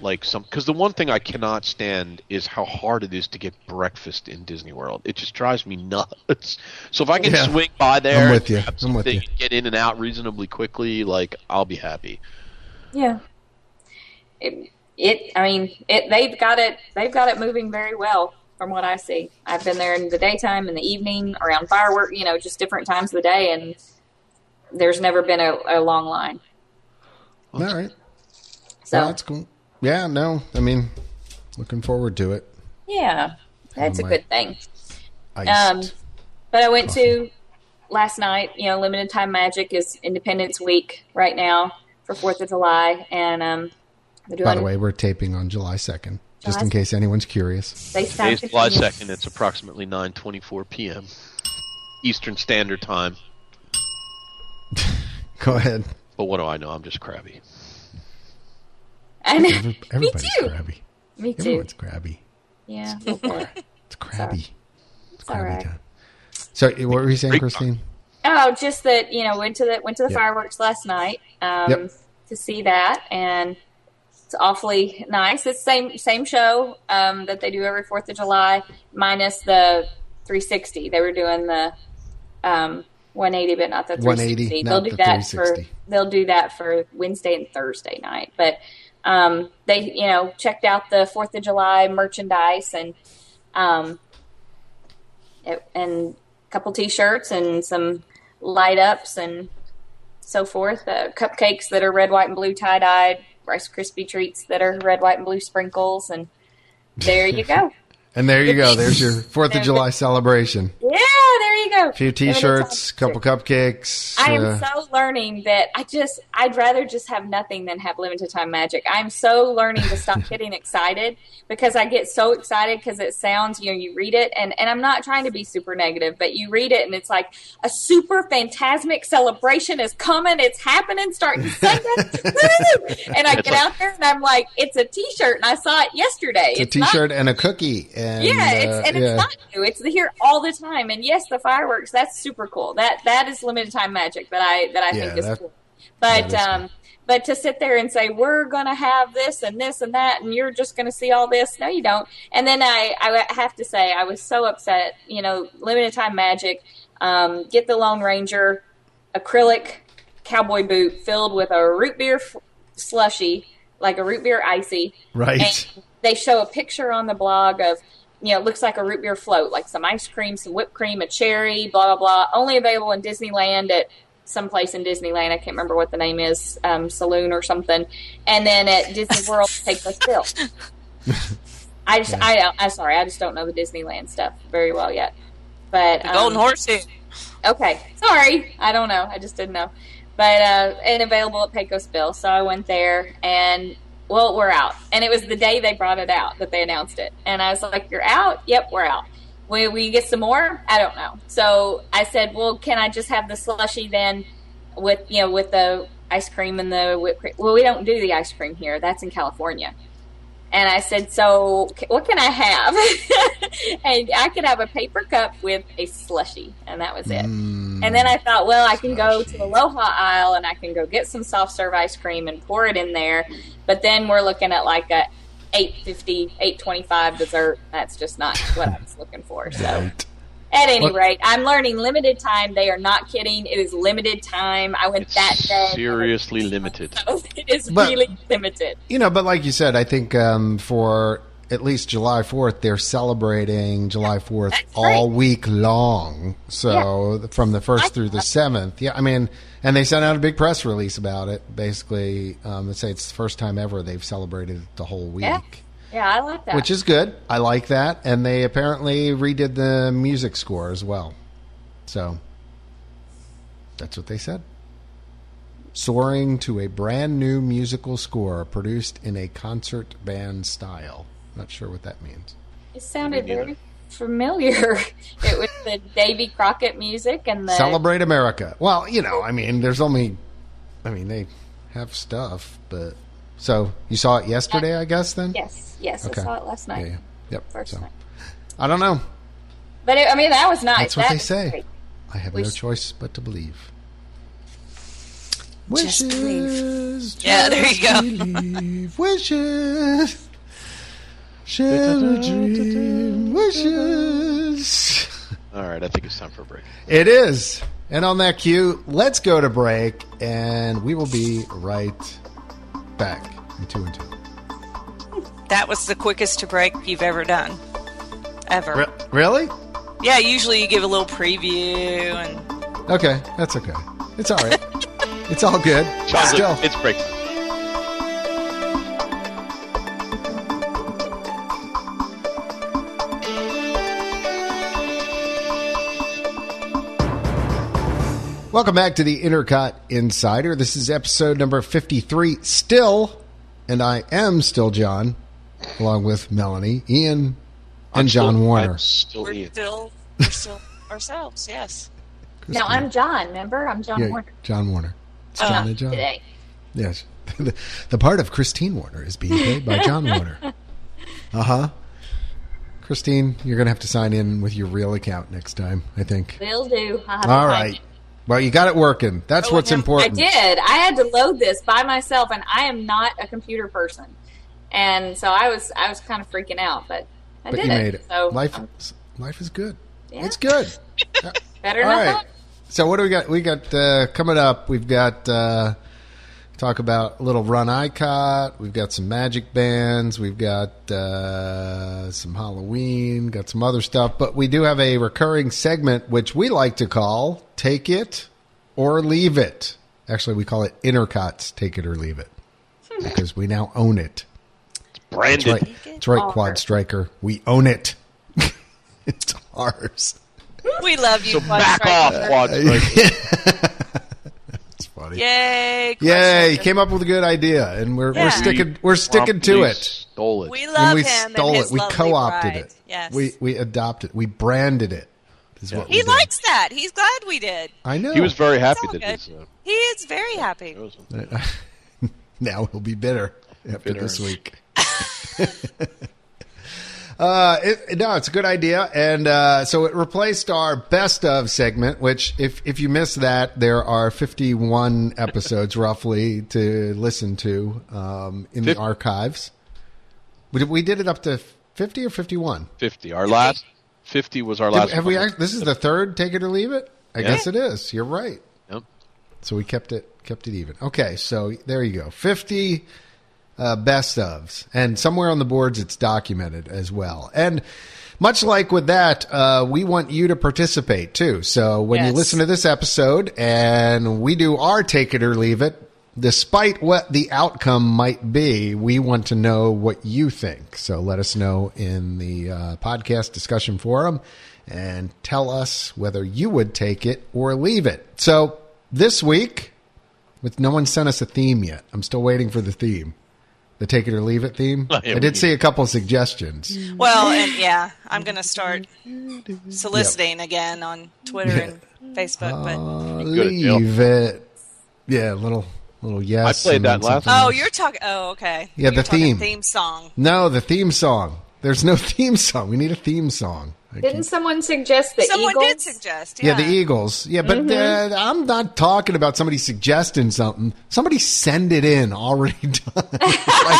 [SPEAKER 5] like some because the one thing I cannot stand is how hard it is to get breakfast in Disney World. It just drives me nuts. So if I can
[SPEAKER 2] Yeah.
[SPEAKER 5] swing by there,
[SPEAKER 2] I'm with
[SPEAKER 5] and
[SPEAKER 2] you.
[SPEAKER 5] grab
[SPEAKER 2] I'm with
[SPEAKER 5] something
[SPEAKER 2] you.
[SPEAKER 5] and get in and out reasonably quickly, like I'll be happy.
[SPEAKER 3] yeah it, it i mean it they've got it they've got it moving very well from what i see i've been there in the daytime in the evening around firework you know just different times of the day and there's never been a, a long line
[SPEAKER 2] All right.
[SPEAKER 3] so
[SPEAKER 2] Well, that's cool. Yeah. No. I mean, looking forward to it.
[SPEAKER 3] Yeah, that's a
[SPEAKER 2] my-
[SPEAKER 3] good thing. Um,
[SPEAKER 2] Iced.
[SPEAKER 3] but I went to last night. You know, limited time magic is Independence Week right now for Fourth of July, and um, they're doing
[SPEAKER 2] By the way, we're taping on July second, just in
[SPEAKER 3] July-
[SPEAKER 2] case anyone's curious.
[SPEAKER 3] they stop
[SPEAKER 5] Today's July
[SPEAKER 3] continuing.
[SPEAKER 5] second. It's approximately nine twenty-four p.m. Eastern Standard Time.
[SPEAKER 2] Go ahead.
[SPEAKER 3] [LAUGHS]
[SPEAKER 5] But what do I know? I'm just crabby.
[SPEAKER 3] [LAUGHS] I know.
[SPEAKER 2] Every- Everybody's
[SPEAKER 3] too.
[SPEAKER 2] crabby.
[SPEAKER 3] Me too.
[SPEAKER 2] Everyone's crabby.
[SPEAKER 3] Yeah, okay.
[SPEAKER 2] It's crabby. It's
[SPEAKER 3] all
[SPEAKER 2] crabby
[SPEAKER 3] right.
[SPEAKER 2] time. So, what were you saying,
[SPEAKER 5] Great
[SPEAKER 2] Christine?
[SPEAKER 3] Oh, just that you know went to the went to the
[SPEAKER 2] Yep.
[SPEAKER 3] fireworks last night um,
[SPEAKER 2] Yep.
[SPEAKER 3] to see that, and it's awfully nice. It's same same show um, that they do every Fourth of July, minus the 360. They were doing the um, 180, but not the
[SPEAKER 2] 180,
[SPEAKER 3] 360.
[SPEAKER 2] not
[SPEAKER 3] they'll do
[SPEAKER 2] the
[SPEAKER 3] that
[SPEAKER 2] 360.
[SPEAKER 3] for they'll do that for Wednesday and Thursday night. But um, they you know checked out the Fourth of July merchandise and um, it, and a couple t-shirts and some light ups and so forth. Uh, cupcakes that are red, white, and blue tie dyed. Rice Krispie treats that are red, white, and blue sprinkles. And there
[SPEAKER 2] [LAUGHS]
[SPEAKER 3] you go.
[SPEAKER 2] And there you go. There's your Fourth of July celebration.
[SPEAKER 3] yeah, there you go.
[SPEAKER 2] A few T-shirts, couple cupcakes.
[SPEAKER 3] I
[SPEAKER 2] uh,
[SPEAKER 3] am so learning that I just I'd rather just have nothing than have limited time magic. I'm so learning
[SPEAKER 2] [LAUGHS]
[SPEAKER 3] to stop getting excited because I get so excited because it sounds you know you read it and and I'm not trying to be super negative, but you read it and it's like a super phantasmic celebration is coming, it's
[SPEAKER 2] [LAUGHS]
[SPEAKER 3] happening, starting Sunday, woo! and I
[SPEAKER 5] It's
[SPEAKER 3] get
[SPEAKER 5] like-
[SPEAKER 3] out there and I'm like, it's a T-shirt, and I saw it yesterday.
[SPEAKER 2] it's a
[SPEAKER 3] not
[SPEAKER 2] T-shirt and a cookie. And,
[SPEAKER 3] yeah, it's,
[SPEAKER 2] uh,
[SPEAKER 3] and it's not new. It's here all the time. And yes, the fireworks. That's super cool. That that is limited time magic that I that I
[SPEAKER 2] Yeah,
[SPEAKER 3] think is
[SPEAKER 2] that-
[SPEAKER 3] cool.
[SPEAKER 2] that
[SPEAKER 3] But
[SPEAKER 2] is
[SPEAKER 3] um, but to sit there and say we're gonna have this and this and that, and you're just gonna see all this. No, you don't. And then I I have to say I was so upset. You know, limited time magic. Um, get the Lone Ranger acrylic cowboy boot filled with a root beer f- slushy, like a root beer icy
[SPEAKER 2] right.
[SPEAKER 3] and they show a picture on the blog of you know it looks like a root beer float like some ice cream some whipped cream a cherry blah blah blah only available in disneyland at some place in disneyland i can't remember what the name is um, saloon or something and then at disney world take the spill i just i don't i'm sorry i just don't know the disneyland stuff very well yet but
[SPEAKER 6] the Golden
[SPEAKER 3] um,
[SPEAKER 6] Horseshoe.
[SPEAKER 3] Okay, sorry, I don't know. I just didn't know. But uh, and available at Pecos Bill, so I went there and well, we're out. And it was the day they brought it out that they announced it, and I was like, "You're out? Yep, we're out." Will we get some more? I don't know. So I said, "Well, can I just have the slushy then?" With you know, with the ice cream and the whipped cream. Well, we don't do the ice cream here. That's in California. And I said, "So, c- what can I have?" [LAUGHS] and I could have a paper cup with a slushy, and that was it. And then I thought, well, I can go to Aloha aisle and I can go get some soft serve ice cream and pour it in there. But then we're looking at like a 850, 825 dessert. That's just not what I was looking for. So at any rate, I'm learning limited time. They are not kidding. It is limited time. I went that day.
[SPEAKER 5] Seriously limited.
[SPEAKER 3] [LAUGHS] So it is
[SPEAKER 2] But-
[SPEAKER 3] really limited.
[SPEAKER 2] You know, but like you said, I think um, for at least July 4th, they're celebrating July 4th all week long. So from the 1st through the 7th. Yeah, I mean, and they sent out a big press release about it, basically. Um, they say it's the first time ever they've celebrated the whole week.
[SPEAKER 3] Yeah. Yeah, I like that.
[SPEAKER 2] Which is good. I like that. And they apparently redid the music score as well. So that's what they said. Soaring to a brand new musical score produced in a concert band style. Not sure what that means.
[SPEAKER 3] it sounded
[SPEAKER 5] Me neither.
[SPEAKER 3] very familiar. [LAUGHS] it was the Davy Crockett music and the
[SPEAKER 2] Celebrate America. Well, you know, I mean, there's only, I mean, they have stuff, but so you saw it yesterday, I guess. Then
[SPEAKER 3] Yes, yes,
[SPEAKER 2] Okay.
[SPEAKER 3] I saw it last
[SPEAKER 2] yeah,
[SPEAKER 3] night.
[SPEAKER 2] yeah. yep.
[SPEAKER 3] First
[SPEAKER 2] So
[SPEAKER 3] night.
[SPEAKER 2] I don't know.
[SPEAKER 3] But it, I mean, that was nice.
[SPEAKER 2] That's what
[SPEAKER 3] That
[SPEAKER 2] they
[SPEAKER 3] was
[SPEAKER 2] say.
[SPEAKER 3] great.
[SPEAKER 2] I have
[SPEAKER 3] We
[SPEAKER 2] no
[SPEAKER 3] s-
[SPEAKER 2] choice but to believe.
[SPEAKER 4] Just
[SPEAKER 2] Wishes.
[SPEAKER 6] Yeah, there you go.
[SPEAKER 2] Believe. Wishes. Shall a dream. Wishes.
[SPEAKER 5] All right, I think it's time for a break.
[SPEAKER 2] It is. And on that cue, let's go to break, and we will be right back in two and two.
[SPEAKER 6] That was the quickest to break you've ever done. Ever.
[SPEAKER 2] really?
[SPEAKER 6] Yeah, usually you give a little preview and
[SPEAKER 2] Okay, that's okay. It's all right. it's all good.
[SPEAKER 5] Chocolate,
[SPEAKER 2] Still.
[SPEAKER 5] it's break time.
[SPEAKER 2] Welcome back to the Intercot Insider. This is episode number 53 still, and I am still John, along with Melanie, Ian, and John
[SPEAKER 5] Still-
[SPEAKER 2] Warner.
[SPEAKER 5] I'm still
[SPEAKER 6] we're
[SPEAKER 2] [LAUGHS]
[SPEAKER 5] Ian.
[SPEAKER 6] still we're still ourselves, yes.
[SPEAKER 3] No, I'm John. Remember, I'm John
[SPEAKER 2] Yeah,
[SPEAKER 3] Warner
[SPEAKER 2] John Warner. It's
[SPEAKER 6] Oh.
[SPEAKER 2] John and John.
[SPEAKER 3] today.
[SPEAKER 2] Yes. [LAUGHS] the, the part of Christine Warner is being played by John
[SPEAKER 3] [LAUGHS]
[SPEAKER 2] Warner. Uh huh. Christine, you're going to have to sign in with your real account next time, I think.
[SPEAKER 3] Will do. I'll have
[SPEAKER 2] All
[SPEAKER 3] to find
[SPEAKER 2] right.
[SPEAKER 3] it.
[SPEAKER 2] Well, you got it working. That's
[SPEAKER 6] Oh,
[SPEAKER 2] what's
[SPEAKER 6] yeah, I
[SPEAKER 3] I
[SPEAKER 2] important.
[SPEAKER 3] did. I had to load this by myself, and I am not a computer person, and so I was I was kind of freaking out, but I
[SPEAKER 2] But
[SPEAKER 3] did
[SPEAKER 2] you
[SPEAKER 3] it.
[SPEAKER 2] made it.
[SPEAKER 3] So
[SPEAKER 2] life,
[SPEAKER 3] I'm
[SPEAKER 2] life is good.
[SPEAKER 3] Yeah.
[SPEAKER 2] It's good.
[SPEAKER 3] better
[SPEAKER 2] All
[SPEAKER 3] than I
[SPEAKER 2] right.
[SPEAKER 3] thought.
[SPEAKER 2] So what do we got? We got uh, coming up. We've got uh, talk about a little Run Icot. We've got some Magic bands. We've got uh, some Halloween. Got some other stuff. But we do have a recurring segment which we like to call "Take It or Leave It." Actually, we call it Intercots "Take It or Leave It" because we now own it.
[SPEAKER 5] Brandon.
[SPEAKER 2] That's right, That's right Quad Striker. We own it. [LAUGHS] it's ours.
[SPEAKER 6] We love you, Quad
[SPEAKER 5] Back off,
[SPEAKER 6] Striker.
[SPEAKER 5] Quad Striker.
[SPEAKER 2] It's funny.
[SPEAKER 6] Yay, Quad
[SPEAKER 2] Yeah, he
[SPEAKER 6] Striker.
[SPEAKER 2] came up with a good idea, and we're
[SPEAKER 6] Yeah.
[SPEAKER 2] we're sticking we're sticking to
[SPEAKER 5] Promptly
[SPEAKER 2] it.
[SPEAKER 5] Stole it.
[SPEAKER 6] We
[SPEAKER 2] And
[SPEAKER 6] love
[SPEAKER 2] we
[SPEAKER 6] him. and
[SPEAKER 2] stole
[SPEAKER 6] his
[SPEAKER 2] it. We
[SPEAKER 6] lovely
[SPEAKER 2] co-opted
[SPEAKER 6] bride.
[SPEAKER 2] it.
[SPEAKER 6] Yes.
[SPEAKER 2] We we adopted. We branded it. Is what we
[SPEAKER 6] he
[SPEAKER 2] did.
[SPEAKER 6] likes that. He's glad we did.
[SPEAKER 2] I know.
[SPEAKER 5] he was very happy
[SPEAKER 6] all
[SPEAKER 5] that
[SPEAKER 6] good.
[SPEAKER 5] his, uh,
[SPEAKER 6] He is very happy.
[SPEAKER 5] chose him.
[SPEAKER 2] now he'll be bitter after
[SPEAKER 5] Bitter.
[SPEAKER 2] this week. [LAUGHS] uh, it, no, it's a good idea, and uh, so it replaced our best of segment. Which, if if you missed that, there are fifty one
[SPEAKER 5] [LAUGHS]
[SPEAKER 2] episodes roughly to listen to um, in the
[SPEAKER 5] Fif-
[SPEAKER 2] archives. We did, we did it up to fifty or fifty one.
[SPEAKER 5] 50. Our last 50 was our last
[SPEAKER 2] Have we?
[SPEAKER 5] one.
[SPEAKER 2] Act- this is the third. Take it or leave it. I
[SPEAKER 5] Yeah.
[SPEAKER 2] guess it is. You're right.
[SPEAKER 5] Yep.
[SPEAKER 2] So we kept it kept it even. Okay, so there you go. Fifty uh, best ofs, and somewhere on the boards it's documented as well. And much like with that, uh, we want you to participate too. So when you
[SPEAKER 6] Yes.
[SPEAKER 2] listen to this episode and we do our take it or leave it, despite what the outcome might be, we want to know what you think. So let us know in the uh, podcast discussion forum and tell us whether you would take it or leave it. So this week, with no one sent us a theme yet. I'm still waiting for the theme, the take it or leave it theme.
[SPEAKER 5] [LAUGHS] Yeah,
[SPEAKER 2] I
[SPEAKER 5] we
[SPEAKER 2] did
[SPEAKER 5] need
[SPEAKER 2] see a couple suggestions.
[SPEAKER 3] Mm.
[SPEAKER 6] Well, and yeah, I'm going to start soliciting again on Twitter and Facebook. But
[SPEAKER 2] Uh,
[SPEAKER 5] good at Bill.
[SPEAKER 2] leave it. Yeah, a little little yes.
[SPEAKER 5] played
[SPEAKER 2] and then
[SPEAKER 5] that last-
[SPEAKER 2] something
[SPEAKER 6] Oh,
[SPEAKER 2] else.
[SPEAKER 6] you're talking. Oh, okay.
[SPEAKER 2] Yeah, the
[SPEAKER 6] You're talking
[SPEAKER 2] theme.
[SPEAKER 6] theme song.
[SPEAKER 2] No, the theme song. There's no [LAUGHS] theme song. We need a theme song. I
[SPEAKER 3] Didn't someone suggest the
[SPEAKER 6] Someone
[SPEAKER 3] Eagles?
[SPEAKER 6] did suggest.
[SPEAKER 2] Yeah,
[SPEAKER 6] Yeah,
[SPEAKER 2] the Eagles. Yeah, but
[SPEAKER 3] Mm-hmm.
[SPEAKER 2] uh, I'm not talking about somebody suggesting something. Somebody send it in already [LAUGHS] done. Like, [LAUGHS]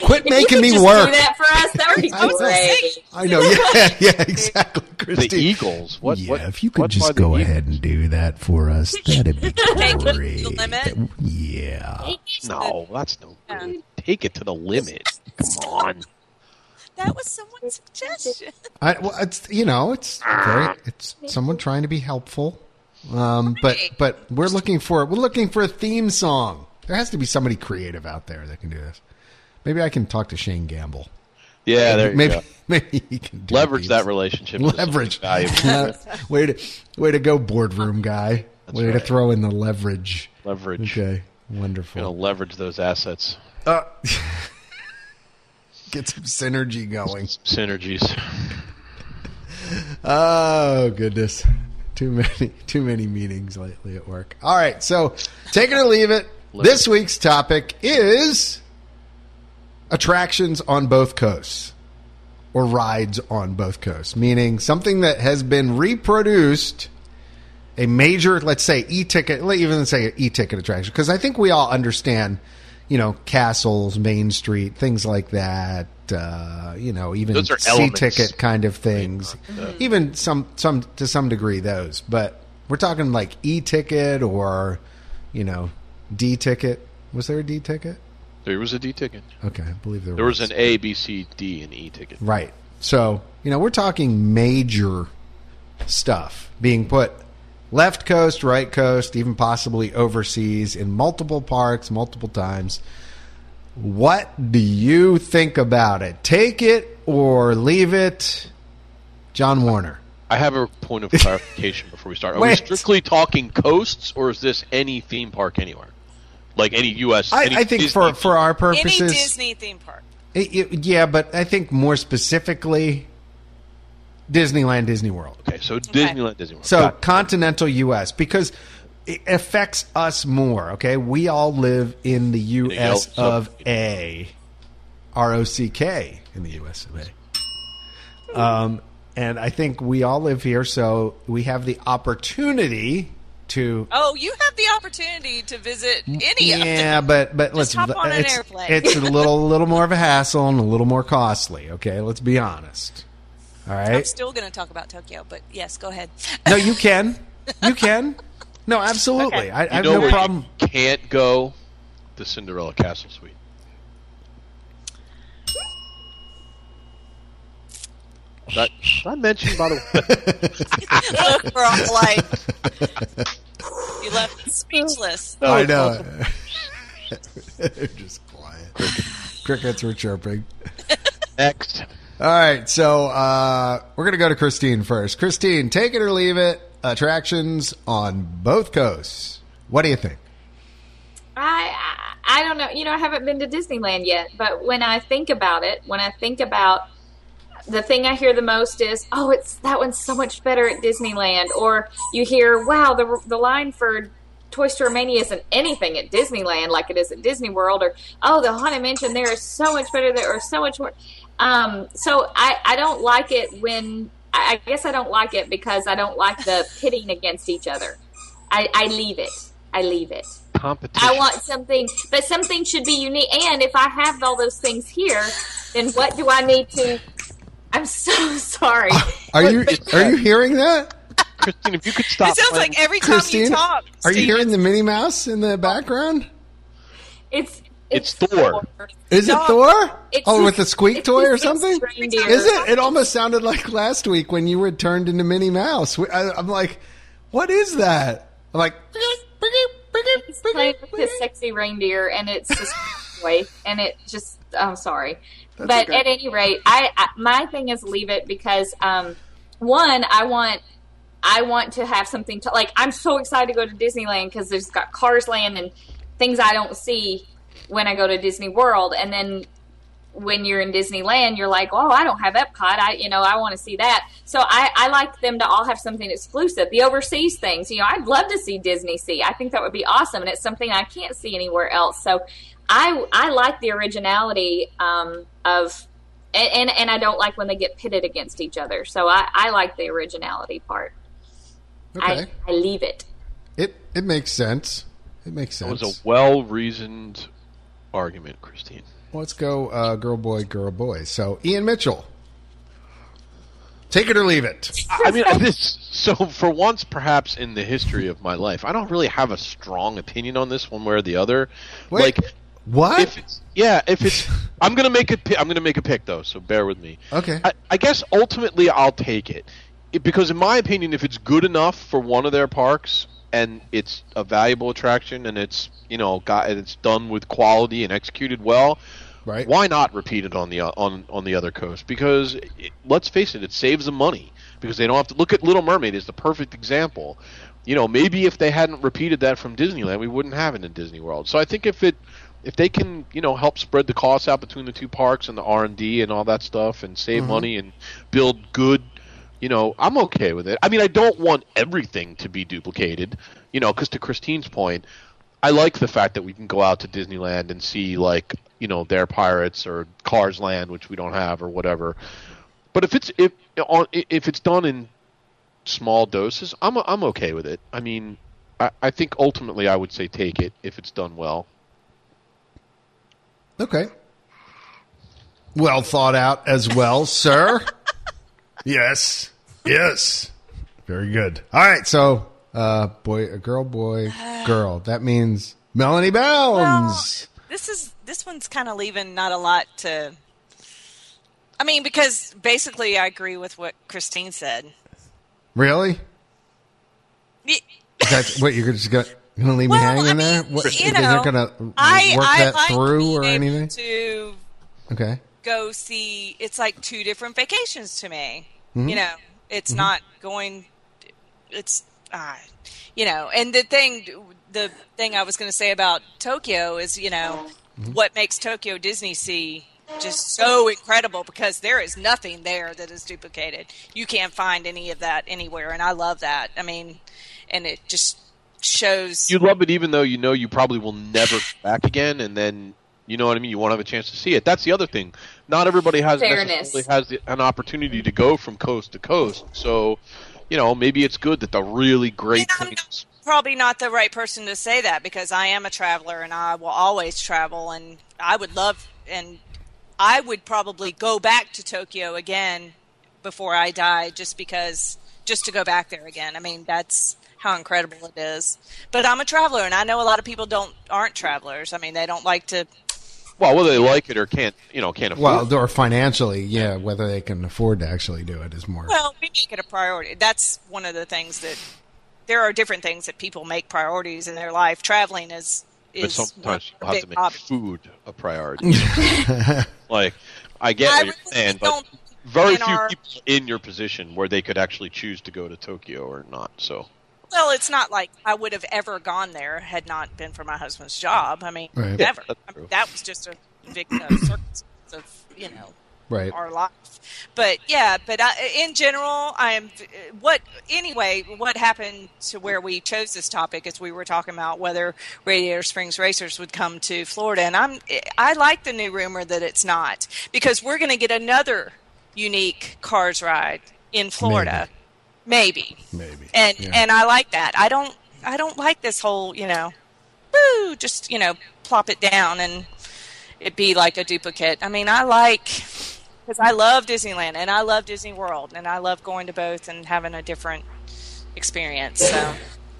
[SPEAKER 2] quit
[SPEAKER 3] If [LAUGHS] [LAUGHS] you
[SPEAKER 2] making
[SPEAKER 3] could
[SPEAKER 2] me
[SPEAKER 3] just
[SPEAKER 2] work.
[SPEAKER 3] Do that for us. That would
[SPEAKER 2] [LAUGHS]
[SPEAKER 3] be
[SPEAKER 2] I know.
[SPEAKER 3] great.
[SPEAKER 2] I know. [LAUGHS] Yeah,
[SPEAKER 3] [LAUGHS]
[SPEAKER 2] yeah, exactly,
[SPEAKER 5] The
[SPEAKER 2] Christy.
[SPEAKER 5] Eagles. What?
[SPEAKER 2] yeah,
[SPEAKER 5] what-
[SPEAKER 2] if you could
[SPEAKER 5] what's by
[SPEAKER 2] just
[SPEAKER 5] the
[SPEAKER 2] go
[SPEAKER 5] Eagles?
[SPEAKER 2] ahead and do that for us, that'd be
[SPEAKER 6] Take it to the
[SPEAKER 2] great.
[SPEAKER 6] limit.
[SPEAKER 2] That- yeah.
[SPEAKER 5] No, that's no. good. Take it to the limit. Come on.
[SPEAKER 6] that was someone's suggestion.
[SPEAKER 2] I, well, it's you know, it's very, it's someone trying to be helpful. Um, but but we're looking for we're looking for a theme song. There has to be somebody creative out there that can do this. Maybe I can talk to Shane Gamble.
[SPEAKER 5] Yeah, there you
[SPEAKER 2] maybe
[SPEAKER 5] go.
[SPEAKER 2] [LAUGHS] maybe he can do
[SPEAKER 5] Leverage
[SPEAKER 2] that
[SPEAKER 5] that relationship. into
[SPEAKER 2] leverage.
[SPEAKER 5] something
[SPEAKER 2] [LAUGHS]
[SPEAKER 5] Valuable.
[SPEAKER 2] way to way to go, boardroom guy. way to
[SPEAKER 5] right.
[SPEAKER 2] throw in the leverage.
[SPEAKER 5] leverage.
[SPEAKER 2] Okay,
[SPEAKER 5] You know,
[SPEAKER 2] wonderful.
[SPEAKER 5] leverage those assets.
[SPEAKER 2] Uh, [LAUGHS] get some synergy going.
[SPEAKER 5] Synergies.
[SPEAKER 2] Oh goodness, too many too many meetings lately at work. All right, so take it or leave it. This week's topic is attractions on both coasts or rides on both coasts, meaning something that has been reproduced. A major, let's say, e-ticket, let's even say e-ticket attraction, because I think we all understand, you know, castles, Main Street, things like that. Uh, you know, even
[SPEAKER 5] Those are elements.
[SPEAKER 2] c-ticket kind of things, even some some to some degree those. But we're talking like e-ticket or, you know, d-ticket. Was there a d-ticket?
[SPEAKER 5] There was a D ticket.
[SPEAKER 2] Okay, I believe there,
[SPEAKER 5] There was an A, B, C, D, and E ticket.
[SPEAKER 2] Right. So, you know, we're talking major stuff being put left coast, right coast, even possibly overseas in multiple parks, multiple times. What do you think about it? Take it or leave it? John Warner.
[SPEAKER 5] I have a point of
[SPEAKER 2] [LAUGHS]
[SPEAKER 5] clarification before we start. Are we
[SPEAKER 2] Wait.
[SPEAKER 5] strictly talking coasts, or is this any theme park anywhere? Like any U.S.
[SPEAKER 2] I,
[SPEAKER 5] any
[SPEAKER 2] I think
[SPEAKER 5] Disney-
[SPEAKER 2] for, for our
[SPEAKER 6] Any
[SPEAKER 2] purposes.
[SPEAKER 6] Disney theme park.
[SPEAKER 2] It- it- yeah, but I think more specifically Disneyland, Disney World.
[SPEAKER 5] Okay, so Disneyland, Disney World.
[SPEAKER 2] So
[SPEAKER 5] Got it.
[SPEAKER 2] continental U.S. because it affects us more. Okay, we all live in the U.S.
[SPEAKER 5] Yeah, so-
[SPEAKER 2] of A. R O C K in the U.S. of A. Um, and I think we all live here, so we have the opportunity to.
[SPEAKER 6] Oh, you have the opportunity to visit any of them.
[SPEAKER 2] Yeah, but but let's.
[SPEAKER 6] hop on an
[SPEAKER 2] it's,
[SPEAKER 6] airplane.
[SPEAKER 2] it's
[SPEAKER 6] [LAUGHS]
[SPEAKER 2] a little little more of a hassle and a little more costly. Okay, let's be honest. All
[SPEAKER 6] I'm
[SPEAKER 2] right.
[SPEAKER 6] still going to talk about Tokyo, but yes, go ahead. [LAUGHS]
[SPEAKER 2] No, you can. You can. No, absolutely. I, I
[SPEAKER 5] you
[SPEAKER 2] have
[SPEAKER 5] know
[SPEAKER 2] no
[SPEAKER 5] where
[SPEAKER 2] problem.
[SPEAKER 5] you can't go? The Cinderella Castle Suite. Did I, did I mention, by the
[SPEAKER 2] [LAUGHS]
[SPEAKER 5] way?
[SPEAKER 6] Look, we're all like,
[SPEAKER 2] [LAUGHS]
[SPEAKER 6] you left me speechless.
[SPEAKER 5] No,
[SPEAKER 2] I
[SPEAKER 5] it's
[SPEAKER 2] know.
[SPEAKER 5] awesome.
[SPEAKER 2] [LAUGHS] They're just quiet. Crickets were chirping.
[SPEAKER 5] Next.
[SPEAKER 2] All right, so uh, we're going to go to Christine first. Christine, take it or leave it. Attractions on both coasts. What do you think?
[SPEAKER 3] I I- I don't know. You know, I haven't been to Disneyland yet, but when I think about it, when I think about the thing I hear the most is, "Oh, it's that one's so much better at Disneyland," or you hear, "Wow, the the line for Toy Story Mania isn't anything at Disneyland like it is at Disney World," or "Oh, the Haunted Mansion there is so much better there, or so much more." Um, so I I don't like it when I I guess I don't like it because I don't like the [LAUGHS] pitting against each other. I, I leave it. I leave it.
[SPEAKER 5] Competition.
[SPEAKER 3] I want something, but something should be unique. And if I have all those things here, then what do I need to? I'm so [LAUGHS] sorry.
[SPEAKER 2] Are you are you hearing that,
[SPEAKER 5] Christine, if you could stop.
[SPEAKER 6] It sounds
[SPEAKER 5] playing-
[SPEAKER 6] like every time you
[SPEAKER 2] Christine?
[SPEAKER 6] talk.
[SPEAKER 2] Are you
[SPEAKER 6] Steve,
[SPEAKER 2] hearing the Minnie Mouse in the background?
[SPEAKER 3] It's
[SPEAKER 5] It's Thor.
[SPEAKER 2] Is it
[SPEAKER 6] No.
[SPEAKER 2] Thor?
[SPEAKER 3] It's-
[SPEAKER 2] oh, with the squeak
[SPEAKER 3] it's-
[SPEAKER 2] toy or
[SPEAKER 3] it's
[SPEAKER 2] something?
[SPEAKER 3] reindeer.
[SPEAKER 2] Is it? It almost sounded like last week when you were turned into Minnie Mouse. We- I, I'm like, what is that? I'm like,
[SPEAKER 3] He's playing with his sexy reindeer, and
[SPEAKER 2] [LAUGHS]
[SPEAKER 3] it's just boy, and it just. I'm sorry, but
[SPEAKER 2] okay.
[SPEAKER 3] at any rate, I, I my thing is leave it because um, one, I want. I want to have something to like. I'm so excited to go to Disneyland because there's got Cars Land and things I don't see when I go to Disney World, and then when you're in Disneyland, you're like, oh, I don't have Epcot. I, you know, I want to see that. So I, I like them to all have something exclusive. The overseas things, you know, I'd love to see Disney Sea. I think that would be awesome, and it's something I can't see anywhere else. So I, I like the originality um, of, and, and and I don't like when they get pitted against each other. So I, I like the originality part.
[SPEAKER 2] Okay.
[SPEAKER 3] I, I leave it.
[SPEAKER 2] It it makes sense. It makes
[SPEAKER 5] That
[SPEAKER 2] sense.
[SPEAKER 5] was a well reasoned argument, Christine.
[SPEAKER 2] Let's go, uh, girl, boy, girl, boy. So Ian Mitchell, take it or leave it.
[SPEAKER 5] I [LAUGHS] mean,
[SPEAKER 2] [LAUGHS]
[SPEAKER 5] this. So for once, perhaps in the history of my life, I don't really have a strong opinion on this one way or the other.
[SPEAKER 2] Wait,
[SPEAKER 5] like,
[SPEAKER 2] what?
[SPEAKER 5] if it's yeah, if it's, [LAUGHS] I'm gonna make a pi- I'm gonna make a pick though, so bear with me.
[SPEAKER 2] okay.
[SPEAKER 5] I, I guess ultimately I'll take it. It- because in my opinion, if it's good enough for one of their parks and it's a valuable attraction and it's you know got and it's done with quality and executed well,
[SPEAKER 2] right.
[SPEAKER 5] why not repeat it on the o- on on the other coast? Because it, let's face it, it saves them money because they don't have to look at Little Mermaid is the perfect example. You know, maybe if they hadn't repeated that from Disneyland, we wouldn't have it in Disney World. So I think if it if they can you know help spread the costs out between the two parks and the R and D and all that stuff and save money and build good you know, I'm okay with it. I mean, I don't want everything to be duplicated, you know, because to Christine's point, I like the fact that we can go out to Disneyland and see, like, you know, their pirates or Cars Land, which we don't have, or whatever. But if it's if on if it's done in small doses, I'm I'm okay with it. I mean, I, I think ultimately I would say take it if it's done well.
[SPEAKER 2] Okay. Well thought out as well,
[SPEAKER 5] [LAUGHS]
[SPEAKER 2] sir. yes. Yes. Very good. All right. So, uh, boy, a girl, boy, girl. That means Melanie Bounds.
[SPEAKER 6] This is this one's kind of leaving not a lot to. I mean, because basically, I agree with what Christine said.
[SPEAKER 2] really?
[SPEAKER 6] Y-
[SPEAKER 2] That's what you're just gonna, gonna leave me
[SPEAKER 6] Well,
[SPEAKER 2] hanging
[SPEAKER 6] I mean,
[SPEAKER 2] there? What,
[SPEAKER 6] you
[SPEAKER 2] they're
[SPEAKER 6] know,
[SPEAKER 2] not gonna work
[SPEAKER 6] I, I
[SPEAKER 2] that
[SPEAKER 6] like
[SPEAKER 2] through
[SPEAKER 6] being
[SPEAKER 2] or
[SPEAKER 6] able
[SPEAKER 2] anything?
[SPEAKER 6] to
[SPEAKER 2] okay.
[SPEAKER 6] go see. It's like two different vacations to me. You know, it's not going. It's uh, you know, and the thing, the thing I was going to say about Tokyo is, you know, what makes Tokyo Disney Sea just so incredible because there is nothing there that is duplicated. You can't find any of that anywhere, and I love that. I mean, and it just shows.
[SPEAKER 5] You love it even though you know you probably will never go back again, and then you know what I mean. You won't have a chance to see it. That's the other thing. Not everybody has
[SPEAKER 3] Fairness.
[SPEAKER 5] necessarily has the, an opportunity to go from coast to coast. So, you know, maybe it's good that the really great
[SPEAKER 6] And I'm
[SPEAKER 5] things.
[SPEAKER 6] not- probably not the right person to say that because I am a traveler and I will always travel and I would love and I would probably go back to Tokyo again before I die just because just to go back there again. I mean, that's how incredible it is. But I'm a traveler and I know a lot of people don't aren't travelers. I mean, they don't like to
[SPEAKER 5] Well, whether they like it or can't, you know, can't afford.
[SPEAKER 2] Well, or financially, yeah, whether they can afford to actually do it is more.
[SPEAKER 6] Well, we make it a priority. That's one of the things that there are different things that people make priorities in their life. Traveling is
[SPEAKER 5] it, but
[SPEAKER 6] is one of
[SPEAKER 5] sometimes
[SPEAKER 6] the
[SPEAKER 5] you have
[SPEAKER 6] big
[SPEAKER 5] to make
[SPEAKER 6] hobbies.
[SPEAKER 5] food a priority. [LAUGHS] like, I get
[SPEAKER 6] I
[SPEAKER 5] what you're
[SPEAKER 6] really
[SPEAKER 5] saying, but
[SPEAKER 6] don't
[SPEAKER 5] very
[SPEAKER 6] in
[SPEAKER 5] few
[SPEAKER 6] our-
[SPEAKER 5] people in your position where they could actually choose to go to Tokyo or not. So,
[SPEAKER 6] Well, it's not like I would have ever gone there had not been for my husband's job. I mean,
[SPEAKER 2] Right.
[SPEAKER 6] never.
[SPEAKER 5] That's
[SPEAKER 6] I mean,
[SPEAKER 5] true.
[SPEAKER 6] that was just a victim of circumstance of you know
[SPEAKER 2] right.
[SPEAKER 6] our life. But yeah, but I, in general, I am what anyway. What happened to where we chose this topic is we were talking about whether Radiator Springs Racers would come to Florida, and I'm I like the new rumor that it's not because we're going to get another unique cars ride in Florida, maybe,
[SPEAKER 2] Maybe.
[SPEAKER 6] and
[SPEAKER 2] Yeah.
[SPEAKER 6] and I like that. I don't I don't like this whole you know, woo, just you know, plop it down and it be like a duplicate. I mean, I like because I love Disneyland and I love Disney World and I love going to both and having a different experience. So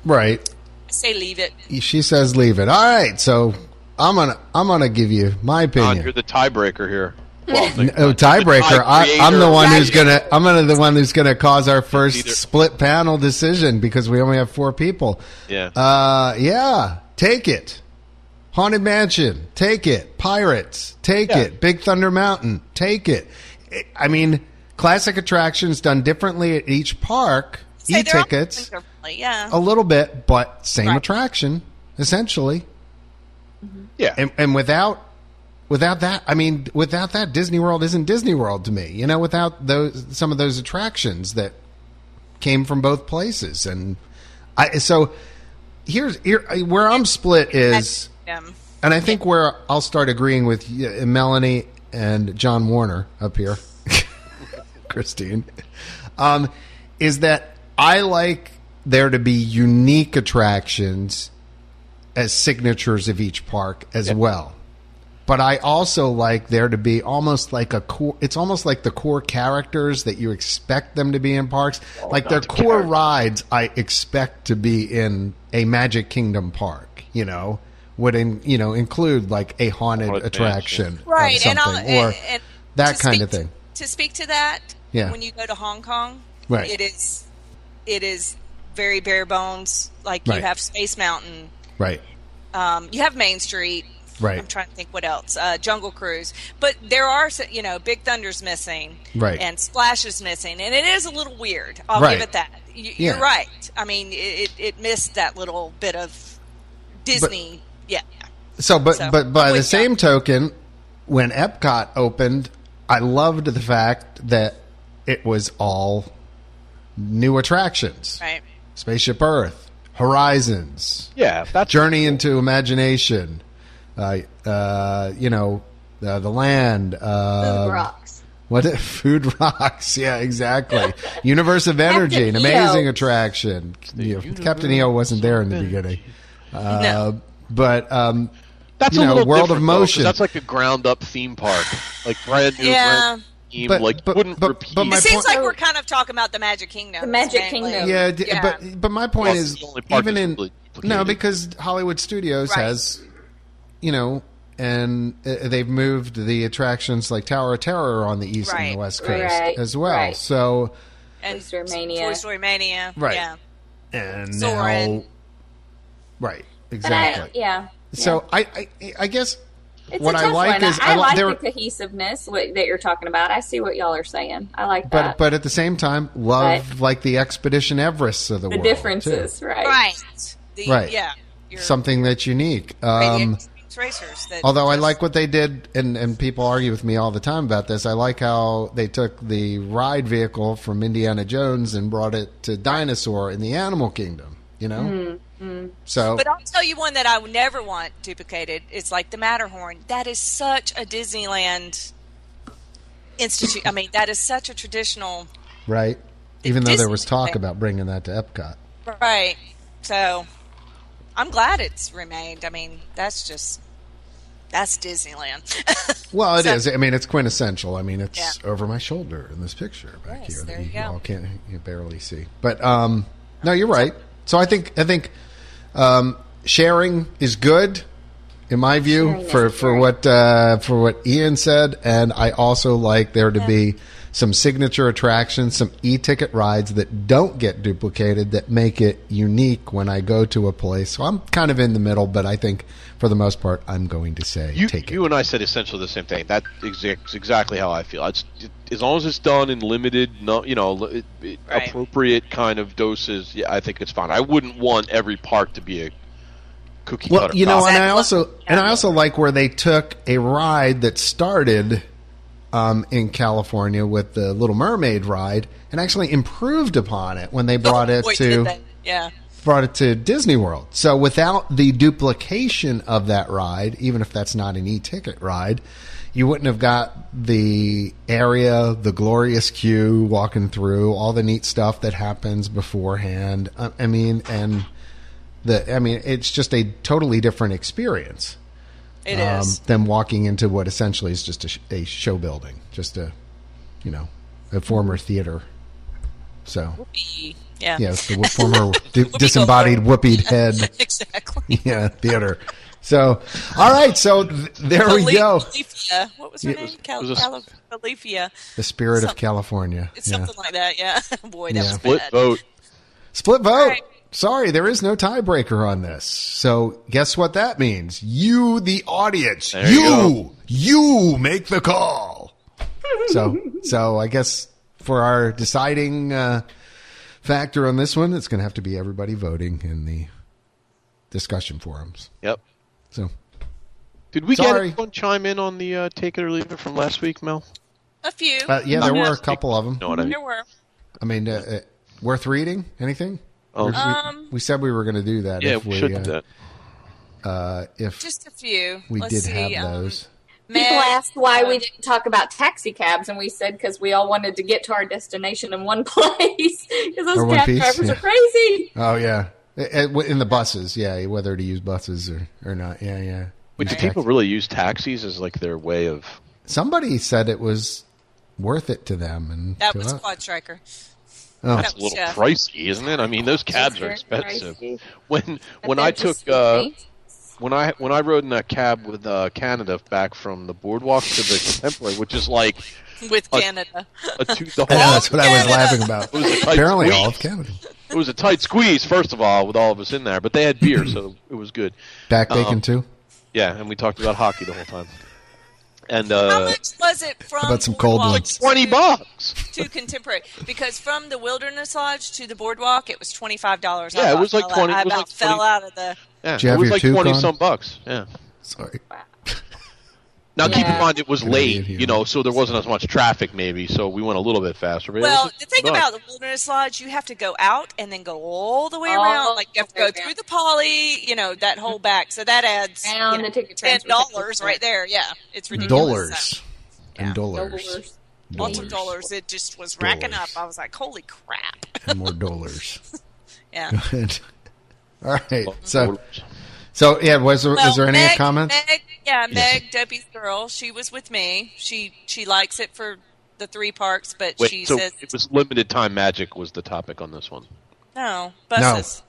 [SPEAKER 2] right.
[SPEAKER 6] I say leave it.
[SPEAKER 2] She says leave it. All right, so I'm gonna I'm gonna give you my
[SPEAKER 5] Don,
[SPEAKER 2] opinion.
[SPEAKER 5] you're the tiebreaker here. Well,
[SPEAKER 2] Oh, tiebreaker.
[SPEAKER 5] The
[SPEAKER 2] I, I'm the
[SPEAKER 5] creator.
[SPEAKER 2] one who's gonna. I'm gonna the one who's gonna cause our first
[SPEAKER 5] Either-
[SPEAKER 2] split panel decision because we only have four people.
[SPEAKER 5] yeah.
[SPEAKER 2] Uh, yeah, take it. Haunted Mansion, take it. Pirates, take
[SPEAKER 5] Yeah.
[SPEAKER 2] it. Big Thunder Mountain, take it. I- I mean, classic attractions done differently at each park.
[SPEAKER 6] Say
[SPEAKER 2] E
[SPEAKER 6] they're all
[SPEAKER 2] tickets, Oh.
[SPEAKER 6] different, Yeah.
[SPEAKER 2] a little bit, but same
[SPEAKER 6] Right.
[SPEAKER 2] attraction essentially
[SPEAKER 5] yeah.
[SPEAKER 2] and, and without without that, I mean, without that, Disney World isn't Disney World to me. You know, without those some of those attractions that came from both places, and I so here's here where I'm split is,
[SPEAKER 6] Um,
[SPEAKER 2] and I think where I'll start agreeing with you, Melanie and John Warner up here, [LAUGHS] Christine, um, is that I like there to be unique attractions as signatures of each park as well but I also like there to be almost like a core. It's almost like the core characters that you expect them to be in parks. like their core rides, I expect to be in a Magic Kingdom park. You know, would in you know include like a haunted
[SPEAKER 5] Haunted
[SPEAKER 2] attraction, of
[SPEAKER 6] right, and I'll,
[SPEAKER 2] something, or
[SPEAKER 6] and, and
[SPEAKER 2] that
[SPEAKER 6] to
[SPEAKER 2] kind
[SPEAKER 6] speak
[SPEAKER 2] of thing.
[SPEAKER 6] To, to speak to that,
[SPEAKER 2] Yeah.
[SPEAKER 6] when you go to Hong Kong,
[SPEAKER 2] Right.
[SPEAKER 6] it is it is very bare bones. Like
[SPEAKER 2] Right.
[SPEAKER 6] you have Space Mountain,
[SPEAKER 2] right,
[SPEAKER 6] um, you have Main Street.
[SPEAKER 2] Right.
[SPEAKER 6] I'm trying to think what else. Uh, Jungle Cruise, but there are s- you know Big Thunder's missing,
[SPEAKER 2] Right.
[SPEAKER 6] And Splash is missing, and it is a little weird. I'll
[SPEAKER 2] Right.
[SPEAKER 6] give it that. You,
[SPEAKER 2] Yeah.
[SPEAKER 6] You're right. I mean, it, it it missed that little bit of Disney. yeah.
[SPEAKER 2] So, but
[SPEAKER 6] So,
[SPEAKER 2] but by
[SPEAKER 6] wake
[SPEAKER 2] the
[SPEAKER 6] up.
[SPEAKER 2] same token, when Epcot opened, I loved the fact that it was all new attractions,
[SPEAKER 6] Right.
[SPEAKER 2] Spaceship Earth, Horizons,
[SPEAKER 5] Yeah, that's
[SPEAKER 2] Journey into Imagination, uh, uh, you know, uh, the land, uh,
[SPEAKER 3] rocks.
[SPEAKER 2] What [LAUGHS] Food Rocks? Yeah,
[SPEAKER 6] [LAUGHS]
[SPEAKER 2] exactly. Universe of Energy, an
[SPEAKER 3] Captain
[SPEAKER 2] amazing
[SPEAKER 3] EO.
[SPEAKER 2] attraction. You know, Captain EO wasn't there in the beginning, uh, but um,
[SPEAKER 5] That's
[SPEAKER 2] you
[SPEAKER 5] a
[SPEAKER 2] know,
[SPEAKER 5] little
[SPEAKER 2] World of
[SPEAKER 5] different, though, 'cause
[SPEAKER 2] Motion.
[SPEAKER 5] that's like a ground up theme park, like brand new,
[SPEAKER 6] Yeah.
[SPEAKER 5] brand new theme.
[SPEAKER 2] But-
[SPEAKER 5] like
[SPEAKER 2] but-
[SPEAKER 5] wouldn't
[SPEAKER 2] but-
[SPEAKER 5] repeat.
[SPEAKER 2] but my
[SPEAKER 6] it seems
[SPEAKER 2] point-
[SPEAKER 6] like we're kind of talking about the Magic Kingdom.
[SPEAKER 3] The Magic
[SPEAKER 6] mainly.
[SPEAKER 3] Kingdom.
[SPEAKER 2] Yeah, d-
[SPEAKER 6] Yeah.
[SPEAKER 2] but but my point
[SPEAKER 5] Well,
[SPEAKER 2] is
[SPEAKER 5] the only part
[SPEAKER 2] even
[SPEAKER 5] that's
[SPEAKER 2] in
[SPEAKER 5] really
[SPEAKER 2] no
[SPEAKER 5] duplicated.
[SPEAKER 2] because Hollywood Studios
[SPEAKER 6] Right.
[SPEAKER 2] has you know and uh, they've moved the attractions like Tower of Terror on the east and
[SPEAKER 6] Right.
[SPEAKER 2] the west coast
[SPEAKER 3] Right.
[SPEAKER 2] as well.
[SPEAKER 3] Right.
[SPEAKER 2] So
[SPEAKER 6] and
[SPEAKER 3] Toy Story
[SPEAKER 6] Toy
[SPEAKER 3] Mania.
[SPEAKER 6] Story Mania.
[SPEAKER 2] Right.
[SPEAKER 6] Yeah.
[SPEAKER 2] and now
[SPEAKER 6] Soarin'.
[SPEAKER 2] right
[SPEAKER 3] But I-
[SPEAKER 2] exactly.
[SPEAKER 3] yeah.
[SPEAKER 2] So I, I I guess
[SPEAKER 3] It's
[SPEAKER 2] what
[SPEAKER 3] a
[SPEAKER 2] I
[SPEAKER 3] tough
[SPEAKER 2] like
[SPEAKER 3] one.
[SPEAKER 2] is
[SPEAKER 3] I,
[SPEAKER 2] I li-
[SPEAKER 3] like
[SPEAKER 2] there-
[SPEAKER 3] the cohesiveness what, that you're talking about. I see what y'all are saying. I like
[SPEAKER 2] but
[SPEAKER 3] that.
[SPEAKER 2] but at the same time love
[SPEAKER 3] Right.
[SPEAKER 2] like the Expedition Everest of the,
[SPEAKER 3] the
[SPEAKER 2] world
[SPEAKER 3] differences,
[SPEAKER 2] too.
[SPEAKER 3] right?
[SPEAKER 6] Right. The,
[SPEAKER 2] Right.
[SPEAKER 6] Yeah. Your
[SPEAKER 2] Something that's unique.
[SPEAKER 6] Radiant
[SPEAKER 2] Um,
[SPEAKER 6] Springs Racers. That
[SPEAKER 2] Although I
[SPEAKER 6] just-
[SPEAKER 2] like what they did, and, and people argue with me all the time about this, I like how they took the ride vehicle from Indiana Jones and brought it to Dinosaur in the Animal Kingdom, you know? So,
[SPEAKER 6] Mm-hmm. But I'll tell you one that I would never want duplicated. It's like the Matterhorn. That is such a Disneyland institute. I mean, that is such a traditional.
[SPEAKER 2] right? Even though there was
[SPEAKER 6] Disney
[SPEAKER 2] talk
[SPEAKER 6] thing.
[SPEAKER 2] about bringing that to Epcot.
[SPEAKER 6] Right. So I'm glad it's remained. I mean, that's just. That's Disneyland. [LAUGHS]
[SPEAKER 2] Well, it
[SPEAKER 6] So-
[SPEAKER 2] is. I mean, it's quintessential. I mean, it's over my shoulder in this picture back
[SPEAKER 6] Yes,
[SPEAKER 2] here
[SPEAKER 6] there
[SPEAKER 2] that you,
[SPEAKER 6] you go.
[SPEAKER 2] all can't you barely see. But um, no, you're right. So I think I think um, sharing is good in my view
[SPEAKER 3] Sharing is
[SPEAKER 2] for for
[SPEAKER 3] great.
[SPEAKER 2] what uh, for what Ian said, and I also like there to be some signature attractions, some e-ticket rides that don't get duplicated that make it unique when I go to a place. So I'm kind of in the middle, but I think for the most part, I'm going to say
[SPEAKER 5] you,
[SPEAKER 2] take it.
[SPEAKER 5] you and I said essentially the same thing. That's exa- exactly how I feel. It's, it, as long as it's done in limited, no, you know, li- it, it,
[SPEAKER 6] Right.
[SPEAKER 5] appropriate kind of doses, yeah, I think it's fine. I wouldn't want every park to be a cookie
[SPEAKER 2] Well,
[SPEAKER 5] cutter.
[SPEAKER 2] you know,
[SPEAKER 5] copy.
[SPEAKER 2] and I
[SPEAKER 6] Exactly.
[SPEAKER 2] also and I also like where they took a ride that started um, in California with the Little Mermaid ride and actually improved upon it when they brought it
[SPEAKER 6] Oh, Boy, did
[SPEAKER 2] to
[SPEAKER 6] they. Yeah.
[SPEAKER 2] brought it to Disney World. So without the duplication of that ride, even if that's not an e-ticket ride, you wouldn't have got the area, the glorious queue walking through, all the neat stuff that happens beforehand. Uh, I, I mean, and the I mean, it's just a totally different experience
[SPEAKER 6] It is.
[SPEAKER 2] um, than walking into what essentially is just a, sh- a show building, just a you know, a former theater. So
[SPEAKER 6] E, Yeah.
[SPEAKER 2] Yes, the former di- disembodied whoopied head
[SPEAKER 6] Exactly.
[SPEAKER 2] [LAUGHS] yeah, theater. So, all right, so th- there we
[SPEAKER 6] Cali-
[SPEAKER 2] go.
[SPEAKER 6] Califia. What was her name? Cal-
[SPEAKER 5] was a-
[SPEAKER 6] Cal- Califia.
[SPEAKER 2] The spirit of
[SPEAKER 6] Some-
[SPEAKER 2] California.
[SPEAKER 6] It's
[SPEAKER 2] Yeah.
[SPEAKER 6] something like that. Yeah. [LAUGHS] Boy, that
[SPEAKER 2] Yeah.
[SPEAKER 6] was
[SPEAKER 5] split
[SPEAKER 6] bad.
[SPEAKER 5] vote.
[SPEAKER 2] Split vote.
[SPEAKER 6] right.
[SPEAKER 2] Sorry, there is no tiebreaker on this. So, guess what that means? You, the audience,
[SPEAKER 5] There you
[SPEAKER 2] you, you, make the call. [LAUGHS] so, so I guess for our deciding uh, factor on this one, it's going to have to be everybody voting in the discussion forums.
[SPEAKER 5] Yep.
[SPEAKER 2] So,
[SPEAKER 5] Did we
[SPEAKER 2] Sorry.
[SPEAKER 5] get one chime in on the uh, take it or leave it from last week, Mel?
[SPEAKER 6] A few.
[SPEAKER 2] Uh, yeah, there
[SPEAKER 6] No.
[SPEAKER 2] were a couple of them.
[SPEAKER 5] No, what I mean.
[SPEAKER 6] There were.
[SPEAKER 2] I mean, uh, uh, worth reading? Anything?
[SPEAKER 5] Oh.
[SPEAKER 2] We-
[SPEAKER 6] Um,
[SPEAKER 2] we said we were going to do that.
[SPEAKER 5] Yeah,
[SPEAKER 2] Uh, if
[SPEAKER 5] we should
[SPEAKER 2] uh,
[SPEAKER 5] do that.
[SPEAKER 2] Uh, if
[SPEAKER 6] Just a few.
[SPEAKER 2] we
[SPEAKER 6] Let's
[SPEAKER 2] did
[SPEAKER 6] see.
[SPEAKER 2] have
[SPEAKER 6] um, [LAUGHS]
[SPEAKER 2] those.
[SPEAKER 3] People
[SPEAKER 6] Meg-
[SPEAKER 3] asked why we didn't talk about taxi cabs, and we said because we all wanted to get to our destination in one [LAUGHS] place. Because
[SPEAKER 2] Or
[SPEAKER 3] those
[SPEAKER 2] one
[SPEAKER 3] cab
[SPEAKER 2] piece,
[SPEAKER 3] drivers
[SPEAKER 2] yeah.
[SPEAKER 3] are crazy.
[SPEAKER 2] Oh yeah, Uh, uh, w- in the buses. Yeah, whether to use buses or, or not. Yeah, yeah.
[SPEAKER 5] Wait, do people really use taxis as like their way of?
[SPEAKER 2] Somebody said it was worth it to them, and
[SPEAKER 6] That
[SPEAKER 2] to
[SPEAKER 6] was
[SPEAKER 2] us.
[SPEAKER 6] Quad Striker.
[SPEAKER 2] Oh.
[SPEAKER 6] That
[SPEAKER 5] It's a
[SPEAKER 6] was
[SPEAKER 5] little
[SPEAKER 6] Jeff.
[SPEAKER 5] pricey, isn't it? I mean, those cabs are
[SPEAKER 3] very
[SPEAKER 5] expensive.
[SPEAKER 3] pricey.
[SPEAKER 5] When
[SPEAKER 3] But
[SPEAKER 5] when
[SPEAKER 3] they're
[SPEAKER 5] I took
[SPEAKER 3] just
[SPEAKER 5] uh,
[SPEAKER 3] sweet.
[SPEAKER 5] when I when I rode in that cab with uh, Canada back from the boardwalk to the Contemporary, which is like
[SPEAKER 6] with
[SPEAKER 5] Uh,
[SPEAKER 6] Canada.
[SPEAKER 5] a two, the
[SPEAKER 2] [LAUGHS] I know
[SPEAKER 5] whole,
[SPEAKER 2] that's what I was
[SPEAKER 6] Canada.
[SPEAKER 2] laughing about.
[SPEAKER 5] was a tight
[SPEAKER 2] Apparently,
[SPEAKER 5] squeeze.
[SPEAKER 2] all of Canada.
[SPEAKER 5] it was a tight squeeze. First of all, with all of us in there, but they had
[SPEAKER 2] [CLEARS THROAT]
[SPEAKER 5] beer, so it was good.
[SPEAKER 2] Back
[SPEAKER 5] Um,
[SPEAKER 2] bacon too.
[SPEAKER 5] Yeah, and we talked about hockey the whole time. And uh,
[SPEAKER 6] How much was it from
[SPEAKER 2] about some cold
[SPEAKER 6] Boardwalk
[SPEAKER 2] ones?
[SPEAKER 5] twenty
[SPEAKER 6] to-
[SPEAKER 5] bucks.
[SPEAKER 6] to contemporary because from the Wilderness Lodge to the Boardwalk it was twenty five dollars.
[SPEAKER 5] Yeah, it was like 20
[SPEAKER 6] I
[SPEAKER 5] it was
[SPEAKER 6] about
[SPEAKER 5] like
[SPEAKER 6] fell
[SPEAKER 5] 20
[SPEAKER 6] out of the.
[SPEAKER 5] Yeah,
[SPEAKER 2] Did you
[SPEAKER 5] it
[SPEAKER 2] have
[SPEAKER 5] was
[SPEAKER 2] your
[SPEAKER 5] like
[SPEAKER 2] toque
[SPEAKER 5] twenty
[SPEAKER 2] on?
[SPEAKER 5] some bucks. Yeah.
[SPEAKER 6] Mm-hmm.
[SPEAKER 2] Sorry.
[SPEAKER 5] Now keep in
[SPEAKER 3] Yeah.
[SPEAKER 5] mind it was
[SPEAKER 2] Gonna be in
[SPEAKER 5] late,
[SPEAKER 2] here.
[SPEAKER 5] you know, so there wasn't as much traffic maybe, so we went a little bit faster. But it
[SPEAKER 6] Well,
[SPEAKER 5] was
[SPEAKER 6] the thing
[SPEAKER 5] nice.
[SPEAKER 6] about the Wilderness Lodge, you have to go out and then go all the way
[SPEAKER 3] All
[SPEAKER 6] around. Like you have to
[SPEAKER 3] the way
[SPEAKER 6] go
[SPEAKER 3] around.
[SPEAKER 6] through the poly, you know, that whole back. So that adds you
[SPEAKER 3] Around
[SPEAKER 6] know,
[SPEAKER 3] the ticket
[SPEAKER 6] ten
[SPEAKER 3] transportation.
[SPEAKER 6] dollars right there. Yeah, it's ridiculous.
[SPEAKER 2] Dollars
[SPEAKER 6] So,
[SPEAKER 2] and dollars,
[SPEAKER 3] Dollars.
[SPEAKER 6] lots of dollars. It just was racking up.
[SPEAKER 2] Dollars.
[SPEAKER 6] I was like, holy crap. [LAUGHS]
[SPEAKER 2] and more dollars. [LAUGHS]
[SPEAKER 6] Yeah.
[SPEAKER 2] All right. So, so yeah. Was there, is there any
[SPEAKER 6] Meg,
[SPEAKER 2] comments?
[SPEAKER 6] Meg, yeah,
[SPEAKER 2] Yes.
[SPEAKER 6] Meg, Debbie's girl. She was with me. She she likes it for the three parks, but
[SPEAKER 5] Wait,
[SPEAKER 6] she
[SPEAKER 5] so
[SPEAKER 6] says
[SPEAKER 5] it was limited time magic was the topic on this one.
[SPEAKER 6] no buses.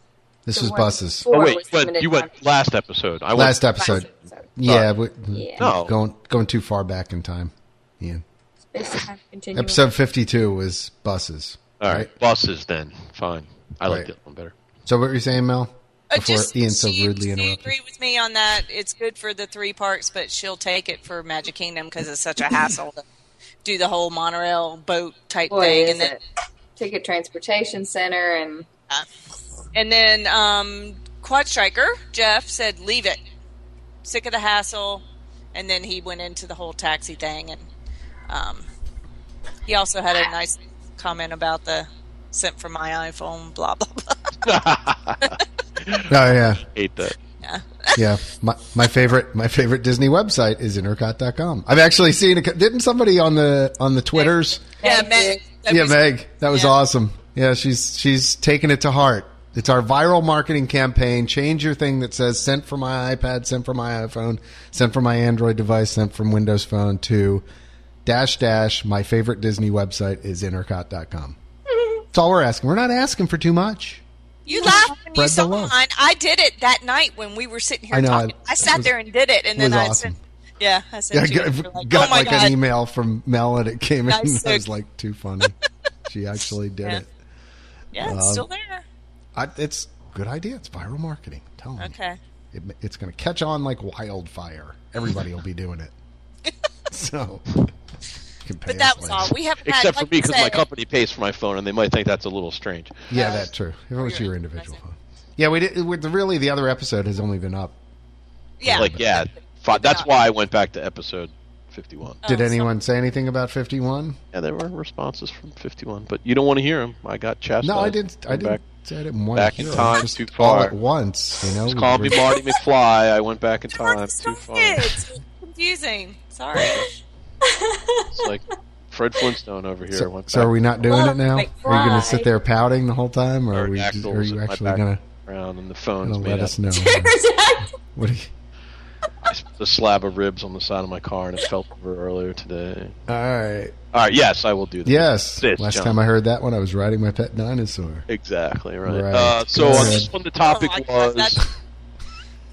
[SPEAKER 2] this
[SPEAKER 3] The
[SPEAKER 2] was
[SPEAKER 3] one
[SPEAKER 2] buses.
[SPEAKER 3] before
[SPEAKER 5] oh wait,
[SPEAKER 3] was
[SPEAKER 5] but
[SPEAKER 3] limited
[SPEAKER 5] you
[SPEAKER 3] time.
[SPEAKER 5] went last episode. I
[SPEAKER 2] Last
[SPEAKER 5] went,
[SPEAKER 2] episode.
[SPEAKER 3] Last episode.
[SPEAKER 2] Yeah, we,
[SPEAKER 3] Yeah.
[SPEAKER 5] No.
[SPEAKER 2] going going too far back in time. Yeah.
[SPEAKER 3] This time, continuing.
[SPEAKER 2] Episode fifty two was buses.
[SPEAKER 5] All right, buses then. Fine, I like
[SPEAKER 2] Right.
[SPEAKER 5] that one better.
[SPEAKER 2] So what were you saying, Mel?
[SPEAKER 6] Uh,
[SPEAKER 2] Before
[SPEAKER 6] just,
[SPEAKER 2] Ian so
[SPEAKER 6] she,
[SPEAKER 2] rudely
[SPEAKER 6] she
[SPEAKER 2] interrupted.
[SPEAKER 6] agreed with me on that. It's good for the three parks, but she'll take it for Magic Kingdom because
[SPEAKER 2] [LAUGHS]
[SPEAKER 6] it's such a hassle to do the whole monorail boat type
[SPEAKER 3] Boy,
[SPEAKER 6] thing,
[SPEAKER 3] is
[SPEAKER 6] and then
[SPEAKER 3] it. Ticket Transportation Center and
[SPEAKER 6] and then um, Quad Striker Jeff said, "Leave it, sick of the hassle," and then he went into the whole taxi thing, and um, he also had a nice comment about the sent from my iPhone, blah blah blah.
[SPEAKER 2] Oh yeah,
[SPEAKER 5] Hate that.
[SPEAKER 2] yeah. My my favorite my favorite Disney website is intercot.com. I've actually seen a, didn't somebody on the on the twitters?
[SPEAKER 6] Yeah,
[SPEAKER 3] Thank
[SPEAKER 6] Meg. that
[SPEAKER 2] Yeah,
[SPEAKER 6] was-
[SPEAKER 2] Meg, that was
[SPEAKER 6] Yeah.
[SPEAKER 2] awesome. Yeah, she's she's taken it to heart. It's our viral marketing campaign. Change your thing that says sent from my iPad, sent from my iPhone, sent from my Android device, sent from Windows phone to dash dash. My favorite Disney website is
[SPEAKER 6] [LAUGHS]
[SPEAKER 2] intercot.com. That's all we're asking. We're not asking for too much.
[SPEAKER 6] You laughed when you
[SPEAKER 2] spread the
[SPEAKER 6] saw
[SPEAKER 2] love.
[SPEAKER 6] mine. I did it that night when we were sitting here
[SPEAKER 2] I know,
[SPEAKER 6] talking.
[SPEAKER 2] I-
[SPEAKER 6] I, sat
[SPEAKER 2] it was-
[SPEAKER 6] there and did it, and then
[SPEAKER 2] was
[SPEAKER 6] I
[SPEAKER 2] awesome.
[SPEAKER 6] said, "Yeah, I said,
[SPEAKER 2] I
[SPEAKER 6] you
[SPEAKER 2] got,
[SPEAKER 6] were like,
[SPEAKER 2] got
[SPEAKER 6] oh my
[SPEAKER 2] like
[SPEAKER 6] god,
[SPEAKER 2] an email from Mel and it came in.
[SPEAKER 6] Nice.
[SPEAKER 2] And I was like, too
[SPEAKER 6] [LAUGHS]
[SPEAKER 2] funny. she actually did
[SPEAKER 6] Yeah.
[SPEAKER 2] it.
[SPEAKER 6] yeah,
[SPEAKER 2] Uh,
[SPEAKER 6] it's still there."
[SPEAKER 2] I, it's a good idea. It's viral marketing. Tell me.
[SPEAKER 6] Okay.
[SPEAKER 2] it, it's going to catch on like wildfire. Everybody will be doing
[SPEAKER 6] [LAUGHS]
[SPEAKER 2] it. So,
[SPEAKER 6] [LAUGHS] But that was all. We haven't had,
[SPEAKER 5] Except for me,
[SPEAKER 6] like you
[SPEAKER 5] because my
[SPEAKER 6] said-
[SPEAKER 5] company pays for my phone, and they might think that's a little strange.
[SPEAKER 2] yeah, that's true. If it was your individual phone. Yeah, we did. We, really, the other episode has only been up.
[SPEAKER 6] Yeah.
[SPEAKER 5] Like, yeah, fi- that's why I went back to episode fifty-one.
[SPEAKER 2] Did
[SPEAKER 6] Oh,
[SPEAKER 2] anyone say anything about fifty-one?
[SPEAKER 5] Yeah, there were responses from fifty-one, but you don't want to hear them. I got chastised.
[SPEAKER 2] No, I didn't. I
[SPEAKER 5] Went
[SPEAKER 2] didn't.
[SPEAKER 5] back-
[SPEAKER 2] I didn't want
[SPEAKER 5] back
[SPEAKER 2] to
[SPEAKER 5] in
[SPEAKER 2] hear it.
[SPEAKER 5] time,
[SPEAKER 2] Just
[SPEAKER 5] too
[SPEAKER 2] all
[SPEAKER 5] far.
[SPEAKER 2] at once. You know,
[SPEAKER 5] Just call me Marty McFly. I went back in time.
[SPEAKER 6] It's
[SPEAKER 5] Too far. It's
[SPEAKER 6] confusing. Sorry.
[SPEAKER 5] like Fred Flintstone over here.
[SPEAKER 2] So,
[SPEAKER 5] went
[SPEAKER 2] so
[SPEAKER 5] back
[SPEAKER 2] are we not doing it
[SPEAKER 3] Love
[SPEAKER 2] now? Are you going to
[SPEAKER 3] McFly.
[SPEAKER 2] sit there pouting the whole time, or are, we?
[SPEAKER 5] Axel's
[SPEAKER 2] Just, are you
[SPEAKER 5] in my
[SPEAKER 2] actually going to
[SPEAKER 5] background and the phone's made
[SPEAKER 2] let
[SPEAKER 5] out
[SPEAKER 2] us
[SPEAKER 6] [LAUGHS]
[SPEAKER 2] know? What are you,
[SPEAKER 5] of the slab of ribs on the side of my car, and it fell over earlier today.
[SPEAKER 2] all right.
[SPEAKER 5] All right, yes, I will do that.
[SPEAKER 2] Yes.
[SPEAKER 5] This,
[SPEAKER 2] Last
[SPEAKER 5] John.
[SPEAKER 2] time I heard that one, I was riding my pet dinosaur.
[SPEAKER 5] Exactly right.
[SPEAKER 2] Right.
[SPEAKER 5] Uh, so
[SPEAKER 2] Go
[SPEAKER 5] on
[SPEAKER 2] ahead.
[SPEAKER 5] this one, the [LAUGHS] topic
[SPEAKER 6] Oh my God,
[SPEAKER 5] was [LAUGHS]
[SPEAKER 6] that's-
[SPEAKER 5] On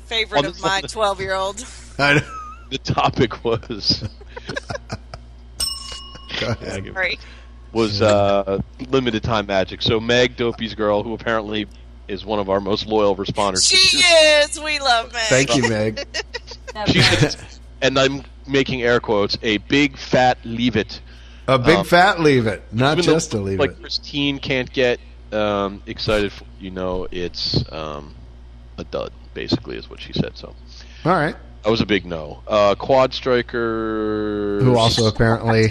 [SPEAKER 6] Favorite
[SPEAKER 5] this
[SPEAKER 6] of my
[SPEAKER 5] one.
[SPEAKER 6] twelve-year-old.
[SPEAKER 2] I know.
[SPEAKER 5] the topic was
[SPEAKER 2] Go ahead.
[SPEAKER 6] Sorry.
[SPEAKER 5] was uh, limited time magic. So Meg Dopey's girl, who apparently is one of our most loyal responders,
[SPEAKER 6] She is. We love Meg.
[SPEAKER 2] Thank you, Meg.
[SPEAKER 5] she says, and I'm making air quotes, a big fat leave it.
[SPEAKER 2] A big
[SPEAKER 5] Um,
[SPEAKER 2] fat leave it, not
[SPEAKER 5] Even though,
[SPEAKER 2] just a leave
[SPEAKER 5] like
[SPEAKER 2] it.
[SPEAKER 5] Christine can't get um, excited. For, you know, it's um, a dud. Basically, is what she said. So
[SPEAKER 2] All right.
[SPEAKER 5] That was a big no. Uh, Quad Striker.
[SPEAKER 2] Who also
[SPEAKER 5] [LAUGHS]
[SPEAKER 2] apparently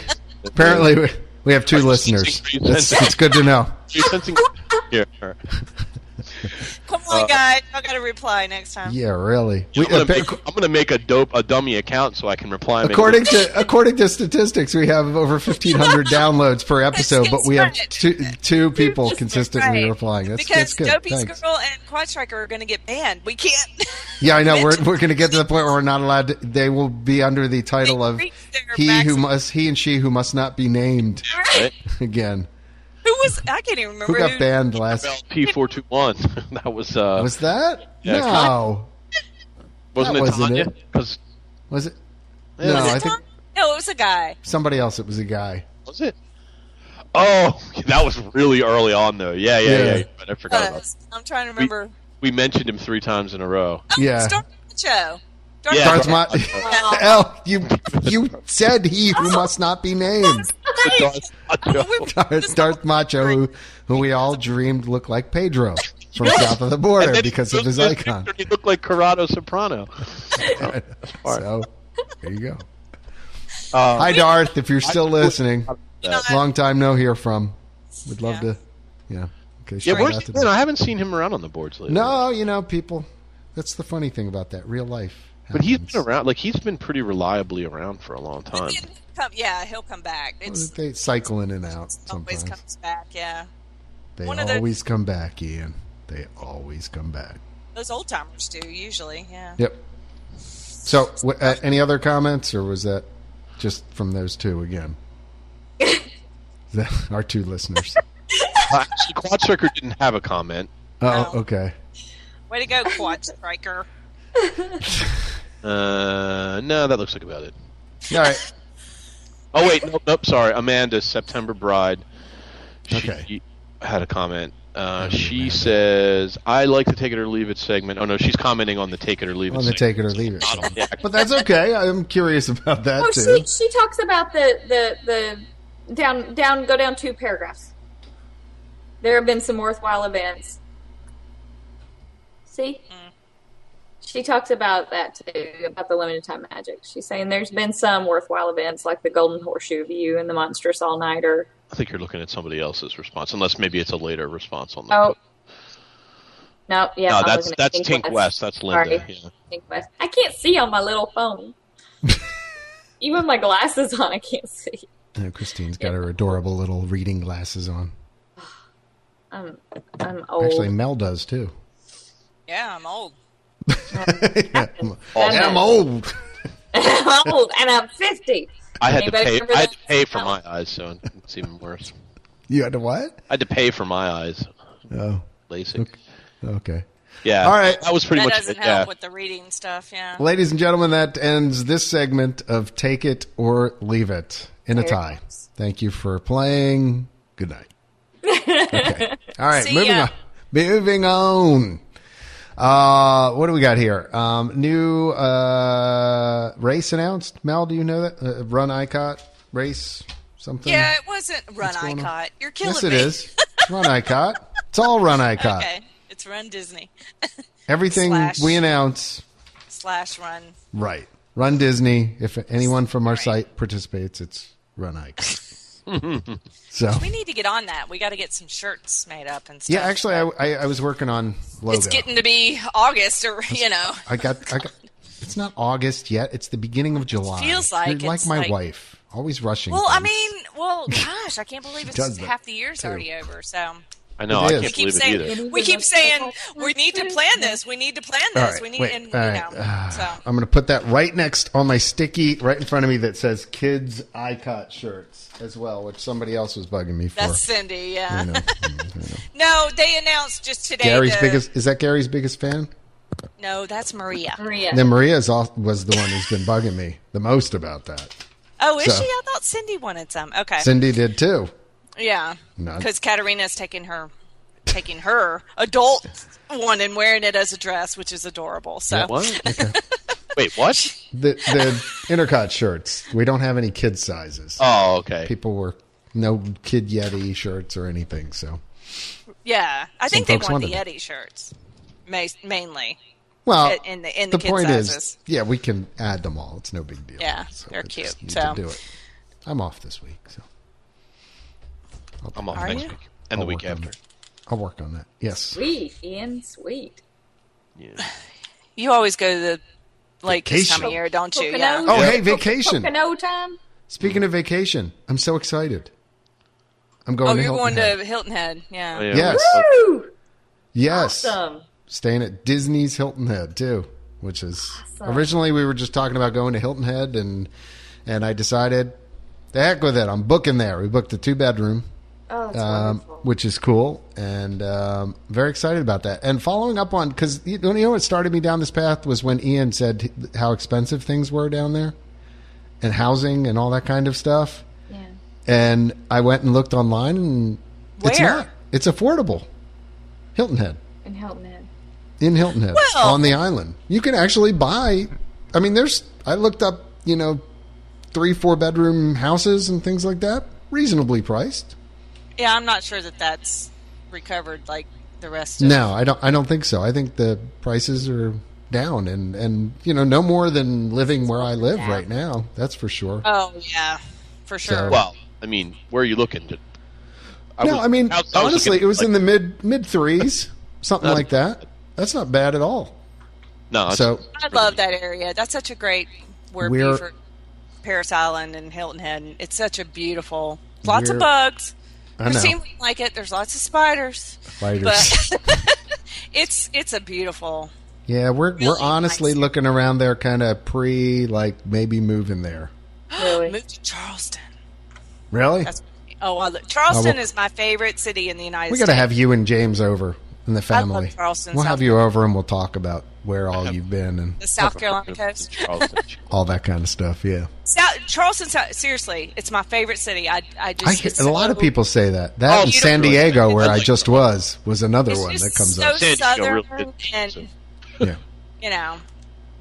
[SPEAKER 2] apparently we- we have two listeners. That's, it's good to know.
[SPEAKER 5] Here.
[SPEAKER 6] Come on,
[SPEAKER 2] Uh,
[SPEAKER 6] guys. I got to reply next time.
[SPEAKER 2] Yeah, really. We,
[SPEAKER 5] I'm, gonna
[SPEAKER 2] appa-
[SPEAKER 5] make, I'm gonna make a dope a dummy account so I can reply. and make a-
[SPEAKER 2] according to according to statistics, we have over fifteen hundred downloads per episode, but we have two two people consistently
[SPEAKER 6] Right.
[SPEAKER 2] replying. That's,
[SPEAKER 6] because
[SPEAKER 2] that's good.
[SPEAKER 6] Dopey
[SPEAKER 2] Thanks.
[SPEAKER 6] Skirl and Quad Striker are going to get banned. We can't. [LAUGHS]
[SPEAKER 2] Yeah, I know. We're, we're going to get to the point where we're not allowed. To, they will be under the title of
[SPEAKER 6] reached their
[SPEAKER 2] he who
[SPEAKER 6] maximum.
[SPEAKER 2] must he and she who must not be named
[SPEAKER 5] [LAUGHS] Right?
[SPEAKER 2] again.
[SPEAKER 6] who was? I can't even remember.
[SPEAKER 2] Who got banned last?
[SPEAKER 5] P four two one. [LAUGHS] That was uh,
[SPEAKER 2] Was that
[SPEAKER 5] Yeah,
[SPEAKER 2] no?
[SPEAKER 5] was, not
[SPEAKER 2] that
[SPEAKER 5] it
[SPEAKER 2] wasn't
[SPEAKER 5] Tanya?
[SPEAKER 2] it.
[SPEAKER 5] 'Cause-
[SPEAKER 2] Was it?
[SPEAKER 5] Yeah,
[SPEAKER 2] No,
[SPEAKER 5] was it
[SPEAKER 2] I think
[SPEAKER 6] No, it was a guy.
[SPEAKER 2] somebody else. It was a guy.
[SPEAKER 5] was it? Oh, that was really early on though. Yeah, yeah,
[SPEAKER 2] Yeah.
[SPEAKER 5] yeah. yeah. But I forgot about. That.
[SPEAKER 6] Was. Uh, I'm trying to remember. Oh,
[SPEAKER 5] We mentioned him three times in a row.
[SPEAKER 2] yeah,
[SPEAKER 6] Start the show. Start
[SPEAKER 5] Yeah.
[SPEAKER 2] Darth
[SPEAKER 5] Darth
[SPEAKER 2] Mott.
[SPEAKER 5] [LAUGHS]
[SPEAKER 6] Maul.
[SPEAKER 2] L, you you said he who must not be named.
[SPEAKER 5] Darth-
[SPEAKER 6] Oh,
[SPEAKER 2] [LAUGHS]
[SPEAKER 6] We're- [LAUGHS]
[SPEAKER 2] Darth, Darth Macho, who, who we all dreamed looked like Pedro from south of the border
[SPEAKER 5] [LAUGHS] And then he
[SPEAKER 2] because of
[SPEAKER 5] looked
[SPEAKER 2] his
[SPEAKER 5] at
[SPEAKER 2] icon.
[SPEAKER 5] picture, He looked like
[SPEAKER 2] [LAUGHS]
[SPEAKER 5] Corrado Soprano.
[SPEAKER 2] So there you go.
[SPEAKER 5] Um,
[SPEAKER 2] Hi, Darth. If you're still listening, long time no hear from. We'd love
[SPEAKER 6] Yeah.
[SPEAKER 2] to, yeah. Okay,
[SPEAKER 5] Yeah,
[SPEAKER 2] shout
[SPEAKER 5] where's
[SPEAKER 2] out
[SPEAKER 5] he
[SPEAKER 2] to
[SPEAKER 5] been?
[SPEAKER 2] them.
[SPEAKER 5] I haven't seen him around on the boards
[SPEAKER 2] [LAUGHS]
[SPEAKER 5] lately.
[SPEAKER 2] No, you know, people. That's the funny thing about that real life.
[SPEAKER 5] but he's
[SPEAKER 2] happens.
[SPEAKER 5] been around. Like he's been pretty reliably around for a long
[SPEAKER 6] [LAUGHS]
[SPEAKER 5] time.
[SPEAKER 6] He'll come- yeah, he'll come back. It's
[SPEAKER 2] They cycle in and out Oh,
[SPEAKER 6] always
[SPEAKER 2] sometimes.
[SPEAKER 6] comes back. Yeah,
[SPEAKER 2] They
[SPEAKER 6] one of the-
[SPEAKER 2] always come back, Ian. They always come back.
[SPEAKER 6] those old timers do usually. Yeah.
[SPEAKER 2] Yep. So, w- uh, any other comments, or was that just from those two again?
[SPEAKER 6] [LAUGHS]
[SPEAKER 2] The- Our two listeners.
[SPEAKER 5] Uh, actually, Quad Striker didn't have a comment.
[SPEAKER 2] Oh, okay.
[SPEAKER 6] Way to go, Quad Striker.
[SPEAKER 5] Uh, no, that looks like about it.
[SPEAKER 2] All
[SPEAKER 6] [LAUGHS]
[SPEAKER 2] right.
[SPEAKER 5] Oh wait, nope, nope. Sorry, Amanda September Bride. She
[SPEAKER 2] Okay.
[SPEAKER 5] had a comment. Uh,
[SPEAKER 2] Thank you,
[SPEAKER 5] she
[SPEAKER 2] Amanda.
[SPEAKER 5] says, "I like the take it or leave it segment." Oh no, she's commenting on the take it or leave it.
[SPEAKER 2] On the
[SPEAKER 5] segment.
[SPEAKER 2] take it or leave it.
[SPEAKER 5] Yeah.
[SPEAKER 2] But that's okay. I'm curious about that
[SPEAKER 3] Oh,
[SPEAKER 2] too.
[SPEAKER 3] she she talks about the the the down down go down two paragraphs. There have been some worthwhile events. See, she talks about that too about the limited time magic. She's saying there's been some worthwhile events like the Golden Horseshoe View and the Monstrous All Nighter.
[SPEAKER 5] I think you're looking at somebody else's response, unless maybe it's a later response on the.
[SPEAKER 3] Oh. No, yeah,
[SPEAKER 5] no,
[SPEAKER 3] I'm
[SPEAKER 5] that's
[SPEAKER 3] looking at
[SPEAKER 5] that's Tink West. That's Linda.
[SPEAKER 3] Sorry.
[SPEAKER 5] yeah.
[SPEAKER 3] Think West. I can't see on my little
[SPEAKER 5] [LAUGHS]
[SPEAKER 3] phone. Even with my glasses on, I can't see.
[SPEAKER 2] Oh, Christine's got her adorable little reading glasses on.
[SPEAKER 3] I'm I'm old.
[SPEAKER 6] Oh.
[SPEAKER 2] Actually, Mel does too.
[SPEAKER 6] Yeah, I'm old.
[SPEAKER 2] yeah, I'm-
[SPEAKER 3] I'm
[SPEAKER 2] I'm
[SPEAKER 3] old.
[SPEAKER 2] old.
[SPEAKER 3] I'm old and I'm 50.
[SPEAKER 5] I had to
[SPEAKER 3] Anybody
[SPEAKER 5] pay.
[SPEAKER 3] remember
[SPEAKER 5] I had to
[SPEAKER 3] that?
[SPEAKER 5] pay for my eyes, so it's even worse.
[SPEAKER 2] You had to what?
[SPEAKER 5] I had to pay for my eyes.
[SPEAKER 2] Oh,
[SPEAKER 5] LASIK.
[SPEAKER 2] okay.
[SPEAKER 5] Yeah.
[SPEAKER 2] All right.
[SPEAKER 5] That was pretty
[SPEAKER 6] That
[SPEAKER 5] much
[SPEAKER 6] doesn't
[SPEAKER 5] it.
[SPEAKER 6] help
[SPEAKER 5] Yeah.
[SPEAKER 6] with the reading stuff. Yeah.
[SPEAKER 2] Ladies and gentlemen, that ends this segment of Take It or Leave It in a
[SPEAKER 3] There it
[SPEAKER 2] tie.
[SPEAKER 3] is.
[SPEAKER 2] Thank you for playing. Good
[SPEAKER 6] [LAUGHS]
[SPEAKER 2] night. Okay. All right,
[SPEAKER 6] See
[SPEAKER 2] moving
[SPEAKER 6] ya.
[SPEAKER 2] on. Moving on. Uh, what do we got here? Um, new uh, race announced. Mal, do you know that? Uh, Run ICOT race something?
[SPEAKER 6] Yeah, it wasn't Run
[SPEAKER 2] going on?
[SPEAKER 6] ICOT. You're killing
[SPEAKER 2] Yes,
[SPEAKER 6] me.
[SPEAKER 2] it is. It's Run ICOT. It's all Run ICOT.
[SPEAKER 6] Okay, it's Run Disney [LAUGHS]
[SPEAKER 2] Everything
[SPEAKER 6] Slash.
[SPEAKER 2] we announce
[SPEAKER 6] slash Run.
[SPEAKER 2] Right. Run Disney. If anyone from our site participates, it's Run Ike.
[SPEAKER 6] [LAUGHS]
[SPEAKER 2] so
[SPEAKER 6] We need to get on that. We got to get some shirts made up and stuff.
[SPEAKER 2] yeah, actually, I, I, I was working on logo.
[SPEAKER 6] it's getting to be August, or you know,
[SPEAKER 2] I got I got. It's not August yet. It's the beginning of July.
[SPEAKER 6] feels like
[SPEAKER 2] You're like
[SPEAKER 6] it's
[SPEAKER 2] my
[SPEAKER 6] like-
[SPEAKER 2] wife, always rushing.
[SPEAKER 6] Well, I
[SPEAKER 2] things.
[SPEAKER 6] mean,
[SPEAKER 2] [LAUGHS]
[SPEAKER 6] well, gosh, I can't believe it's
[SPEAKER 2] Does
[SPEAKER 6] just
[SPEAKER 2] that,
[SPEAKER 6] half the year's
[SPEAKER 2] too.
[SPEAKER 6] already over. So
[SPEAKER 5] I know.
[SPEAKER 2] It
[SPEAKER 5] I
[SPEAKER 2] is.
[SPEAKER 5] can't
[SPEAKER 6] keep
[SPEAKER 5] believe
[SPEAKER 6] saying
[SPEAKER 5] it either.
[SPEAKER 3] either.
[SPEAKER 6] we keep saying we need to plan this. We need to plan this.
[SPEAKER 2] All right,
[SPEAKER 6] we need
[SPEAKER 2] wait,
[SPEAKER 6] and you
[SPEAKER 2] all right. Ah,
[SPEAKER 6] know. So
[SPEAKER 2] I'm going to put that right next on my sticky right in front of me that says "Kids Icot Shirts" as well, which somebody else was bugging me for.
[SPEAKER 6] that's Cindy.
[SPEAKER 2] I
[SPEAKER 6] Yeah.
[SPEAKER 2] know.
[SPEAKER 6] [LAUGHS] No, they announced just today.
[SPEAKER 2] Gary's
[SPEAKER 6] the-
[SPEAKER 2] biggest is that Gary's biggest fan?
[SPEAKER 6] No, that's Maria.
[SPEAKER 3] Maria.
[SPEAKER 2] Then Maria's al- was the one who's been bugging me the most about that.
[SPEAKER 6] Oh, is
[SPEAKER 2] So-
[SPEAKER 6] she? I thought Cindy wanted some. Okay.
[SPEAKER 2] Cindy did too.
[SPEAKER 6] Yeah,
[SPEAKER 2] No.
[SPEAKER 6] because Katarina's taking her, taking her adult one and wearing it as a dress, which is adorable. So
[SPEAKER 5] What? [LAUGHS] Wait,
[SPEAKER 6] [LAUGHS]
[SPEAKER 5] what?
[SPEAKER 2] The the intercot shirts. We don't have any kid sizes.
[SPEAKER 5] Oh, okay.
[SPEAKER 2] People were no kid Yeti shirts or anything. So
[SPEAKER 6] yeah, I think they
[SPEAKER 2] folks
[SPEAKER 6] want the
[SPEAKER 2] wanted
[SPEAKER 6] Yeti shirts, ma- mainly.
[SPEAKER 2] Well,
[SPEAKER 6] i- in the in the, kid
[SPEAKER 2] point
[SPEAKER 6] sizes.
[SPEAKER 2] is, yeah, we can add them all. It's no big deal.
[SPEAKER 6] Yeah, they're
[SPEAKER 2] I just
[SPEAKER 6] cute,
[SPEAKER 2] need
[SPEAKER 6] so.
[SPEAKER 2] to do it. I'm off this week, so
[SPEAKER 5] I'm off
[SPEAKER 6] Are
[SPEAKER 5] next
[SPEAKER 6] you?
[SPEAKER 5] week and the
[SPEAKER 2] I'll
[SPEAKER 5] week
[SPEAKER 2] work on
[SPEAKER 5] after.
[SPEAKER 2] that. I'll work on that. Yes.
[SPEAKER 3] Sweet, Ian, sweet.
[SPEAKER 6] You always go to the lake this time
[SPEAKER 2] Vacation.
[SPEAKER 6] of year, don't you?
[SPEAKER 3] Pocono-
[SPEAKER 6] Yeah.
[SPEAKER 2] Oh,
[SPEAKER 5] Yeah.
[SPEAKER 2] hey, vacation.
[SPEAKER 3] Pocono time.
[SPEAKER 2] Speaking of vacation, I'm so excited. I'm going.
[SPEAKER 6] Oh,
[SPEAKER 2] to
[SPEAKER 6] you're
[SPEAKER 2] Hilton
[SPEAKER 6] going
[SPEAKER 2] Head.
[SPEAKER 6] to Hilton Head. Yeah.
[SPEAKER 5] Oh, yeah.
[SPEAKER 2] Yes.
[SPEAKER 3] Woo!
[SPEAKER 2] Yes.
[SPEAKER 3] Awesome.
[SPEAKER 2] Staying at Disney's Hilton Head too, which is originally we were just talking about going to Hilton Head and and I decided the heck with it. I'm booking there. We booked a two bedroom,
[SPEAKER 3] Oh, that's
[SPEAKER 2] um,
[SPEAKER 3] wonderful.
[SPEAKER 2] which is cool, and um, very excited about that. And following up on because you, you know what started me down this path was when Ian said how expensive things were down there, and housing and all that kind of stuff.
[SPEAKER 3] Yeah.
[SPEAKER 2] And I went and looked online, and it's
[SPEAKER 6] Where?
[SPEAKER 2] not. It's affordable. Hilton Head
[SPEAKER 3] And Hilton Head.
[SPEAKER 2] in Hilton Head
[SPEAKER 6] Well-
[SPEAKER 2] on the island. You can actually buy. I mean, there's. I looked up, you know, three, four bedroom houses and things like that, reasonably priced.
[SPEAKER 6] Yeah, I'm not sure that that's recovered like the rest of
[SPEAKER 2] No, I don't. I don't think so. I think the prices are down, and and you know, no more than living where I live right now. That's for sure.
[SPEAKER 6] Oh, yeah. For sure.
[SPEAKER 2] So-
[SPEAKER 5] Well, I mean, where are you looking? To, I
[SPEAKER 2] no,
[SPEAKER 5] was-
[SPEAKER 2] I mean,
[SPEAKER 5] I was looking
[SPEAKER 2] honestly,
[SPEAKER 5] at,
[SPEAKER 2] it was
[SPEAKER 5] like,
[SPEAKER 2] in the mid mid threes, something
[SPEAKER 5] That's-
[SPEAKER 2] like that. That's not bad at all.
[SPEAKER 5] no. it's-
[SPEAKER 2] So
[SPEAKER 6] I love that area. That's such a great word
[SPEAKER 2] We're-
[SPEAKER 6] for Paris Island and Hilton Head. and It's such a beautiful. Lots of
[SPEAKER 2] We're-
[SPEAKER 6] bugs.
[SPEAKER 2] I know.
[SPEAKER 6] Christine wouldn't like it. There's lots
[SPEAKER 2] [LAUGHS]
[SPEAKER 6] of spiders.
[SPEAKER 2] Spiders.
[SPEAKER 6] But [LAUGHS] it's it's a beautiful.
[SPEAKER 2] yeah, we're we're
[SPEAKER 6] Really
[SPEAKER 2] honestly
[SPEAKER 6] nice.
[SPEAKER 2] looking around there, kind of pre, like maybe moving there.
[SPEAKER 3] Really?
[SPEAKER 6] Move to Charleston.
[SPEAKER 2] Really?
[SPEAKER 6] That's oh, I look. Charleston
[SPEAKER 2] I will-
[SPEAKER 6] is my favorite city in the United
[SPEAKER 2] We got
[SPEAKER 6] States.
[SPEAKER 2] to have you and James over and the
[SPEAKER 6] I love
[SPEAKER 2] family.
[SPEAKER 6] Charleston,
[SPEAKER 2] we'll
[SPEAKER 6] South
[SPEAKER 2] have you over and we'll talk about where all you've been and
[SPEAKER 6] the South Carolina coast. [LAUGHS]
[SPEAKER 5] Charleston.
[SPEAKER 2] all that kind of stuff. Yeah,
[SPEAKER 6] South, Charleston, South, seriously, it's my favorite city. I, I just
[SPEAKER 2] I hear,
[SPEAKER 6] it's
[SPEAKER 2] a lot of
[SPEAKER 6] so-
[SPEAKER 2] people say that. That
[SPEAKER 5] Oh,
[SPEAKER 2] and
[SPEAKER 5] you don't
[SPEAKER 2] San
[SPEAKER 5] really-
[SPEAKER 2] Diego,
[SPEAKER 5] it's
[SPEAKER 2] where I
[SPEAKER 5] like-
[SPEAKER 2] just was, was another
[SPEAKER 6] It's
[SPEAKER 2] one that
[SPEAKER 6] just
[SPEAKER 2] comes
[SPEAKER 6] so
[SPEAKER 2] up.
[SPEAKER 5] San Diego,
[SPEAKER 6] southern
[SPEAKER 5] real good.
[SPEAKER 6] and
[SPEAKER 5] So-
[SPEAKER 2] Yeah,
[SPEAKER 6] you know.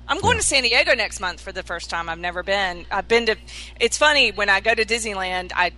[SPEAKER 6] I'm going to San Diego next month for the first time. I've never been. I've been to. It's funny when I go to Disneyland, I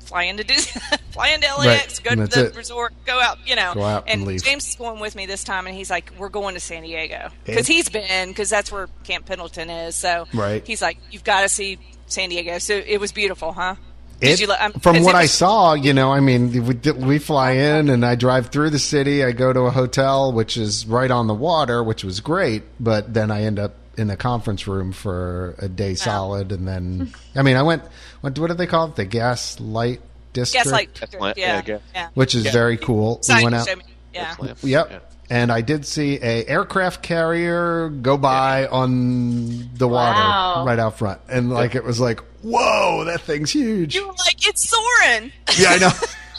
[SPEAKER 6] fly into Disney, [LAUGHS] fly into LAX,
[SPEAKER 2] Right,
[SPEAKER 6] go
[SPEAKER 2] and
[SPEAKER 6] to
[SPEAKER 2] that's
[SPEAKER 6] the
[SPEAKER 2] it.
[SPEAKER 6] resort, go out, you know.
[SPEAKER 2] Go out and leave.
[SPEAKER 6] James is going with me this time, and he's like, "We're going to San Diego because he's been because that's where Camp Pendleton is." So
[SPEAKER 2] Right.
[SPEAKER 6] he's like, "You've got to see San Diego." So it was beautiful, huh? Did
[SPEAKER 2] It,
[SPEAKER 6] you lo- I'm-
[SPEAKER 2] from
[SPEAKER 6] is
[SPEAKER 2] what
[SPEAKER 6] it-
[SPEAKER 2] I saw, you know, I mean, we, did- we fly in and I drive through the city. I go to a hotel, which is right on the water, which was great. But then I end up in a conference room for a day solid, and
[SPEAKER 6] [LAUGHS]
[SPEAKER 2] then I mean, I went. What, what do they call it? The Gaslight District,
[SPEAKER 6] Gaslight,
[SPEAKER 5] Gaslight, yeah,
[SPEAKER 6] yeah, yeah.
[SPEAKER 5] gas-
[SPEAKER 2] which is
[SPEAKER 5] Yeah.
[SPEAKER 2] very cool.
[SPEAKER 6] Sign
[SPEAKER 2] we went
[SPEAKER 6] you
[SPEAKER 2] out.
[SPEAKER 6] showed me. yeah.
[SPEAKER 2] Yep.
[SPEAKER 5] Yeah.
[SPEAKER 2] And I did see a aircraft carrier go by on the water
[SPEAKER 3] Wow.
[SPEAKER 2] right out front, and like it was like, whoa, that thing's huge.
[SPEAKER 6] You were like, "It's Soren."
[SPEAKER 2] yeah, I
[SPEAKER 6] [LAUGHS]
[SPEAKER 2] know.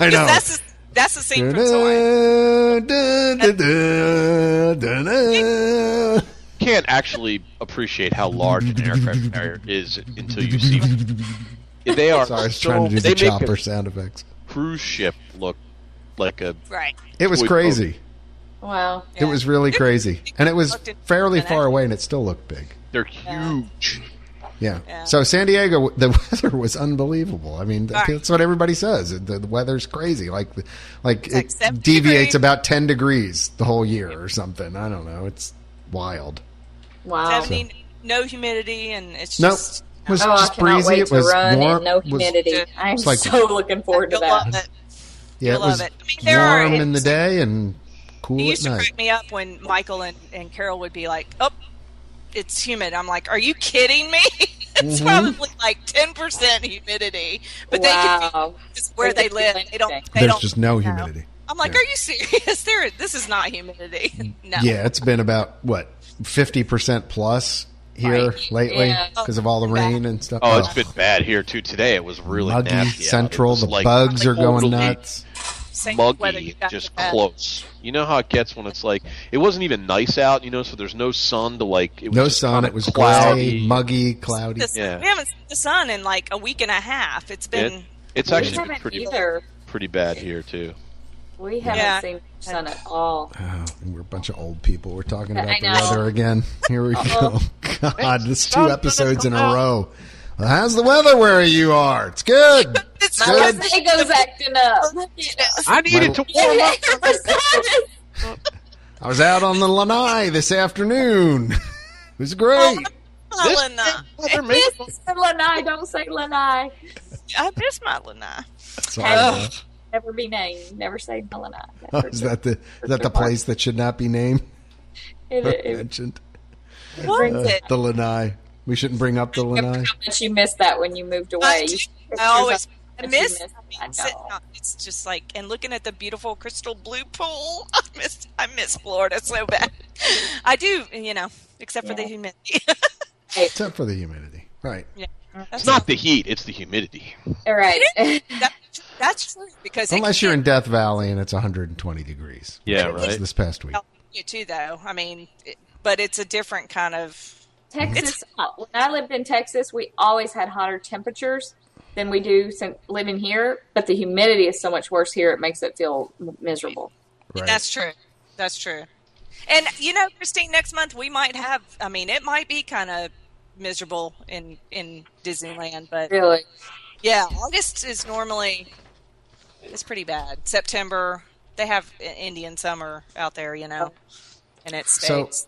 [SPEAKER 2] I know.
[SPEAKER 6] That's the- that's the scene from Soren.
[SPEAKER 2] Da-da-da-da-da-da.
[SPEAKER 5] can't actually appreciate how large an aircraft carrier is until you see.
[SPEAKER 2] [LAUGHS]
[SPEAKER 5] They are
[SPEAKER 2] Sorry, I was
[SPEAKER 5] so-
[SPEAKER 2] trying to do
[SPEAKER 5] they
[SPEAKER 2] the
[SPEAKER 5] make
[SPEAKER 2] chopper
[SPEAKER 5] a
[SPEAKER 2] sound effects.
[SPEAKER 5] cruise ship look like a
[SPEAKER 6] Right.
[SPEAKER 2] It was
[SPEAKER 5] Wait, oh.
[SPEAKER 2] crazy.
[SPEAKER 3] Wow.
[SPEAKER 2] It was really crazy, and it was
[SPEAKER 6] Looked in-
[SPEAKER 2] fairly
[SPEAKER 6] and
[SPEAKER 2] far
[SPEAKER 6] I-
[SPEAKER 2] away, and it still looked big.
[SPEAKER 5] they're huge.
[SPEAKER 2] Yeah.
[SPEAKER 6] Yeah.
[SPEAKER 2] So San Diego, [LAUGHS] the weather was unbelievable. I mean,
[SPEAKER 6] Right.
[SPEAKER 2] that's what everybody says. The, the weather's crazy. Like, like
[SPEAKER 6] like
[SPEAKER 2] it
[SPEAKER 6] 70
[SPEAKER 2] deviates
[SPEAKER 6] degrees.
[SPEAKER 2] about ten degrees the whole year or something. I don't know. It's wild.
[SPEAKER 3] Wow.
[SPEAKER 6] 70, no humidity, and it's
[SPEAKER 2] No,
[SPEAKER 6] just.
[SPEAKER 2] it was
[SPEAKER 3] Oh,
[SPEAKER 2] just
[SPEAKER 3] I cannot
[SPEAKER 2] breezy.
[SPEAKER 3] wait
[SPEAKER 2] it
[SPEAKER 3] to
[SPEAKER 2] was
[SPEAKER 3] run
[SPEAKER 2] warm.
[SPEAKER 3] and no
[SPEAKER 2] It was-
[SPEAKER 3] humidity.
[SPEAKER 6] It's
[SPEAKER 3] I'm
[SPEAKER 2] like-
[SPEAKER 3] so looking forward to
[SPEAKER 6] You'll love
[SPEAKER 3] that.
[SPEAKER 6] it.
[SPEAKER 2] yeah, it
[SPEAKER 6] love
[SPEAKER 2] was
[SPEAKER 6] it. I mean, there are-
[SPEAKER 2] warm in the
[SPEAKER 6] it's-
[SPEAKER 2] day and cool
[SPEAKER 6] It
[SPEAKER 2] at
[SPEAKER 6] used to
[SPEAKER 2] night.
[SPEAKER 6] crack me up when Michael and, and Carol would be like, oh, it's humid. I'm like, are you kidding me? [LAUGHS] it's
[SPEAKER 2] Mm-hmm.
[SPEAKER 6] probably like 10% humidity. But they can
[SPEAKER 3] Wow.
[SPEAKER 6] just where
[SPEAKER 3] They
[SPEAKER 6] they
[SPEAKER 3] can
[SPEAKER 6] live.
[SPEAKER 3] feel
[SPEAKER 6] They don't.
[SPEAKER 3] anything.
[SPEAKER 6] They
[SPEAKER 2] There's
[SPEAKER 6] don't
[SPEAKER 2] just no humidity.
[SPEAKER 6] I'm like,
[SPEAKER 2] Yeah.
[SPEAKER 6] are you serious? [LAUGHS] There, this is not humidity. [LAUGHS] No.
[SPEAKER 2] Yeah, it's been about what fifty percent plus here
[SPEAKER 6] Right. Oh,
[SPEAKER 2] lately
[SPEAKER 3] Yeah.
[SPEAKER 2] because of all the rain and stuff.
[SPEAKER 5] Oh, it's been bad here too. Today it was really
[SPEAKER 2] muggy
[SPEAKER 5] nasty. out. It
[SPEAKER 2] central.
[SPEAKER 5] was,
[SPEAKER 2] The
[SPEAKER 5] like,
[SPEAKER 2] bugs are going
[SPEAKER 5] totally
[SPEAKER 2] nuts.
[SPEAKER 6] Same weather
[SPEAKER 5] Muggy,
[SPEAKER 6] you got
[SPEAKER 5] just
[SPEAKER 6] to have.
[SPEAKER 5] close. You know how it gets when it's like it wasn't even nice out. You know, so there's no sun to like. It was
[SPEAKER 2] No
[SPEAKER 5] just
[SPEAKER 2] sun.
[SPEAKER 5] kinda
[SPEAKER 2] It was
[SPEAKER 5] cloudy.
[SPEAKER 2] gray, muggy, cloudy.
[SPEAKER 6] The sun-
[SPEAKER 5] Yeah.
[SPEAKER 6] We haven't seen the sun in like a week and a half. It's been.
[SPEAKER 5] It, it's
[SPEAKER 3] We
[SPEAKER 5] actually been
[SPEAKER 3] haven't
[SPEAKER 5] pretty
[SPEAKER 3] either.
[SPEAKER 5] pretty bad here too.
[SPEAKER 3] We haven't
[SPEAKER 6] Yeah.
[SPEAKER 3] seen sun at all.
[SPEAKER 2] Oh, we're a bunch of old people. We're talking about
[SPEAKER 3] I
[SPEAKER 2] the
[SPEAKER 3] know.
[SPEAKER 2] weather again. Here we go. [LAUGHS] God, this is two episodes in a row. Well, how's the weather where you are? It's good.
[SPEAKER 6] It's
[SPEAKER 2] My
[SPEAKER 3] My
[SPEAKER 2] Good.
[SPEAKER 3] [LAUGHS] Winnebago's acting up.
[SPEAKER 5] I needed
[SPEAKER 2] to
[SPEAKER 5] to
[SPEAKER 3] It is.
[SPEAKER 2] I was out on the lanai this afternoon. [LAUGHS] It was great.
[SPEAKER 6] My lanai.
[SPEAKER 5] They're made
[SPEAKER 3] This is Lanai. Don't say Lanai.
[SPEAKER 6] I miss my lanai.
[SPEAKER 2] Sorry. man.
[SPEAKER 3] Never be named. Never say
[SPEAKER 2] [LAUGHS]
[SPEAKER 3] Lanai. That's for
[SPEAKER 2] Is
[SPEAKER 3] sure.
[SPEAKER 2] that the is that the place that should not be named [LAUGHS]
[SPEAKER 3] It- it- it
[SPEAKER 2] mentioned?
[SPEAKER 3] brings
[SPEAKER 2] Uh,
[SPEAKER 3] it.
[SPEAKER 2] the lanai. We shouldn't bring up the
[SPEAKER 3] Remember
[SPEAKER 2] lanai.
[SPEAKER 3] how much you missed that when you moved away. You should pictures
[SPEAKER 6] I always
[SPEAKER 3] of
[SPEAKER 6] I
[SPEAKER 3] how much you
[SPEAKER 6] miss
[SPEAKER 3] missed. I know.
[SPEAKER 6] sitting on- it's just like and looking at the beautiful crystal blue pool. [LAUGHS] I miss I miss Florida so bad. I do, you know, except for the
[SPEAKER 3] Yeah.
[SPEAKER 6] humidity. [LAUGHS]
[SPEAKER 2] Except for the humidity. Right.
[SPEAKER 5] It's not the heat; it's the humidity.
[SPEAKER 6] [LAUGHS]
[SPEAKER 3] All right.
[SPEAKER 6] That, that's true because it
[SPEAKER 2] Unless you're
[SPEAKER 6] can
[SPEAKER 2] in Death Valley and it's 120 degrees.
[SPEAKER 5] Yeah,
[SPEAKER 2] Which was
[SPEAKER 5] right.
[SPEAKER 2] This past week.
[SPEAKER 6] help you too, though. I mean, it, but it's a different kind of.
[SPEAKER 3] Texas. uh, When I lived in Texas, we always had hotter temperatures than we do sin- living here, but the humidity is so much worse here. It makes it feel m- miserable.
[SPEAKER 2] Right.
[SPEAKER 6] That's true. That's true. And you know, Christine, next month we might have. I mean, it might be kind of miserable in in Disneyland, but
[SPEAKER 3] Really.
[SPEAKER 6] Yeah, August is normally it's pretty bad. September they have I- Indian summer out there, you know, and it
[SPEAKER 2] So-
[SPEAKER 6] stays.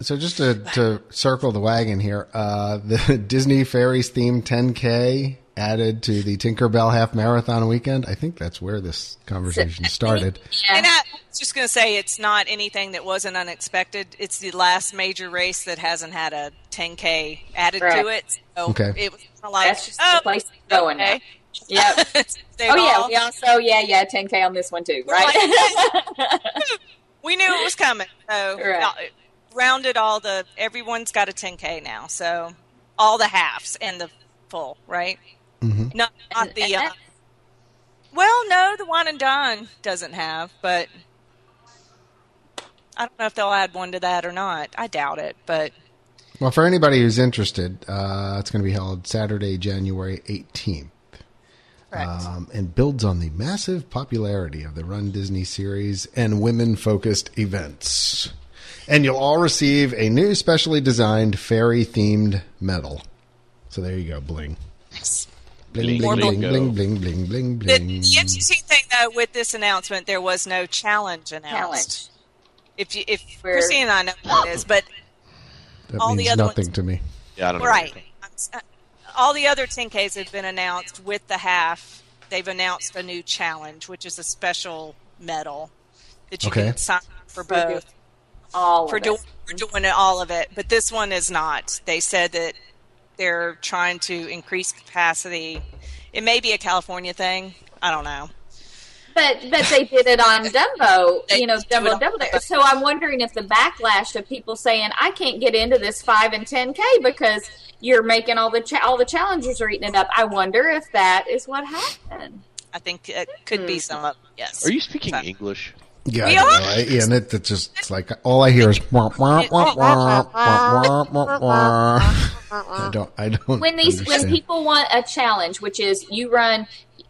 [SPEAKER 2] So just to, to circle the wagon here, uh, [LAUGHS] the Disney Fairies themed 10K added to the Tinkerbell Half Marathon weekend. I think that's where this conversation started.
[SPEAKER 3] Yeah.
[SPEAKER 6] and I was just going to say, it's not anything that wasn't unexpected. It's the last major race that hasn't had a 10K added
[SPEAKER 3] Right.
[SPEAKER 6] to it. So
[SPEAKER 2] Okay.
[SPEAKER 6] it was kinda like,
[SPEAKER 3] That's just
[SPEAKER 6] oh,
[SPEAKER 3] the place to go in now.
[SPEAKER 6] okay. [LAUGHS]
[SPEAKER 3] Yep.
[SPEAKER 6] They've
[SPEAKER 3] Oh, yeah.
[SPEAKER 6] all-
[SPEAKER 3] We also, yeah, yeah, 10K on this one too,
[SPEAKER 6] We're like,
[SPEAKER 3] right?
[SPEAKER 6] we knew it was coming. So
[SPEAKER 3] Right.
[SPEAKER 6] uh, it rounded all the everyone's got a 10k now. So all the halves and the full, right?
[SPEAKER 2] Mhm.
[SPEAKER 6] Not not the
[SPEAKER 3] [LAUGHS]
[SPEAKER 6] uh, well, no, the one and done doesn't have, but I don't know if they'll add one to that or not. I doubt it, but
[SPEAKER 2] Well, for anybody who's interested, uh, it's going to be held Saturday, January 18th. Um, and builds on the massive popularity of the Run Disney series and women focused events. And you'll all receive a new specially designed fairy themed medal. So there you go, bling. Bling, bling,
[SPEAKER 5] Bling,
[SPEAKER 2] bling,
[SPEAKER 5] go.
[SPEAKER 2] bling, bling, bling, bling,
[SPEAKER 6] the,
[SPEAKER 2] bling.
[SPEAKER 6] the interesting thing though with this announcement, there was no challenge announced.
[SPEAKER 3] Challenge.
[SPEAKER 6] If you, if
[SPEAKER 3] Where-
[SPEAKER 6] Christine and I know what it is, but
[SPEAKER 2] That
[SPEAKER 6] all the
[SPEAKER 2] means
[SPEAKER 6] other
[SPEAKER 2] nothing
[SPEAKER 6] ones-
[SPEAKER 2] to me.
[SPEAKER 5] Yeah, I don't know.
[SPEAKER 6] Right. I'm s- uh, All the other 10Ks have been announced with the half. They've announced a new challenge, which is a special medal that you
[SPEAKER 2] Okay.
[SPEAKER 6] can sign for
[SPEAKER 3] For
[SPEAKER 6] both
[SPEAKER 3] All
[SPEAKER 6] for
[SPEAKER 3] of
[SPEAKER 6] doing
[SPEAKER 3] it.
[SPEAKER 6] for doing all of it. But this one is not. They said that they're trying to increase capacity. It may be a California thing. I don't know.
[SPEAKER 3] But but they did it
[SPEAKER 6] [LAUGHS]
[SPEAKER 3] on Dumbo,
[SPEAKER 6] They
[SPEAKER 3] you know,
[SPEAKER 6] did it
[SPEAKER 3] Dumbo
[SPEAKER 6] on
[SPEAKER 3] Dumbo. There.
[SPEAKER 6] Dumbo.
[SPEAKER 3] So I'm wondering if the backlash of people saying I can't get into this five and ten k because you're making all the cha- all the challengers are eating it up. I wonder if that is what happened.
[SPEAKER 6] I think it could
[SPEAKER 3] Hmm.
[SPEAKER 6] be some of yes.
[SPEAKER 5] Are you speaking English?
[SPEAKER 2] Yeah,
[SPEAKER 6] We
[SPEAKER 2] I don't
[SPEAKER 6] are-
[SPEAKER 2] know. I- yeah, and it, it's just it's like all I hear is wah, wah, wah, wah, wah, wah, wah, wah. I don't I don't
[SPEAKER 3] when these
[SPEAKER 2] understand.
[SPEAKER 3] when people want a challenge, which is you run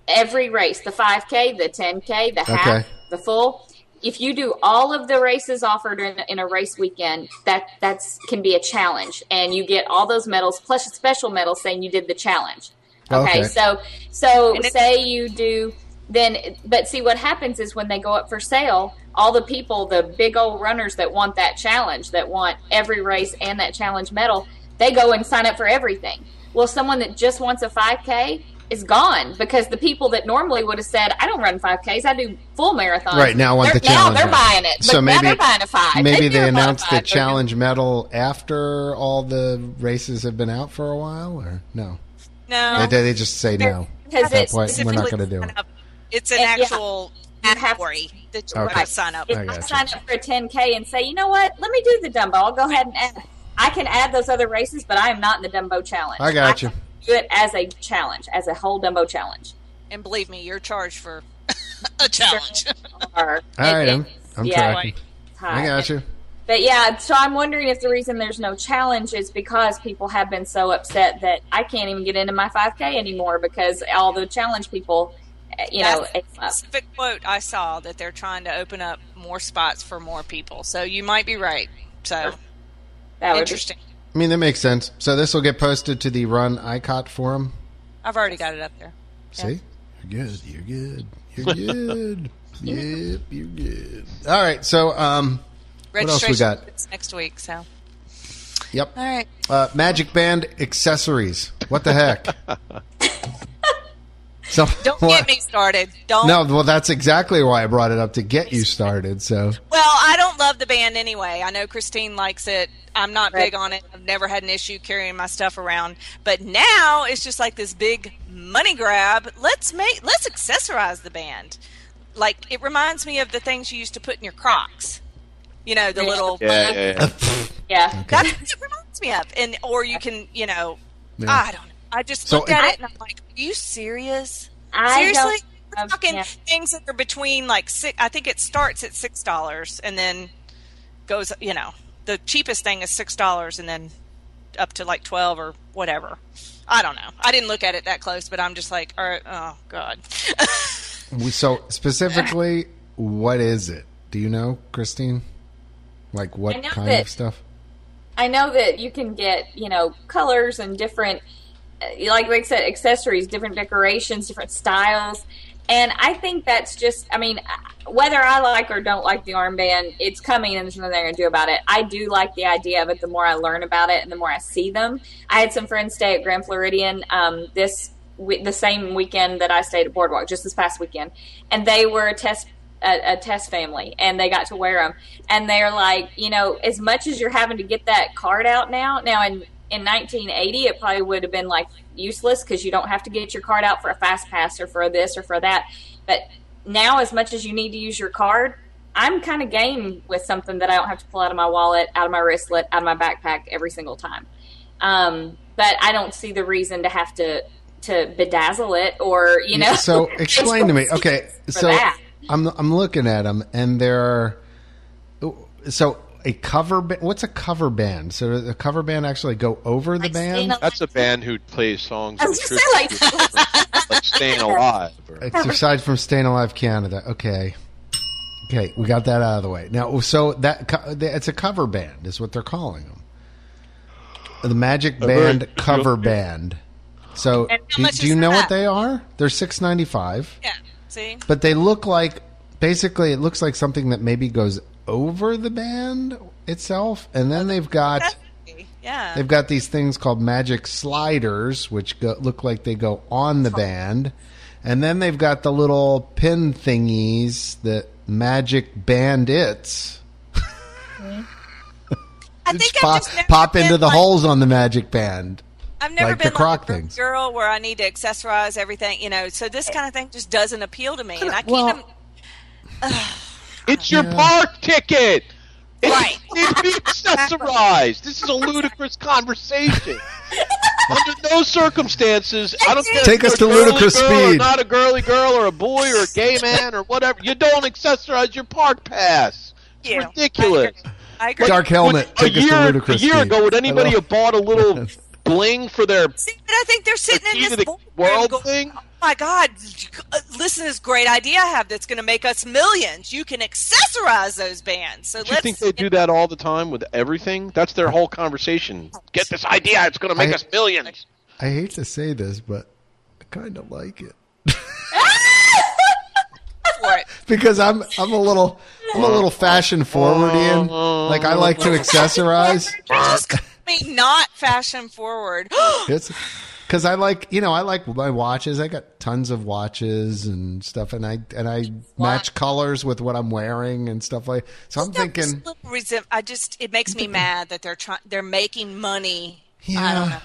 [SPEAKER 3] every race, the 5K, the 10K, the half,
[SPEAKER 2] Okay.
[SPEAKER 3] the full. If you do all of the races offered in, in a race weekend, that that's can be a challenge, and you get all those medals plus a special medal saying you did the challenge. Okay,
[SPEAKER 2] Okay.
[SPEAKER 3] so so
[SPEAKER 6] And it-
[SPEAKER 3] say you do then, but see what happens is when they go up for sale, all the people, the big old runners that want that challenge, that want every race and that challenge medal, they go and sign up for everything. Well, someone that just wants a 5K is gone because the people that normally would have said, "I don't run 5Ks, I do full marathons."
[SPEAKER 2] Right, now I want
[SPEAKER 3] They're-
[SPEAKER 2] the challenge
[SPEAKER 3] Now they're
[SPEAKER 2] medal.
[SPEAKER 3] buying it, but
[SPEAKER 2] So
[SPEAKER 3] now
[SPEAKER 2] maybe-
[SPEAKER 3] they're buying a five.
[SPEAKER 2] Maybe
[SPEAKER 3] do
[SPEAKER 2] they
[SPEAKER 3] a
[SPEAKER 2] announced the
[SPEAKER 3] modified. They're
[SPEAKER 2] challenge medal after all the races have been out for a while, or no?
[SPEAKER 3] Um,
[SPEAKER 6] no?
[SPEAKER 2] They, they just say no.
[SPEAKER 3] Because
[SPEAKER 2] At that
[SPEAKER 3] it's
[SPEAKER 2] point, we're not going to
[SPEAKER 6] specifically
[SPEAKER 2] do it.
[SPEAKER 6] sign up. It's an
[SPEAKER 3] And, yeah,
[SPEAKER 6] actual
[SPEAKER 3] you have-
[SPEAKER 6] category that you
[SPEAKER 2] Okay.
[SPEAKER 6] have to sign up.
[SPEAKER 3] If
[SPEAKER 2] I
[SPEAKER 3] I,
[SPEAKER 2] gotcha.
[SPEAKER 3] sign up for a 10K and say, you know what, let me do the Dumbo. I'll go ahead and add. I can add those other races, but I am not in the Dumbo challenge.
[SPEAKER 2] I got you.
[SPEAKER 3] can Do it as a challenge, as a whole Dumbo challenge.
[SPEAKER 6] And believe me, you're charged for [LAUGHS] a challenge.
[SPEAKER 3] Or,
[SPEAKER 2] All right,
[SPEAKER 3] it-
[SPEAKER 2] I'm I'm
[SPEAKER 3] yeah,
[SPEAKER 2] tracking.
[SPEAKER 3] it's
[SPEAKER 2] I
[SPEAKER 3] high.
[SPEAKER 2] got you.
[SPEAKER 3] But yeah, so I'm wondering if the reason there's no challenge is because people have been so upset that I can't even get into my 5K anymore because all the challenge people, eh, you know,
[SPEAKER 6] That's
[SPEAKER 3] it's
[SPEAKER 6] a specific quote I saw that they're trying to open up more spots for more people. So you might be right. So
[SPEAKER 3] that would be
[SPEAKER 6] interesting.
[SPEAKER 2] I mean, that makes sense. So this will get posted to the Run ICOT forum.
[SPEAKER 6] I've already got it up there.
[SPEAKER 2] See, you're good. You're [LAUGHS] good. You're good. yep, you're good. All right, so um, What else we got?
[SPEAKER 6] It's next week. So
[SPEAKER 2] Yep.
[SPEAKER 6] all right.
[SPEAKER 2] Uh, Magic Band accessories. What the
[SPEAKER 3] [LAUGHS]
[SPEAKER 2] heck? so,
[SPEAKER 6] Don't
[SPEAKER 2] what-
[SPEAKER 6] get me started. Don't.
[SPEAKER 2] No, well, that's exactly why I brought it up to get you started. So,
[SPEAKER 6] Well, I don't love the band anyway. I know Christine likes it. I'm not
[SPEAKER 3] Right.
[SPEAKER 6] big on it. I've never had an issue carrying my stuff around. But now it's just like this big money grab. Let's make let's accessorize the band. Like it reminds me of the things you used to put in your Crocs. You know, the
[SPEAKER 3] Yeah.
[SPEAKER 6] little
[SPEAKER 5] Yeah, yeah, yeah.
[SPEAKER 3] Yeah.
[SPEAKER 6] That's what it reminds me of. And or you can, you know,
[SPEAKER 2] Yeah.
[SPEAKER 6] I don't know. I just
[SPEAKER 2] So
[SPEAKER 6] looked
[SPEAKER 2] it-
[SPEAKER 6] at it and I'm like, are you serious?
[SPEAKER 3] I
[SPEAKER 6] Seriously?
[SPEAKER 3] don't-
[SPEAKER 6] We're talking
[SPEAKER 3] yeah.
[SPEAKER 6] things that are between like six. I think it starts at six dollars and then goes. You know, the cheapest thing is six dollars and then up to like twelve or whatever. I don't know. I didn't look at it that close, but I'm just like, all right, oh god. [LAUGHS]
[SPEAKER 2] we- so specifically, what is it? Do you know, Christine? Like
[SPEAKER 3] I
[SPEAKER 2] what
[SPEAKER 3] know
[SPEAKER 2] kind
[SPEAKER 3] that-
[SPEAKER 2] of stuff?
[SPEAKER 3] I know that you can get, you know, colors and different, uh, like like I said, accessories, different decorations, different styles. And I think that's just, I mean, uh, whether I like or don't like the armband, it's coming and there's nothing they're going to do about it. I do like the idea of it the more I learn about it and the more I see them. I had some friends stay at Grand Floridian um, this we- the same weekend that I stayed at Boardwalk, just this past weekend, and they were a test a, a test family, and they got to wear them, and they're like, you know, as much as you're having to get that card out now, now in in 1980, it probably would have been like useless because you don't have to get your card out for a fast pass or for this or for that, but now as much as you need to use your card. I'm kind of game with something that I don't have to pull out of my wallet, out of my wristlet, out of my backpack every single time um, but I don't see the reason to have to to bedazzle it or you know. [LAUGHS]
[SPEAKER 2] So explain to me. Okay,
[SPEAKER 3] For
[SPEAKER 2] so
[SPEAKER 3] that.
[SPEAKER 2] I'm I'm looking at them, and there are so a cover. ba- What's a cover band? So does the cover band actually go over the
[SPEAKER 3] Like
[SPEAKER 2] band?
[SPEAKER 3] Stan-
[SPEAKER 5] That's a band who plays songs
[SPEAKER 3] I
[SPEAKER 5] in
[SPEAKER 3] was gonna say,
[SPEAKER 5] tribute to- like
[SPEAKER 3] [LAUGHS]
[SPEAKER 5] "Staying Alive." Or,
[SPEAKER 2] It's aside from staying alive, Canada. Okay, okay, we got that out of the way. Now, so that co- it's a cover band, is what they're calling them. The Magic
[SPEAKER 5] very-
[SPEAKER 2] Band cover band. So,
[SPEAKER 6] And how
[SPEAKER 2] do,
[SPEAKER 6] much
[SPEAKER 2] do you
[SPEAKER 6] is
[SPEAKER 2] know what
[SPEAKER 6] that?
[SPEAKER 2] they are? They're six ninety five,
[SPEAKER 6] yeah. See.
[SPEAKER 2] but they look like basically it looks like something that maybe goes over the band itself, and then they've got.
[SPEAKER 6] Yeah.
[SPEAKER 2] They've got these things called magic sliders, which go, look like they go on the band. And then they've got the little pin thingies that magic bandits
[SPEAKER 6] I
[SPEAKER 2] which
[SPEAKER 6] think
[SPEAKER 2] pop,
[SPEAKER 6] I've just never
[SPEAKER 2] pop
[SPEAKER 6] been,
[SPEAKER 2] into the
[SPEAKER 6] like,
[SPEAKER 2] holes on the magic band.
[SPEAKER 6] I've never
[SPEAKER 2] like the
[SPEAKER 6] been
[SPEAKER 2] croc
[SPEAKER 6] like a
[SPEAKER 2] things.
[SPEAKER 6] girl where I need to accessorize everything, you know. So this kind of thing just doesn't appeal to me, and I can't.
[SPEAKER 2] well-
[SPEAKER 6] im-
[SPEAKER 5] it's your park ticket. It [LAUGHS]
[SPEAKER 6] Right.
[SPEAKER 5] needs to be accessorized. This is a
[SPEAKER 2] [LAUGHS]
[SPEAKER 5] ludicrous conversation. Under no circumstances, I don't care. if
[SPEAKER 2] Take
[SPEAKER 5] you're
[SPEAKER 2] us
[SPEAKER 5] a
[SPEAKER 2] to
[SPEAKER 5] girly
[SPEAKER 2] ludicrous
[SPEAKER 5] girl Or
[SPEAKER 2] speed.
[SPEAKER 5] not a girly girl, or a boy, or a gay man, or whatever. You don't accessorize your park pass. It's
[SPEAKER 6] Yeah.
[SPEAKER 5] ridiculous.
[SPEAKER 6] I agree.
[SPEAKER 2] Dark helmet.
[SPEAKER 5] Would-
[SPEAKER 2] Take
[SPEAKER 5] a
[SPEAKER 2] us to
[SPEAKER 5] year, a
[SPEAKER 2] ludicrous
[SPEAKER 5] year
[SPEAKER 2] speed.
[SPEAKER 5] ago, would anybody
[SPEAKER 2] Hello?
[SPEAKER 5] have bought
[SPEAKER 2] [LAUGHS]
[SPEAKER 5] a little bling for their
[SPEAKER 6] See, but I think they're sitting in
[SPEAKER 5] key to
[SPEAKER 6] this
[SPEAKER 5] the
[SPEAKER 6] boardroom
[SPEAKER 5] world
[SPEAKER 6] going,
[SPEAKER 5] thing?
[SPEAKER 6] Oh my God! uh, Listen, to this great idea I have that's going to make us millions. You can accessorize those bands. So
[SPEAKER 5] Do you
[SPEAKER 6] let's.
[SPEAKER 5] think they do that all the time with everything? That's their whole conversation. Get this idea; it's going to make
[SPEAKER 2] I-
[SPEAKER 5] us millions.
[SPEAKER 2] I hate to say this, but I kind of like it.
[SPEAKER 6] for
[SPEAKER 2] [LAUGHS]
[SPEAKER 6] it?
[SPEAKER 2] Because I'm I'm a little I'm a little fashion forward in. Like I like
[SPEAKER 6] [LAUGHS]
[SPEAKER 2] to accessorize.
[SPEAKER 6] I mean, not fashion forward. [GASPS]
[SPEAKER 2] It's because I like you know I like my watches. I got tons of watches and stuff, and I and I match colors with what I'm wearing and stuff like. So I'm
[SPEAKER 6] Just
[SPEAKER 2] thinking,
[SPEAKER 6] a little resent- I just it makes me mad that they're trying. They're making money.
[SPEAKER 2] yeah,
[SPEAKER 6] I don't know.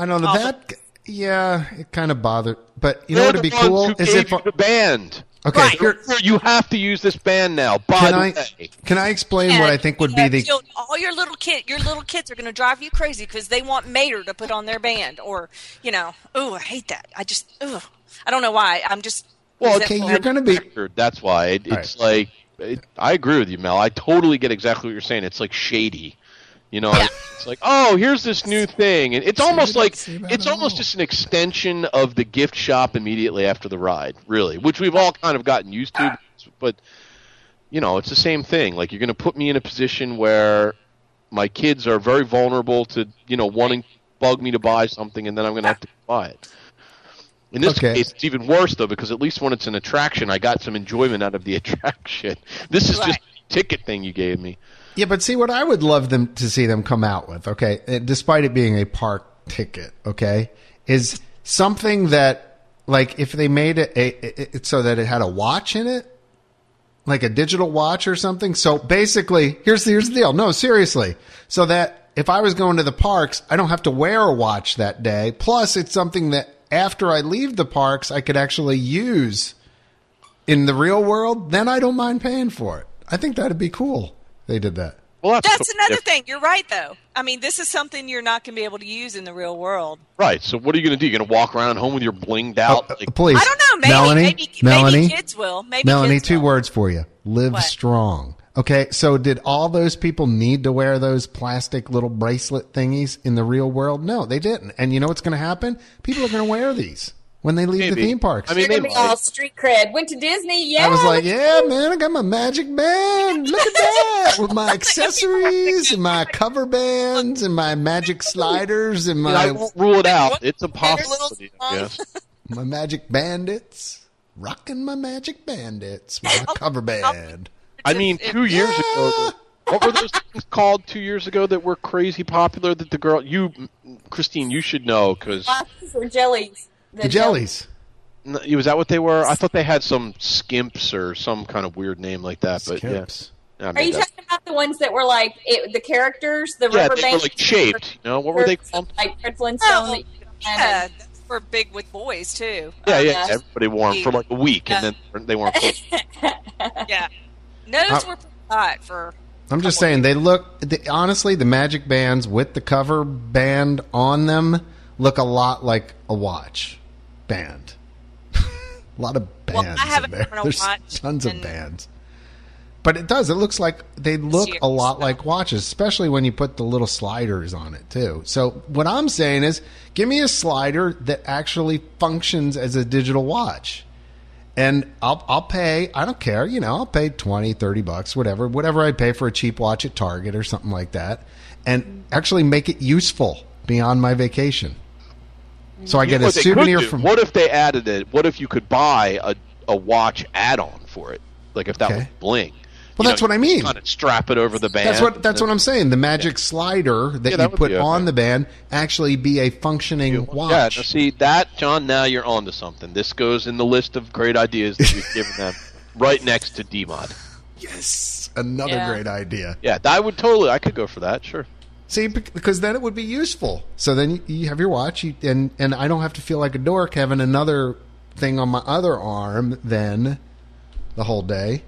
[SPEAKER 2] I don't know
[SPEAKER 6] All
[SPEAKER 2] that. Yeah, it kind of bothered, but you know what would be
[SPEAKER 5] They're the ones
[SPEAKER 2] cool
[SPEAKER 5] who
[SPEAKER 2] is
[SPEAKER 5] gave
[SPEAKER 2] if
[SPEAKER 5] you the band.
[SPEAKER 2] okay.
[SPEAKER 6] Right.
[SPEAKER 2] Here,
[SPEAKER 5] Here, you have to use this band now. By
[SPEAKER 2] can
[SPEAKER 5] the
[SPEAKER 2] I
[SPEAKER 5] way,
[SPEAKER 2] can I explain what I think would be
[SPEAKER 6] Yeah,
[SPEAKER 2] the
[SPEAKER 6] you'll- all your little kid, your little kids are going to drive you crazy because they want Mater to put on their band, or you know, ooh, I hate that. I just, ooh, I don't know why. I'm just.
[SPEAKER 5] Well,
[SPEAKER 2] okay?
[SPEAKER 6] resentful.
[SPEAKER 2] You're gonna be
[SPEAKER 5] that's why it, it's like it, I agree with you, Mel. I totally get exactly what you're saying. It's like shady. You know, it's like, oh, here's this new thing, and it's almost
[SPEAKER 2] that-
[SPEAKER 5] like
[SPEAKER 2] see that
[SPEAKER 5] it's
[SPEAKER 2] at
[SPEAKER 5] almost
[SPEAKER 2] all.
[SPEAKER 5] just an extension of the gift shop immediately after the ride, really, which we've all kind of gotten used to. But you know, it's the same thing. Like you're going to put me in a position where my kids are very vulnerable to you know wanting to bug me to buy something, and then I'm going to have to buy it. In this
[SPEAKER 2] Okay.
[SPEAKER 5] case, it's even worse though because at least when it's an [LAUGHS] attraction, I got some enjoyment out of the attraction. This is just
[SPEAKER 6] Right.
[SPEAKER 5] a ticket thing you gave me.
[SPEAKER 2] Yeah, but see what I would love them to see them come out with, okay, eh, despite it being a park ticket, okay, is something that like if they made it a, it- it so that it had a watch in it, like a digital watch or something. So basically, here's the, here's the deal. No, seriously. So that if I was going to the parks, I don't have to wear a watch that day. Plus, it's something that after I leave the parks, I could actually use in the real world. Then I don't mind paying for it. I think that'd be cool. if They did that.
[SPEAKER 5] Well,
[SPEAKER 2] Oh,
[SPEAKER 6] That's
[SPEAKER 5] totally
[SPEAKER 6] another
[SPEAKER 5] different.
[SPEAKER 6] thing. You're right, though. I mean, this is something you're not going to be able to use in the real world.
[SPEAKER 5] Right. So what are you going to do? You're going to walk around home with your blinged out?
[SPEAKER 2] Uh,
[SPEAKER 5] like,
[SPEAKER 2] please.
[SPEAKER 6] I don't know. Maybe,
[SPEAKER 2] Melanie,
[SPEAKER 6] maybe,
[SPEAKER 2] Melanie,
[SPEAKER 6] maybe kids will. Maybe
[SPEAKER 2] Melanie,
[SPEAKER 6] kids
[SPEAKER 2] two
[SPEAKER 6] will.
[SPEAKER 2] words for you. Live
[SPEAKER 6] What?
[SPEAKER 2] strong. Okay, so did all those people need to wear those plastic little bracelet thingies in the real world? No, they didn't. And you know what's going to happen? People are going to wear these when they leave
[SPEAKER 5] Maybe.
[SPEAKER 2] the theme parks.
[SPEAKER 5] I mean,
[SPEAKER 3] They're
[SPEAKER 5] they
[SPEAKER 3] gonna be
[SPEAKER 5] might.
[SPEAKER 3] all street cred. Went to Disney. Yeah.
[SPEAKER 2] I was like, yeah, man, I got my magic band. Look at that. With
[SPEAKER 6] [LAUGHS]
[SPEAKER 2] my accessories and my cover bands and my
[SPEAKER 6] [LAUGHS]
[SPEAKER 2] magic sliders and
[SPEAKER 5] I
[SPEAKER 2] my,
[SPEAKER 5] won't rule it out.
[SPEAKER 6] What?
[SPEAKER 5] It's a
[SPEAKER 6] little
[SPEAKER 5] possibility. I
[SPEAKER 6] song.
[SPEAKER 5] guess.
[SPEAKER 2] my magic bandits. Rocking my magic bandits. My cover band.
[SPEAKER 5] I mean, two years
[SPEAKER 3] [LAUGHS]
[SPEAKER 5] ago, what were those things called two years ago that were crazy popular that the girl, you, Christine, you should know because
[SPEAKER 3] Boxes or jellies.
[SPEAKER 2] The jellies.
[SPEAKER 5] was that what they were? I thought they had some skimps or some kind of weird name like that. But
[SPEAKER 2] Skips.
[SPEAKER 5] yeah, I
[SPEAKER 3] Are
[SPEAKER 5] mean,
[SPEAKER 3] you
[SPEAKER 5] that-
[SPEAKER 3] talking about the ones that were like it, the characters, the
[SPEAKER 5] yeah,
[SPEAKER 3] rubber
[SPEAKER 5] they were
[SPEAKER 3] band
[SPEAKER 5] like shaped. You know, what were they called?
[SPEAKER 3] Like Fred Flintstone.
[SPEAKER 6] Oh,
[SPEAKER 3] that you
[SPEAKER 6] Yeah,
[SPEAKER 3] had.
[SPEAKER 6] that's- we're big with boys too.
[SPEAKER 5] Yeah, yeah.
[SPEAKER 3] yeah.
[SPEAKER 5] Everybody wore them for like a week, and then they
[SPEAKER 3] [LAUGHS]
[SPEAKER 5] weren't. cool.
[SPEAKER 6] Yeah, notice we're hot for.
[SPEAKER 2] I'm just saying they look the, honestly the magic bands with the cover band on them look a lot like a watch band. [LAUGHS] a lot of
[SPEAKER 6] Well, I
[SPEAKER 2] bands.
[SPEAKER 6] haven't
[SPEAKER 2] in there.
[SPEAKER 6] worn a
[SPEAKER 2] There's
[SPEAKER 6] watch
[SPEAKER 2] tons
[SPEAKER 6] in-
[SPEAKER 2] of bands. But it does. It looks like they look
[SPEAKER 6] year,
[SPEAKER 2] a lot
[SPEAKER 6] so.
[SPEAKER 2] like watches, especially when you put the little sliders on it too. So what I'm saying is, give me a slider that actually functions as a digital watch and I'll, I'll pay i don't care you know i'll pay 20 30 bucks whatever whatever i pay for a cheap watch at target or something like that and actually make it useful beyond my vacation so i
[SPEAKER 5] You
[SPEAKER 2] get
[SPEAKER 5] know
[SPEAKER 2] a
[SPEAKER 5] what they could
[SPEAKER 2] souvenir
[SPEAKER 5] do?
[SPEAKER 2] from
[SPEAKER 5] What if they added it? What if you could buy a, a watch add-on for it? Like if that
[SPEAKER 2] Okay.
[SPEAKER 5] was bling.
[SPEAKER 2] Well, that's what I mean.
[SPEAKER 5] Kind of strap it over the band.
[SPEAKER 2] that's what that's
[SPEAKER 5] and
[SPEAKER 2] what i'm saying the magic slider that
[SPEAKER 5] Yeah, that
[SPEAKER 2] you
[SPEAKER 5] would
[SPEAKER 2] put
[SPEAKER 5] be okay.
[SPEAKER 2] on the band actually be a functioning
[SPEAKER 5] then- Yeah,
[SPEAKER 2] watch
[SPEAKER 5] now see that, John. Now you're on to something. This goes in the list of great ideas that you've given
[SPEAKER 2] [LAUGHS]
[SPEAKER 5] them, right next to DMod.
[SPEAKER 2] yes another
[SPEAKER 3] Yeah.
[SPEAKER 2] great idea
[SPEAKER 5] Yeah, I would totally. I could go for that. Sure.
[SPEAKER 2] See, bec- because then it would be useful. So then you- you have your watch, you, and and I don't have to feel like a dork having another thing on my other arm then the whole day.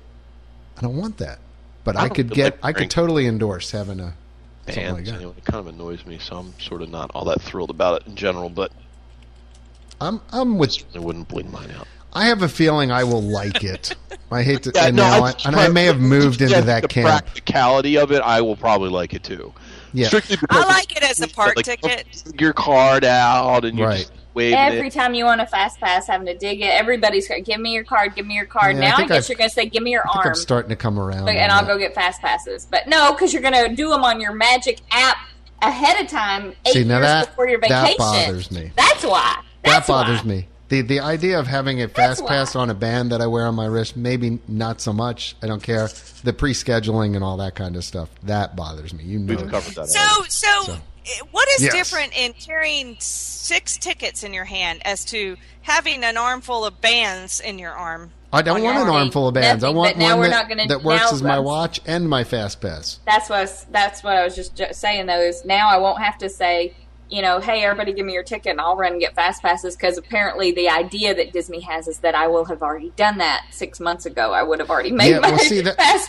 [SPEAKER 2] I don't want that, but I,
[SPEAKER 5] I don't
[SPEAKER 2] could
[SPEAKER 5] feel
[SPEAKER 2] get,
[SPEAKER 5] like
[SPEAKER 2] I could
[SPEAKER 5] wearing-
[SPEAKER 2] totally endorse having a something
[SPEAKER 5] Bands,
[SPEAKER 2] like that.
[SPEAKER 5] anyway, it kind of annoys me, so I'm sort of not all that thrilled about it in general. But
[SPEAKER 2] I'm I'm with.
[SPEAKER 5] I wouldn't bling mine out.
[SPEAKER 2] I have a feeling I will like it. I hate
[SPEAKER 5] [LAUGHS]
[SPEAKER 2] to, and
[SPEAKER 5] no,
[SPEAKER 2] now I,
[SPEAKER 5] just
[SPEAKER 2] and
[SPEAKER 5] try-
[SPEAKER 2] I may have moved into
[SPEAKER 5] just
[SPEAKER 2] that
[SPEAKER 5] the
[SPEAKER 2] camp.
[SPEAKER 5] practicality of it, I will probably like it too.
[SPEAKER 2] Yeah.
[SPEAKER 5] Strictly because
[SPEAKER 6] I like it as a
[SPEAKER 5] it's-
[SPEAKER 6] park
[SPEAKER 5] like,
[SPEAKER 6] ticket.
[SPEAKER 5] Your card out and you
[SPEAKER 2] Right.
[SPEAKER 5] just waving
[SPEAKER 3] Every
[SPEAKER 5] it.
[SPEAKER 3] time you want a fast pass, having to dig it, everybody's going, give me your card, give me your card.
[SPEAKER 2] Yeah, I
[SPEAKER 3] now I,
[SPEAKER 2] think
[SPEAKER 3] guess
[SPEAKER 2] I've-
[SPEAKER 3] you're going to say, give me your
[SPEAKER 2] I think
[SPEAKER 3] arm.
[SPEAKER 2] I'm starting to come around,
[SPEAKER 3] But-
[SPEAKER 2] on
[SPEAKER 3] and I'll
[SPEAKER 2] that.
[SPEAKER 3] go get fast passes. But no, because you're going to do them on your magic app ahead of time, eight
[SPEAKER 2] See, now
[SPEAKER 3] years
[SPEAKER 2] that-
[SPEAKER 3] before your
[SPEAKER 2] that
[SPEAKER 3] vacation.
[SPEAKER 2] bothers me.
[SPEAKER 3] That's why.
[SPEAKER 2] that
[SPEAKER 3] That's
[SPEAKER 2] bothers
[SPEAKER 3] why.
[SPEAKER 2] me. The the idea of having a fast
[SPEAKER 3] why.
[SPEAKER 2] pass on a band that I wear on my wrist, maybe not so much. I don't care. The pre scheduling and all that kind of stuff that bothers me. You know,
[SPEAKER 5] We've covered that.
[SPEAKER 6] So, so, eh, what is
[SPEAKER 2] Yes.
[SPEAKER 6] different in carrying six tickets in your hand as to having an armful of bands in your arm?
[SPEAKER 2] I don't
[SPEAKER 6] on
[SPEAKER 2] want
[SPEAKER 6] your
[SPEAKER 2] an
[SPEAKER 6] arm?
[SPEAKER 2] armful of bands.
[SPEAKER 3] Nothing,
[SPEAKER 2] I want
[SPEAKER 3] but now
[SPEAKER 2] one
[SPEAKER 3] we're
[SPEAKER 2] that,
[SPEAKER 3] not gonna-
[SPEAKER 2] that works
[SPEAKER 3] now
[SPEAKER 2] as my
[SPEAKER 3] that's-
[SPEAKER 2] watch and my fast pass.
[SPEAKER 3] That's what I was, that's what I was just ju- saying though is now I won't have to say you know hey everybody give me your ticket and I'll run and get fast passes because apparently the idea that Disney has is that I will have already done that six months ago I would have already made
[SPEAKER 2] Yeah,
[SPEAKER 3] my
[SPEAKER 2] well, see, that-
[SPEAKER 3] fast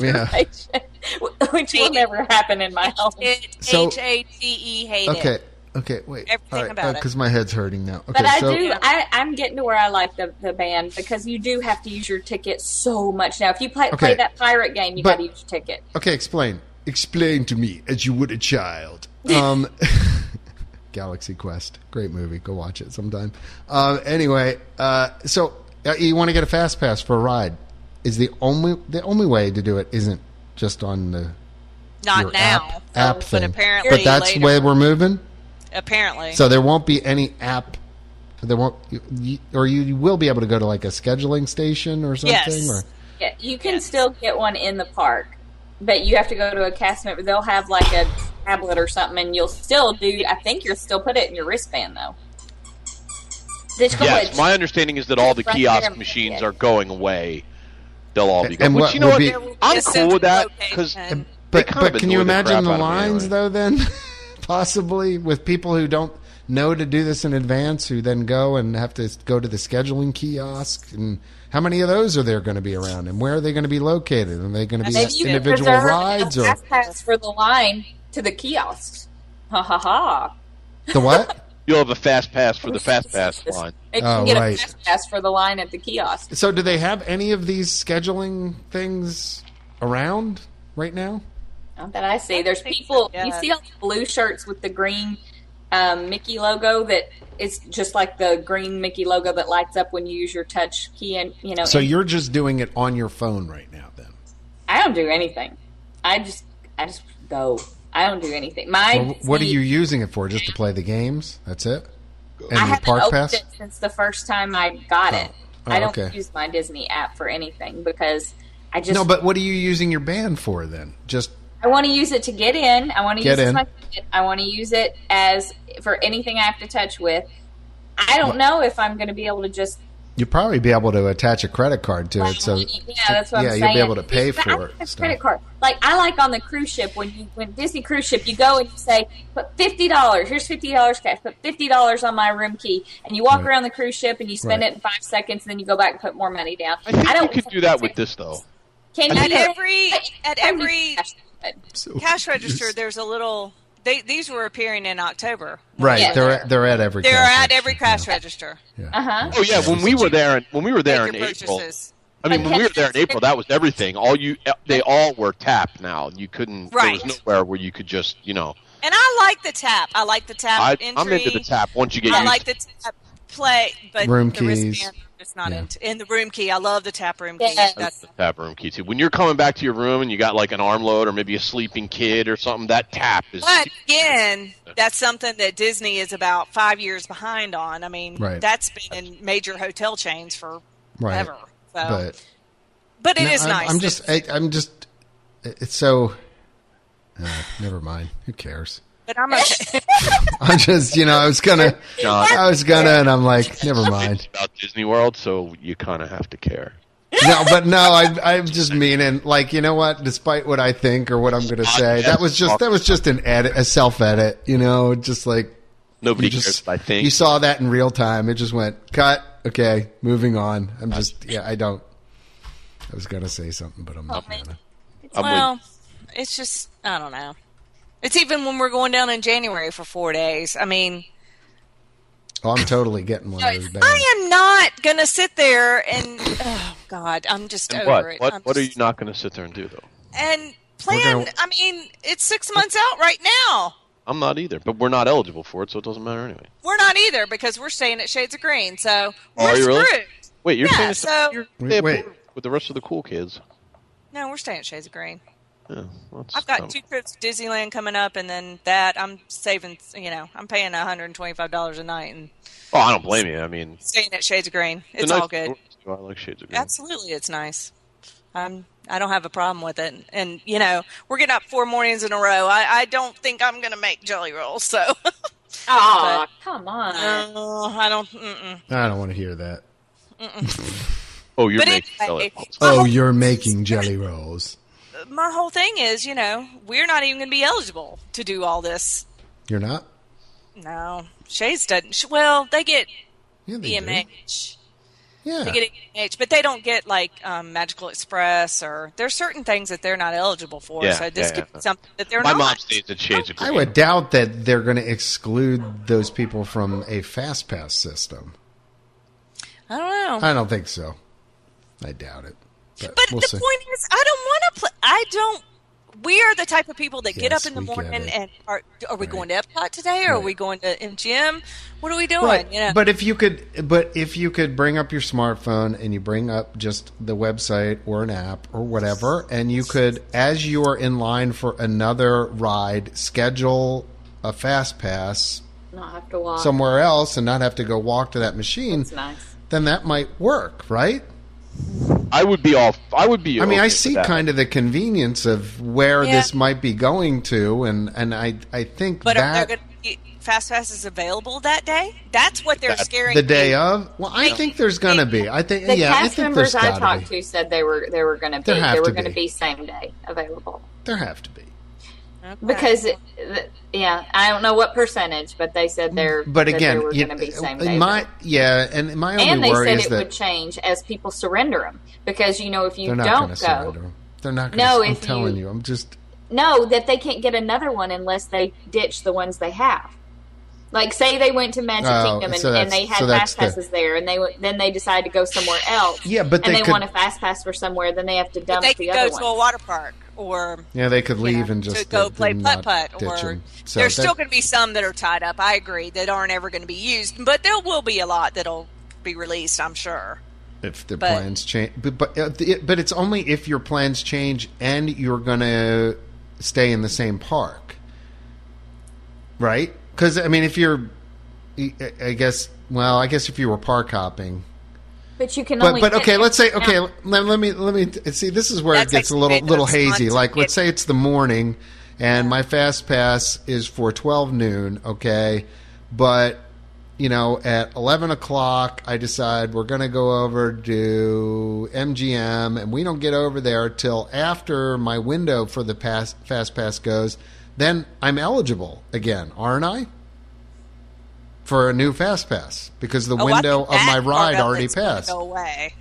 [SPEAKER 2] [LAUGHS] Yeah.
[SPEAKER 3] reservation [LAUGHS] which will never happen in my home
[SPEAKER 6] It
[SPEAKER 2] So-
[SPEAKER 6] H A T E hate it.
[SPEAKER 2] Okay, okay, wait,
[SPEAKER 6] Everything about it.
[SPEAKER 2] because my head's hurting now. Okay,
[SPEAKER 3] But I
[SPEAKER 2] so
[SPEAKER 3] do. I, I'm getting to where I like the, the band because you do have to use your ticket so much now. If you play,
[SPEAKER 2] Okay.
[SPEAKER 3] play that pirate game, you
[SPEAKER 2] But-
[SPEAKER 3] got to use your ticket.
[SPEAKER 2] okay, explain, explain to me as you would a [LAUGHS] child. Um, Galaxy Quest, great movie. Go watch it sometime. Um, anyway, uh, so uh, you want to get a fast pass for a ride? Is the only the only way to do it isn't just on the
[SPEAKER 6] Not
[SPEAKER 2] your
[SPEAKER 6] now,
[SPEAKER 2] app, app
[SPEAKER 6] Oh, but
[SPEAKER 2] thing.
[SPEAKER 6] apparently
[SPEAKER 2] but that's
[SPEAKER 6] later.
[SPEAKER 2] where we're moving.
[SPEAKER 6] Apparently,
[SPEAKER 2] So there won't be any app. There won't, you- you, or you will be able to go to like a scheduling station or something.
[SPEAKER 6] Yes.
[SPEAKER 2] Or
[SPEAKER 3] Yeah, you can still get one in the park. but you have to go to a cast member. They'll have like a tablet or something, and you'll still do. I think you'll still put it in your wristband though. Digital
[SPEAKER 5] Yes,
[SPEAKER 3] wedge.
[SPEAKER 5] my understanding is that all the
[SPEAKER 3] Right there,
[SPEAKER 5] kiosk
[SPEAKER 3] yeah.
[SPEAKER 5] machines are going away. They'll all be
[SPEAKER 2] And
[SPEAKER 5] gone.
[SPEAKER 2] what
[SPEAKER 5] Which you know
[SPEAKER 2] would
[SPEAKER 5] what?
[SPEAKER 2] be-
[SPEAKER 5] I'm cool with that because
[SPEAKER 6] Location.
[SPEAKER 2] But
[SPEAKER 5] kinda
[SPEAKER 2] but can you
[SPEAKER 5] annoy the
[SPEAKER 2] imagine
[SPEAKER 5] crap
[SPEAKER 2] the
[SPEAKER 5] out of me
[SPEAKER 2] lines
[SPEAKER 5] anyway.
[SPEAKER 2] though? Then [LAUGHS] possibly with people who don't know to do this in advance, who then go and have to go to the scheduling kiosk. And how many of those are there going to be around? And where are they going to be located? Are they going to be
[SPEAKER 3] Maybe
[SPEAKER 2] at
[SPEAKER 3] you
[SPEAKER 2] individual
[SPEAKER 3] reserve
[SPEAKER 2] rides
[SPEAKER 3] a
[SPEAKER 2] or
[SPEAKER 3] fast pass for the line to the kiosks. Ha ha ha!
[SPEAKER 2] the what?
[SPEAKER 5] you'll have a fast pass for the fast pass line.
[SPEAKER 3] It
[SPEAKER 2] Oh,
[SPEAKER 3] can get
[SPEAKER 2] right.
[SPEAKER 3] a fast pass for the line at the kiosk.
[SPEAKER 2] So do they have any of these scheduling things around right now?
[SPEAKER 3] Not that I see. There's
[SPEAKER 6] think so,
[SPEAKER 3] people. You
[SPEAKER 6] yeah.
[SPEAKER 3] see all the blue shirts with the green um, Mickey logo that is just like the green Mickey logo that lights up when you use your touch key and you know.
[SPEAKER 2] So
[SPEAKER 3] and-
[SPEAKER 2] you're just doing it on your phone right now then.
[SPEAKER 3] I don't do anything. I just I just go. I don't do anything. My
[SPEAKER 2] Well, what are
[SPEAKER 3] Disney-
[SPEAKER 2] you using it for? Just to play the games? That's it? And
[SPEAKER 3] I
[SPEAKER 2] your
[SPEAKER 3] haven't
[SPEAKER 2] park
[SPEAKER 3] opened
[SPEAKER 2] pass?
[SPEAKER 3] it since the first time I got it.
[SPEAKER 2] Oh,
[SPEAKER 3] I don't
[SPEAKER 2] okay.
[SPEAKER 3] use my Disney app for anything because I just
[SPEAKER 2] No, but what are you using your band for then? Just
[SPEAKER 3] I want to use it to get in. I want to
[SPEAKER 2] Get
[SPEAKER 3] use it as
[SPEAKER 2] in.
[SPEAKER 3] my ticket. I want to use it as for anything I have to touch with. I don't know if I'm going to be able to just.
[SPEAKER 2] you'll probably be able to attach a credit card to it.
[SPEAKER 3] like,
[SPEAKER 2] So
[SPEAKER 3] yeah, that's
[SPEAKER 2] yeah,
[SPEAKER 3] what I'm
[SPEAKER 2] you'll
[SPEAKER 3] saying.
[SPEAKER 2] be able to pay
[SPEAKER 3] But I
[SPEAKER 2] for
[SPEAKER 3] don't
[SPEAKER 2] it.
[SPEAKER 3] have
[SPEAKER 2] so.
[SPEAKER 3] Credit card. Like I like on the cruise ship when you when Disney cruise ship, you go and you say, "Put fifty dollars. Here's fifty dollars cash. Put fifty dollars on my room key." And you walk
[SPEAKER 2] Right.
[SPEAKER 3] around the cruise ship and you spend
[SPEAKER 2] Right.
[SPEAKER 3] it in five seconds, and then you go back and put more money down.
[SPEAKER 5] I think
[SPEAKER 3] don't
[SPEAKER 5] you could do that with this though.
[SPEAKER 6] [LAUGHS]
[SPEAKER 3] Can
[SPEAKER 6] At
[SPEAKER 3] you?
[SPEAKER 6] every at every
[SPEAKER 2] So-
[SPEAKER 6] cash register, there's a little. They, these were appearing in October.
[SPEAKER 2] Right,
[SPEAKER 3] Yeah.
[SPEAKER 2] they're at, they're at every
[SPEAKER 6] They're
[SPEAKER 2] cash
[SPEAKER 6] at every uh-huh. cash
[SPEAKER 2] register.
[SPEAKER 6] register.
[SPEAKER 2] Yeah.
[SPEAKER 3] Uh huh.
[SPEAKER 5] Oh yeah, when we were there in, when we were there in
[SPEAKER 6] Make your
[SPEAKER 5] April.
[SPEAKER 6] purchases.
[SPEAKER 5] I mean, when we were there in April, that was everything. All you eh, they all were tapped now. You couldn't
[SPEAKER 6] Right.
[SPEAKER 5] there was nowhere where you could just, you know,
[SPEAKER 6] And I like the tap. I like the tap
[SPEAKER 5] I,
[SPEAKER 6] entry.
[SPEAKER 5] I'm into the tap once you get
[SPEAKER 6] I
[SPEAKER 5] used
[SPEAKER 6] like
[SPEAKER 5] to
[SPEAKER 6] the tap play, but
[SPEAKER 2] Room
[SPEAKER 6] the
[SPEAKER 2] keys.
[SPEAKER 6] wristband, it's not
[SPEAKER 2] Yeah.
[SPEAKER 6] into. And the room key. I love the tap room key.
[SPEAKER 3] Yeah.
[SPEAKER 6] That's
[SPEAKER 5] the tap room key too. When you're coming back to your room and you got like an armload or maybe a sleeping kid or something, that tap is
[SPEAKER 6] But again, that's something that Disney is about five years behind on. I mean,
[SPEAKER 2] Right.
[SPEAKER 6] that's been in major hotel chains for
[SPEAKER 2] Right.
[SPEAKER 6] forever. So, but,
[SPEAKER 2] But
[SPEAKER 6] it is
[SPEAKER 2] No, I'm,
[SPEAKER 6] nice.
[SPEAKER 2] I'm just I, I'm just it's so uh, never mind. Who cares? [LAUGHS]
[SPEAKER 6] but I'm okay.
[SPEAKER 2] I just, you know, I was gonna,
[SPEAKER 5] John.
[SPEAKER 2] I was gonna, and I'm like, never mind.
[SPEAKER 5] about Disney World, so you kind of have to care.
[SPEAKER 2] No, but no, I, I'm just meaning, like, you know what? Despite what I think or what I'm gonna say, that was just, that was just an edit, a self edit, you know, just like
[SPEAKER 5] Nobody
[SPEAKER 2] you just,
[SPEAKER 5] cares. I think
[SPEAKER 2] you saw that in real time. It just went cut. Okay, moving on. I'm just, yeah, I don't. I was gonna say something, but I'm not gonna.
[SPEAKER 5] I'm with-
[SPEAKER 6] well, it's just I don't know. It's even when we're going down in January for four days. I mean,
[SPEAKER 2] Oh, I'm totally getting one of those. Bands.
[SPEAKER 6] I am not going to sit there and oh god, I'm just
[SPEAKER 5] And
[SPEAKER 6] over
[SPEAKER 5] what?
[SPEAKER 6] it.
[SPEAKER 5] What,
[SPEAKER 6] I'm
[SPEAKER 5] what are you
[SPEAKER 6] just-
[SPEAKER 5] not going to sit there and do though?
[SPEAKER 6] And
[SPEAKER 2] We're
[SPEAKER 6] plan.
[SPEAKER 2] gonna-
[SPEAKER 6] I mean, it's six months out right now.
[SPEAKER 5] I'm not either, but we're not eligible for it, so it doesn't matter anyway.
[SPEAKER 6] We're not either because we're staying at Shades of Green, so we're
[SPEAKER 5] Oh, are you
[SPEAKER 6] screwed.
[SPEAKER 5] really? Wait, you're
[SPEAKER 6] Yeah,
[SPEAKER 5] saying
[SPEAKER 6] so
[SPEAKER 2] Wait, wait.
[SPEAKER 5] with the rest of the cool kids?
[SPEAKER 6] no, we're staying at Shades of Green.
[SPEAKER 5] Yeah, well, that's
[SPEAKER 6] I've got
[SPEAKER 5] not-
[SPEAKER 6] two trips to Disneyland coming up, and then that I'm saving. You know, I'm paying 125 dollars a night and
[SPEAKER 5] Oh, I don't blame you. I mean,
[SPEAKER 6] staying at Shades of Green.
[SPEAKER 5] a
[SPEAKER 6] It's
[SPEAKER 5] nice
[SPEAKER 6] all good.
[SPEAKER 5] resort, too. I like Shades of Green.
[SPEAKER 6] Absolutely, it's nice. I'm. I don't have a problem with it, and you know we're getting up four mornings in a row. I, I don't think I'm going to make jelly rolls, so [LAUGHS]
[SPEAKER 3] Oh, come on.
[SPEAKER 6] No, I don't. Mm-mm.
[SPEAKER 2] I don't want to hear that.
[SPEAKER 5] Oh, you're
[SPEAKER 6] But
[SPEAKER 5] making
[SPEAKER 6] anyway,
[SPEAKER 5] jelly.
[SPEAKER 2] Oh, you're making jelly rolls.
[SPEAKER 6] my whole thing is, you know, we're not even going to be eligible to do all this.
[SPEAKER 2] You're not.
[SPEAKER 6] No, Shays doesn't. sh- Well, they get
[SPEAKER 2] Yeah, they do.
[SPEAKER 6] EMH.
[SPEAKER 2] Yeah.
[SPEAKER 6] E They get EMH, but they don't get like um, Magical Express or there's certain things that they're not eligible for.
[SPEAKER 5] Yeah,
[SPEAKER 6] so this
[SPEAKER 5] yeah,
[SPEAKER 6] could
[SPEAKER 5] yeah.
[SPEAKER 6] be something that they're
[SPEAKER 5] My
[SPEAKER 6] not.
[SPEAKER 5] mom stays at Shades of Green.
[SPEAKER 2] I would doubt that they're going to exclude those people from a fast pass system.
[SPEAKER 6] I don't know.
[SPEAKER 2] I don't think so. I doubt it. But,
[SPEAKER 6] but
[SPEAKER 2] we'll
[SPEAKER 6] the
[SPEAKER 2] see.
[SPEAKER 6] point is, I don't want to play. I don't. We are the type of people that get
[SPEAKER 2] Yes,
[SPEAKER 6] up in the
[SPEAKER 2] we get
[SPEAKER 6] morning
[SPEAKER 2] it.
[SPEAKER 6] and are, are we
[SPEAKER 2] Right.
[SPEAKER 6] going to Epcot today or are
[SPEAKER 2] Right.
[SPEAKER 6] we going to MGM? What are we doing?
[SPEAKER 2] Right.
[SPEAKER 6] You know?
[SPEAKER 2] But if you could, but if you could bring up your smartphone and you bring up just the website or an app or whatever, and you could, as you are in line for another ride, schedule a fast pass
[SPEAKER 3] Not have to walk.
[SPEAKER 2] somewhere else and not have to go walk to that machine,
[SPEAKER 3] It's nice.
[SPEAKER 2] then that might work, right?
[SPEAKER 5] I would be all. I would be.
[SPEAKER 2] I mean,
[SPEAKER 5] okay
[SPEAKER 2] I
[SPEAKER 5] with
[SPEAKER 2] see
[SPEAKER 5] that.
[SPEAKER 2] kind of the convenience of where
[SPEAKER 6] Yeah.
[SPEAKER 2] this might be going to, and, and I I think
[SPEAKER 6] But are there
[SPEAKER 2] that
[SPEAKER 6] going to be fast passes available that day? That's what they're
[SPEAKER 5] That's
[SPEAKER 6] scaring.
[SPEAKER 2] the day
[SPEAKER 6] me.
[SPEAKER 2] of. Well, I think there's going to be. I think
[SPEAKER 3] The
[SPEAKER 2] yeah, I
[SPEAKER 3] cast
[SPEAKER 2] think
[SPEAKER 3] members
[SPEAKER 2] there's
[SPEAKER 3] I
[SPEAKER 2] gotta
[SPEAKER 3] talked
[SPEAKER 2] be.
[SPEAKER 3] to said they were they were going to be
[SPEAKER 2] There have
[SPEAKER 3] they were
[SPEAKER 2] to
[SPEAKER 3] going to
[SPEAKER 2] be.
[SPEAKER 3] be same day available
[SPEAKER 2] There have to be.
[SPEAKER 6] Okay.
[SPEAKER 3] because it, th- yeah I don't know what percentage but they said they're
[SPEAKER 2] Mm, But
[SPEAKER 3] that
[SPEAKER 2] again,
[SPEAKER 3] they were
[SPEAKER 2] you-
[SPEAKER 3] going to be same
[SPEAKER 2] in
[SPEAKER 3] day
[SPEAKER 2] my yeah, and my only
[SPEAKER 3] and they
[SPEAKER 2] worry
[SPEAKER 3] said
[SPEAKER 2] is
[SPEAKER 3] it
[SPEAKER 2] that
[SPEAKER 3] would change as people surrender them because you know if you
[SPEAKER 2] they're not
[SPEAKER 3] don't
[SPEAKER 2] going to
[SPEAKER 3] go
[SPEAKER 2] surrender. 'em. They're not going to.
[SPEAKER 3] No,
[SPEAKER 2] I'm
[SPEAKER 3] if
[SPEAKER 2] telling
[SPEAKER 3] you-
[SPEAKER 2] you, I'm just
[SPEAKER 3] no that they can't get another one unless they ditch the ones they have like say they went to Magic
[SPEAKER 2] Oh,
[SPEAKER 3] Kingdom and,
[SPEAKER 2] so that's-
[SPEAKER 3] and they had
[SPEAKER 2] so that's
[SPEAKER 3] fast
[SPEAKER 2] the-
[SPEAKER 3] passes there and they w- then they decide to go somewhere else
[SPEAKER 2] yeah, but
[SPEAKER 3] and
[SPEAKER 2] they
[SPEAKER 3] they,
[SPEAKER 2] could
[SPEAKER 3] want a fast pass for somewhere then they have to dump
[SPEAKER 6] they
[SPEAKER 3] the
[SPEAKER 6] could
[SPEAKER 3] other
[SPEAKER 6] go
[SPEAKER 3] one.
[SPEAKER 6] to a water park or
[SPEAKER 2] yeah they could leave
[SPEAKER 6] know,
[SPEAKER 2] and
[SPEAKER 6] to
[SPEAKER 2] just
[SPEAKER 6] go
[SPEAKER 2] uh,
[SPEAKER 6] play
[SPEAKER 2] not
[SPEAKER 6] putt-putt
[SPEAKER 2] ditch
[SPEAKER 6] or-
[SPEAKER 2] 'em. So
[SPEAKER 6] there's
[SPEAKER 2] that-
[SPEAKER 6] still going to be some that are tied up. I agree that aren't ever going to be used, but there will be a lot that'll be released. I'm sure.
[SPEAKER 2] if the
[SPEAKER 6] But-
[SPEAKER 2] plans change but but, uh, it, but it's only if your plans change and you're gonna stay in the same park right because i mean if you're I- i guess well i guess if you were park hopping
[SPEAKER 3] But you can
[SPEAKER 2] but
[SPEAKER 3] only.
[SPEAKER 2] but
[SPEAKER 3] get
[SPEAKER 2] okay let's say
[SPEAKER 3] extra
[SPEAKER 2] okay
[SPEAKER 3] time.
[SPEAKER 2] let, let me let me t- see this is where
[SPEAKER 6] That's
[SPEAKER 2] it gets a little
[SPEAKER 6] like-
[SPEAKER 2] little
[SPEAKER 6] that's not
[SPEAKER 2] hazy
[SPEAKER 6] to
[SPEAKER 2] like let's
[SPEAKER 6] get-
[SPEAKER 2] say it's the morning and my fast pass is for 12 noon okay but you know at 11 o'clock i decide we're going to go over to mgm and we don't get over there till after my window for the pass, fast pass goes then i'm eligible again aren't i for a new fast pass because the
[SPEAKER 6] Oh, I think
[SPEAKER 2] window of
[SPEAKER 6] that
[SPEAKER 2] my
[SPEAKER 6] part
[SPEAKER 2] ride
[SPEAKER 6] of
[SPEAKER 2] already
[SPEAKER 6] it's gonna
[SPEAKER 2] passed
[SPEAKER 6] Go away.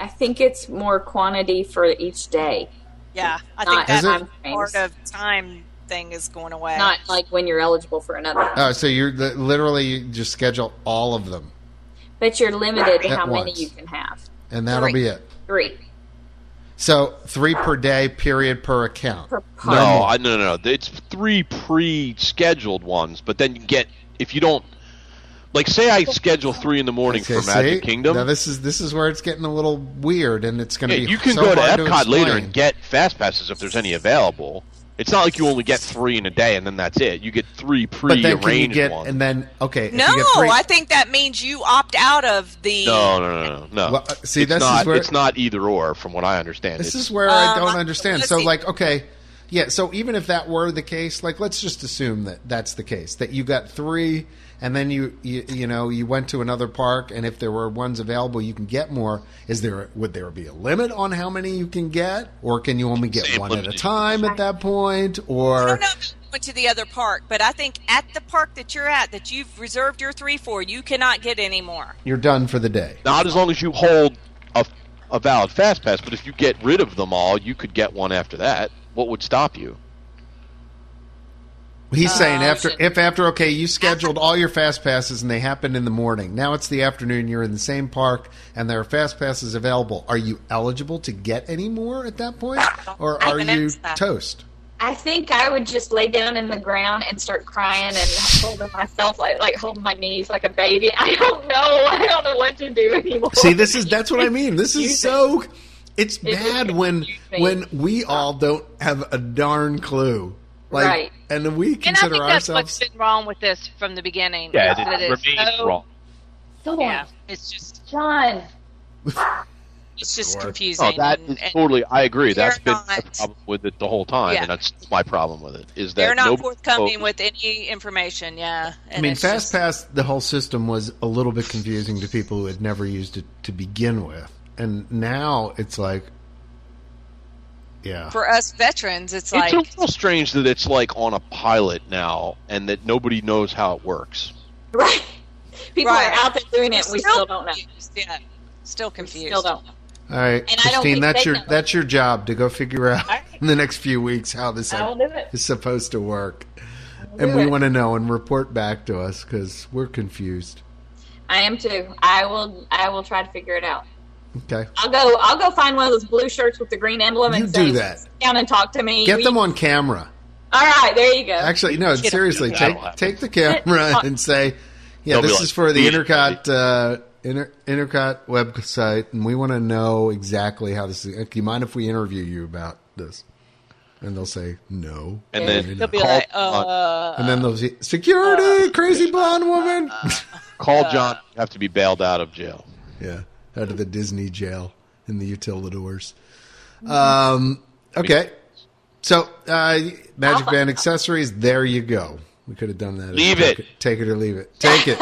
[SPEAKER 3] I think it's more quantity for each day,
[SPEAKER 6] Yeah, I
[SPEAKER 3] Not-
[SPEAKER 6] think
[SPEAKER 2] Is
[SPEAKER 6] that
[SPEAKER 2] it-
[SPEAKER 6] part of time thing is going away.
[SPEAKER 3] not like when you're eligible for another.
[SPEAKER 2] Oh, so you're li- literally you just schedule all of them,
[SPEAKER 3] But you're limited to
[SPEAKER 2] At
[SPEAKER 3] how many
[SPEAKER 2] once.
[SPEAKER 3] you can have.
[SPEAKER 2] and that'll
[SPEAKER 6] Three.
[SPEAKER 2] be it.
[SPEAKER 3] Three [LAUGHS]
[SPEAKER 2] So three per day, period per account.
[SPEAKER 3] per
[SPEAKER 5] No,
[SPEAKER 3] park.
[SPEAKER 5] I, no, no, no. It's three pre-scheduled ones, but then you get if you don't like say I schedule three in the morning
[SPEAKER 2] Okay,
[SPEAKER 5] for Magic
[SPEAKER 2] see?
[SPEAKER 5] Kingdom.
[SPEAKER 2] Now this is this is where it's getting a little weird, and it's going
[SPEAKER 5] yeah,
[SPEAKER 2] be
[SPEAKER 5] you can
[SPEAKER 2] so
[SPEAKER 5] go to
[SPEAKER 2] hard
[SPEAKER 5] Epcot later
[SPEAKER 2] explain.
[SPEAKER 5] and get fast passes if there's any available. It's not like you only get three in a day and then that's it. You get three
[SPEAKER 2] But then can you
[SPEAKER 5] pre-arranged
[SPEAKER 2] get
[SPEAKER 5] ones.
[SPEAKER 2] and then okay? if you
[SPEAKER 6] no,
[SPEAKER 2] get three-
[SPEAKER 6] I think that means you opt out of the.
[SPEAKER 5] no, no, no, no, no.
[SPEAKER 2] Well, uh, see,
[SPEAKER 5] it's
[SPEAKER 2] this is
[SPEAKER 5] not,
[SPEAKER 2] where-
[SPEAKER 5] it's not either or, from what I understand.
[SPEAKER 2] This
[SPEAKER 5] It's-
[SPEAKER 2] is where I
[SPEAKER 6] Um,
[SPEAKER 2] don't
[SPEAKER 6] I-
[SPEAKER 2] understand.
[SPEAKER 6] let's
[SPEAKER 2] So,
[SPEAKER 6] see.
[SPEAKER 2] like, okay, yeah. So even if that were the case, like, let's just assume that that's the case. That you got three, and then you you, you know you went to another park, and if there were ones available, you can get more. Is there would there be a limit on how many you can get, or can you only get
[SPEAKER 5] Same
[SPEAKER 2] one at a
[SPEAKER 5] limited.
[SPEAKER 2] time at that point? Or
[SPEAKER 6] I don't know if you went to the other park, but I think at the park that you're at, that you've reserved your three for, you cannot get any more.
[SPEAKER 2] you're done for the day.
[SPEAKER 5] not as long as you hold a, a valid fast pass, but if you get rid of them all, you could get one after that. What would stop you?
[SPEAKER 2] He's saying after
[SPEAKER 3] shit.
[SPEAKER 2] if after okay, you scheduled all your fast passes and they happened in the morning. Now it's the afternoon. You're in the same park and there are fast passes available. Are you eligible to get any more at that point, or
[SPEAKER 6] I
[SPEAKER 2] are
[SPEAKER 6] can
[SPEAKER 2] you
[SPEAKER 6] answer that.
[SPEAKER 2] toast?
[SPEAKER 3] I think I would just lay down in the ground and start crying and holding myself like like holding my knees like a baby. [LAUGHS] I don't know. I don't know what to do anymore.
[SPEAKER 2] See, this is that's what I mean. This is so. It's
[SPEAKER 3] It is
[SPEAKER 2] bad when
[SPEAKER 3] confusing.
[SPEAKER 2] when we all don't have a darn clue, like,
[SPEAKER 3] Right.
[SPEAKER 2] and we
[SPEAKER 7] And I
[SPEAKER 2] consider
[SPEAKER 7] think that's
[SPEAKER 2] ourselves.
[SPEAKER 7] what's been wrong with this from the beginning. is that it's so-
[SPEAKER 3] Go on,
[SPEAKER 7] Yeah, it's just
[SPEAKER 3] John.
[SPEAKER 6] [LAUGHS] It's just
[SPEAKER 2] Sure.
[SPEAKER 6] confusing.
[SPEAKER 5] Oh, that is
[SPEAKER 6] and- and
[SPEAKER 5] totally. I agree. That's been
[SPEAKER 6] they're
[SPEAKER 5] my
[SPEAKER 6] not-
[SPEAKER 5] problem with it the whole time,
[SPEAKER 6] Yeah.
[SPEAKER 5] and that's my problem with it. Is that
[SPEAKER 6] they're not
[SPEAKER 5] nobody-
[SPEAKER 6] forthcoming with any information. Yeah,
[SPEAKER 2] I
[SPEAKER 6] and
[SPEAKER 2] mean,
[SPEAKER 6] it's
[SPEAKER 2] Fast
[SPEAKER 6] just-
[SPEAKER 2] Pass, the whole system was a little bit confusing to people who had never used it to begin with, and now it's like, yeah,
[SPEAKER 6] for us veterans, it's
[SPEAKER 5] It's
[SPEAKER 6] like
[SPEAKER 5] a little strange that it's like on a pilot now, and that nobody knows how it works.
[SPEAKER 3] Right. People
[SPEAKER 6] Right.
[SPEAKER 3] are out there doing it. We still don't know.
[SPEAKER 6] confused, Yeah, still confused.
[SPEAKER 3] Still don't know.
[SPEAKER 2] all right,
[SPEAKER 3] I don't
[SPEAKER 2] Christine,
[SPEAKER 3] think
[SPEAKER 2] that's
[SPEAKER 3] they
[SPEAKER 2] your
[SPEAKER 3] know.
[SPEAKER 2] that's your job to go figure out
[SPEAKER 3] All right.
[SPEAKER 2] [LAUGHS] in the next few weeks how this
[SPEAKER 3] I will do it.
[SPEAKER 2] [LAUGHS] is supposed to work,
[SPEAKER 3] do
[SPEAKER 2] and we
[SPEAKER 3] it.
[SPEAKER 2] want to know and report back to us because we're confused.
[SPEAKER 3] I am too. I will. I will try to figure it out.
[SPEAKER 2] Okay,
[SPEAKER 3] I'll go. I'll go find one of those blue shirts with the green emblem
[SPEAKER 2] You
[SPEAKER 3] and say,
[SPEAKER 2] do that.
[SPEAKER 3] "Sit down and talk to me."
[SPEAKER 2] get
[SPEAKER 3] We-
[SPEAKER 2] them on camera.
[SPEAKER 3] All right, there you go.
[SPEAKER 2] Actually, no, seriously,
[SPEAKER 5] That'll
[SPEAKER 2] take
[SPEAKER 5] happen.
[SPEAKER 2] take the camera and say, yeah,
[SPEAKER 5] They'll be
[SPEAKER 2] this
[SPEAKER 5] like,
[SPEAKER 2] is for the
[SPEAKER 5] "Yeah."
[SPEAKER 2] Intercot uh, Inter- Intercot website, and we want to know exactly how this is. Do you mind if we interview you about this? And they'll say no,
[SPEAKER 5] And
[SPEAKER 3] Yeah.
[SPEAKER 5] then
[SPEAKER 6] They'll be
[SPEAKER 5] call,
[SPEAKER 6] like,
[SPEAKER 5] John,
[SPEAKER 6] uh,
[SPEAKER 2] and then they'll say security, crazy blonde woman. [LAUGHS]
[SPEAKER 6] uh,
[SPEAKER 5] call John. You have to be bailed out of jail.
[SPEAKER 2] yeah, out of the Disney jail. in the utilidors. Um, okay. So, uh, Magic Band accessories, there you go. We could have done that.
[SPEAKER 5] Leave it.
[SPEAKER 2] Take it or leave it. Take it.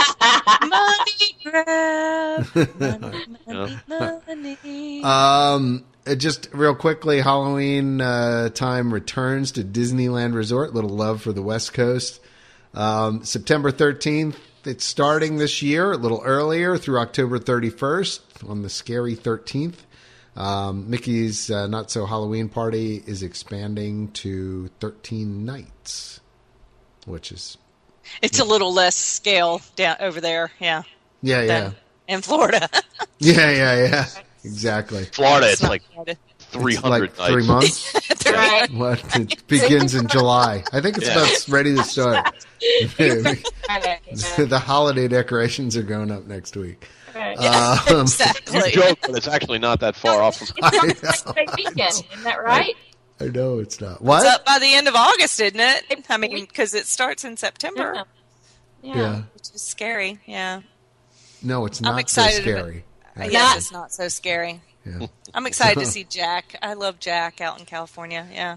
[SPEAKER 6] Money grab. Money, money, money.
[SPEAKER 2] Um, uh, just real quickly, Halloween uh, time returns to Disneyland Resort. Little love for the West Coast. Um, September 13th, it's starting this year, a little earlier through October 31st on the scary 13th. Um, Mickey's uh, Not So Halloween Party is expanding to 13 nights, which is,
[SPEAKER 6] [LAUGHS] It's a little less scale down over there. Yeah.
[SPEAKER 2] yeah, yeah.
[SPEAKER 6] Than in Florida. [LAUGHS]
[SPEAKER 2] Yeah, [LAUGHS] yeah, yeah. Exactly.
[SPEAKER 5] Florida, it's like
[SPEAKER 6] [LAUGHS]
[SPEAKER 5] three
[SPEAKER 2] It's like
[SPEAKER 5] hundred nights. [LAUGHS]
[SPEAKER 2] three months.
[SPEAKER 3] Right.
[SPEAKER 2] What it begins in July. I think it's
[SPEAKER 5] Yeah.
[SPEAKER 2] about ready to
[SPEAKER 6] [LAUGHS]
[SPEAKER 2] start. [LAUGHS] the [LAUGHS]
[SPEAKER 3] Okay,
[SPEAKER 2] holiday decorations are going up next week.
[SPEAKER 3] okay. [LAUGHS]
[SPEAKER 2] Um,
[SPEAKER 5] You
[SPEAKER 6] exactly.
[SPEAKER 5] joke, but it's actually not that far off. From,
[SPEAKER 3] it's not the next weekend, isn't that right?
[SPEAKER 2] I know it's not.
[SPEAKER 6] It's
[SPEAKER 2] What?
[SPEAKER 6] up by the end of August, isn't it? I mean, because it starts in September,
[SPEAKER 3] Yeah.
[SPEAKER 2] Yeah.
[SPEAKER 6] which is scary. Yeah.
[SPEAKER 2] No, it's
[SPEAKER 6] I'm
[SPEAKER 2] not so
[SPEAKER 6] excited about-
[SPEAKER 2] scary.
[SPEAKER 6] I
[SPEAKER 2] actually.
[SPEAKER 6] guess it's not so scary.
[SPEAKER 2] Yeah.
[SPEAKER 6] I'm
[SPEAKER 2] [LAUGHS]
[SPEAKER 6] excited to see Jack. I love Jack out in California. Yeah.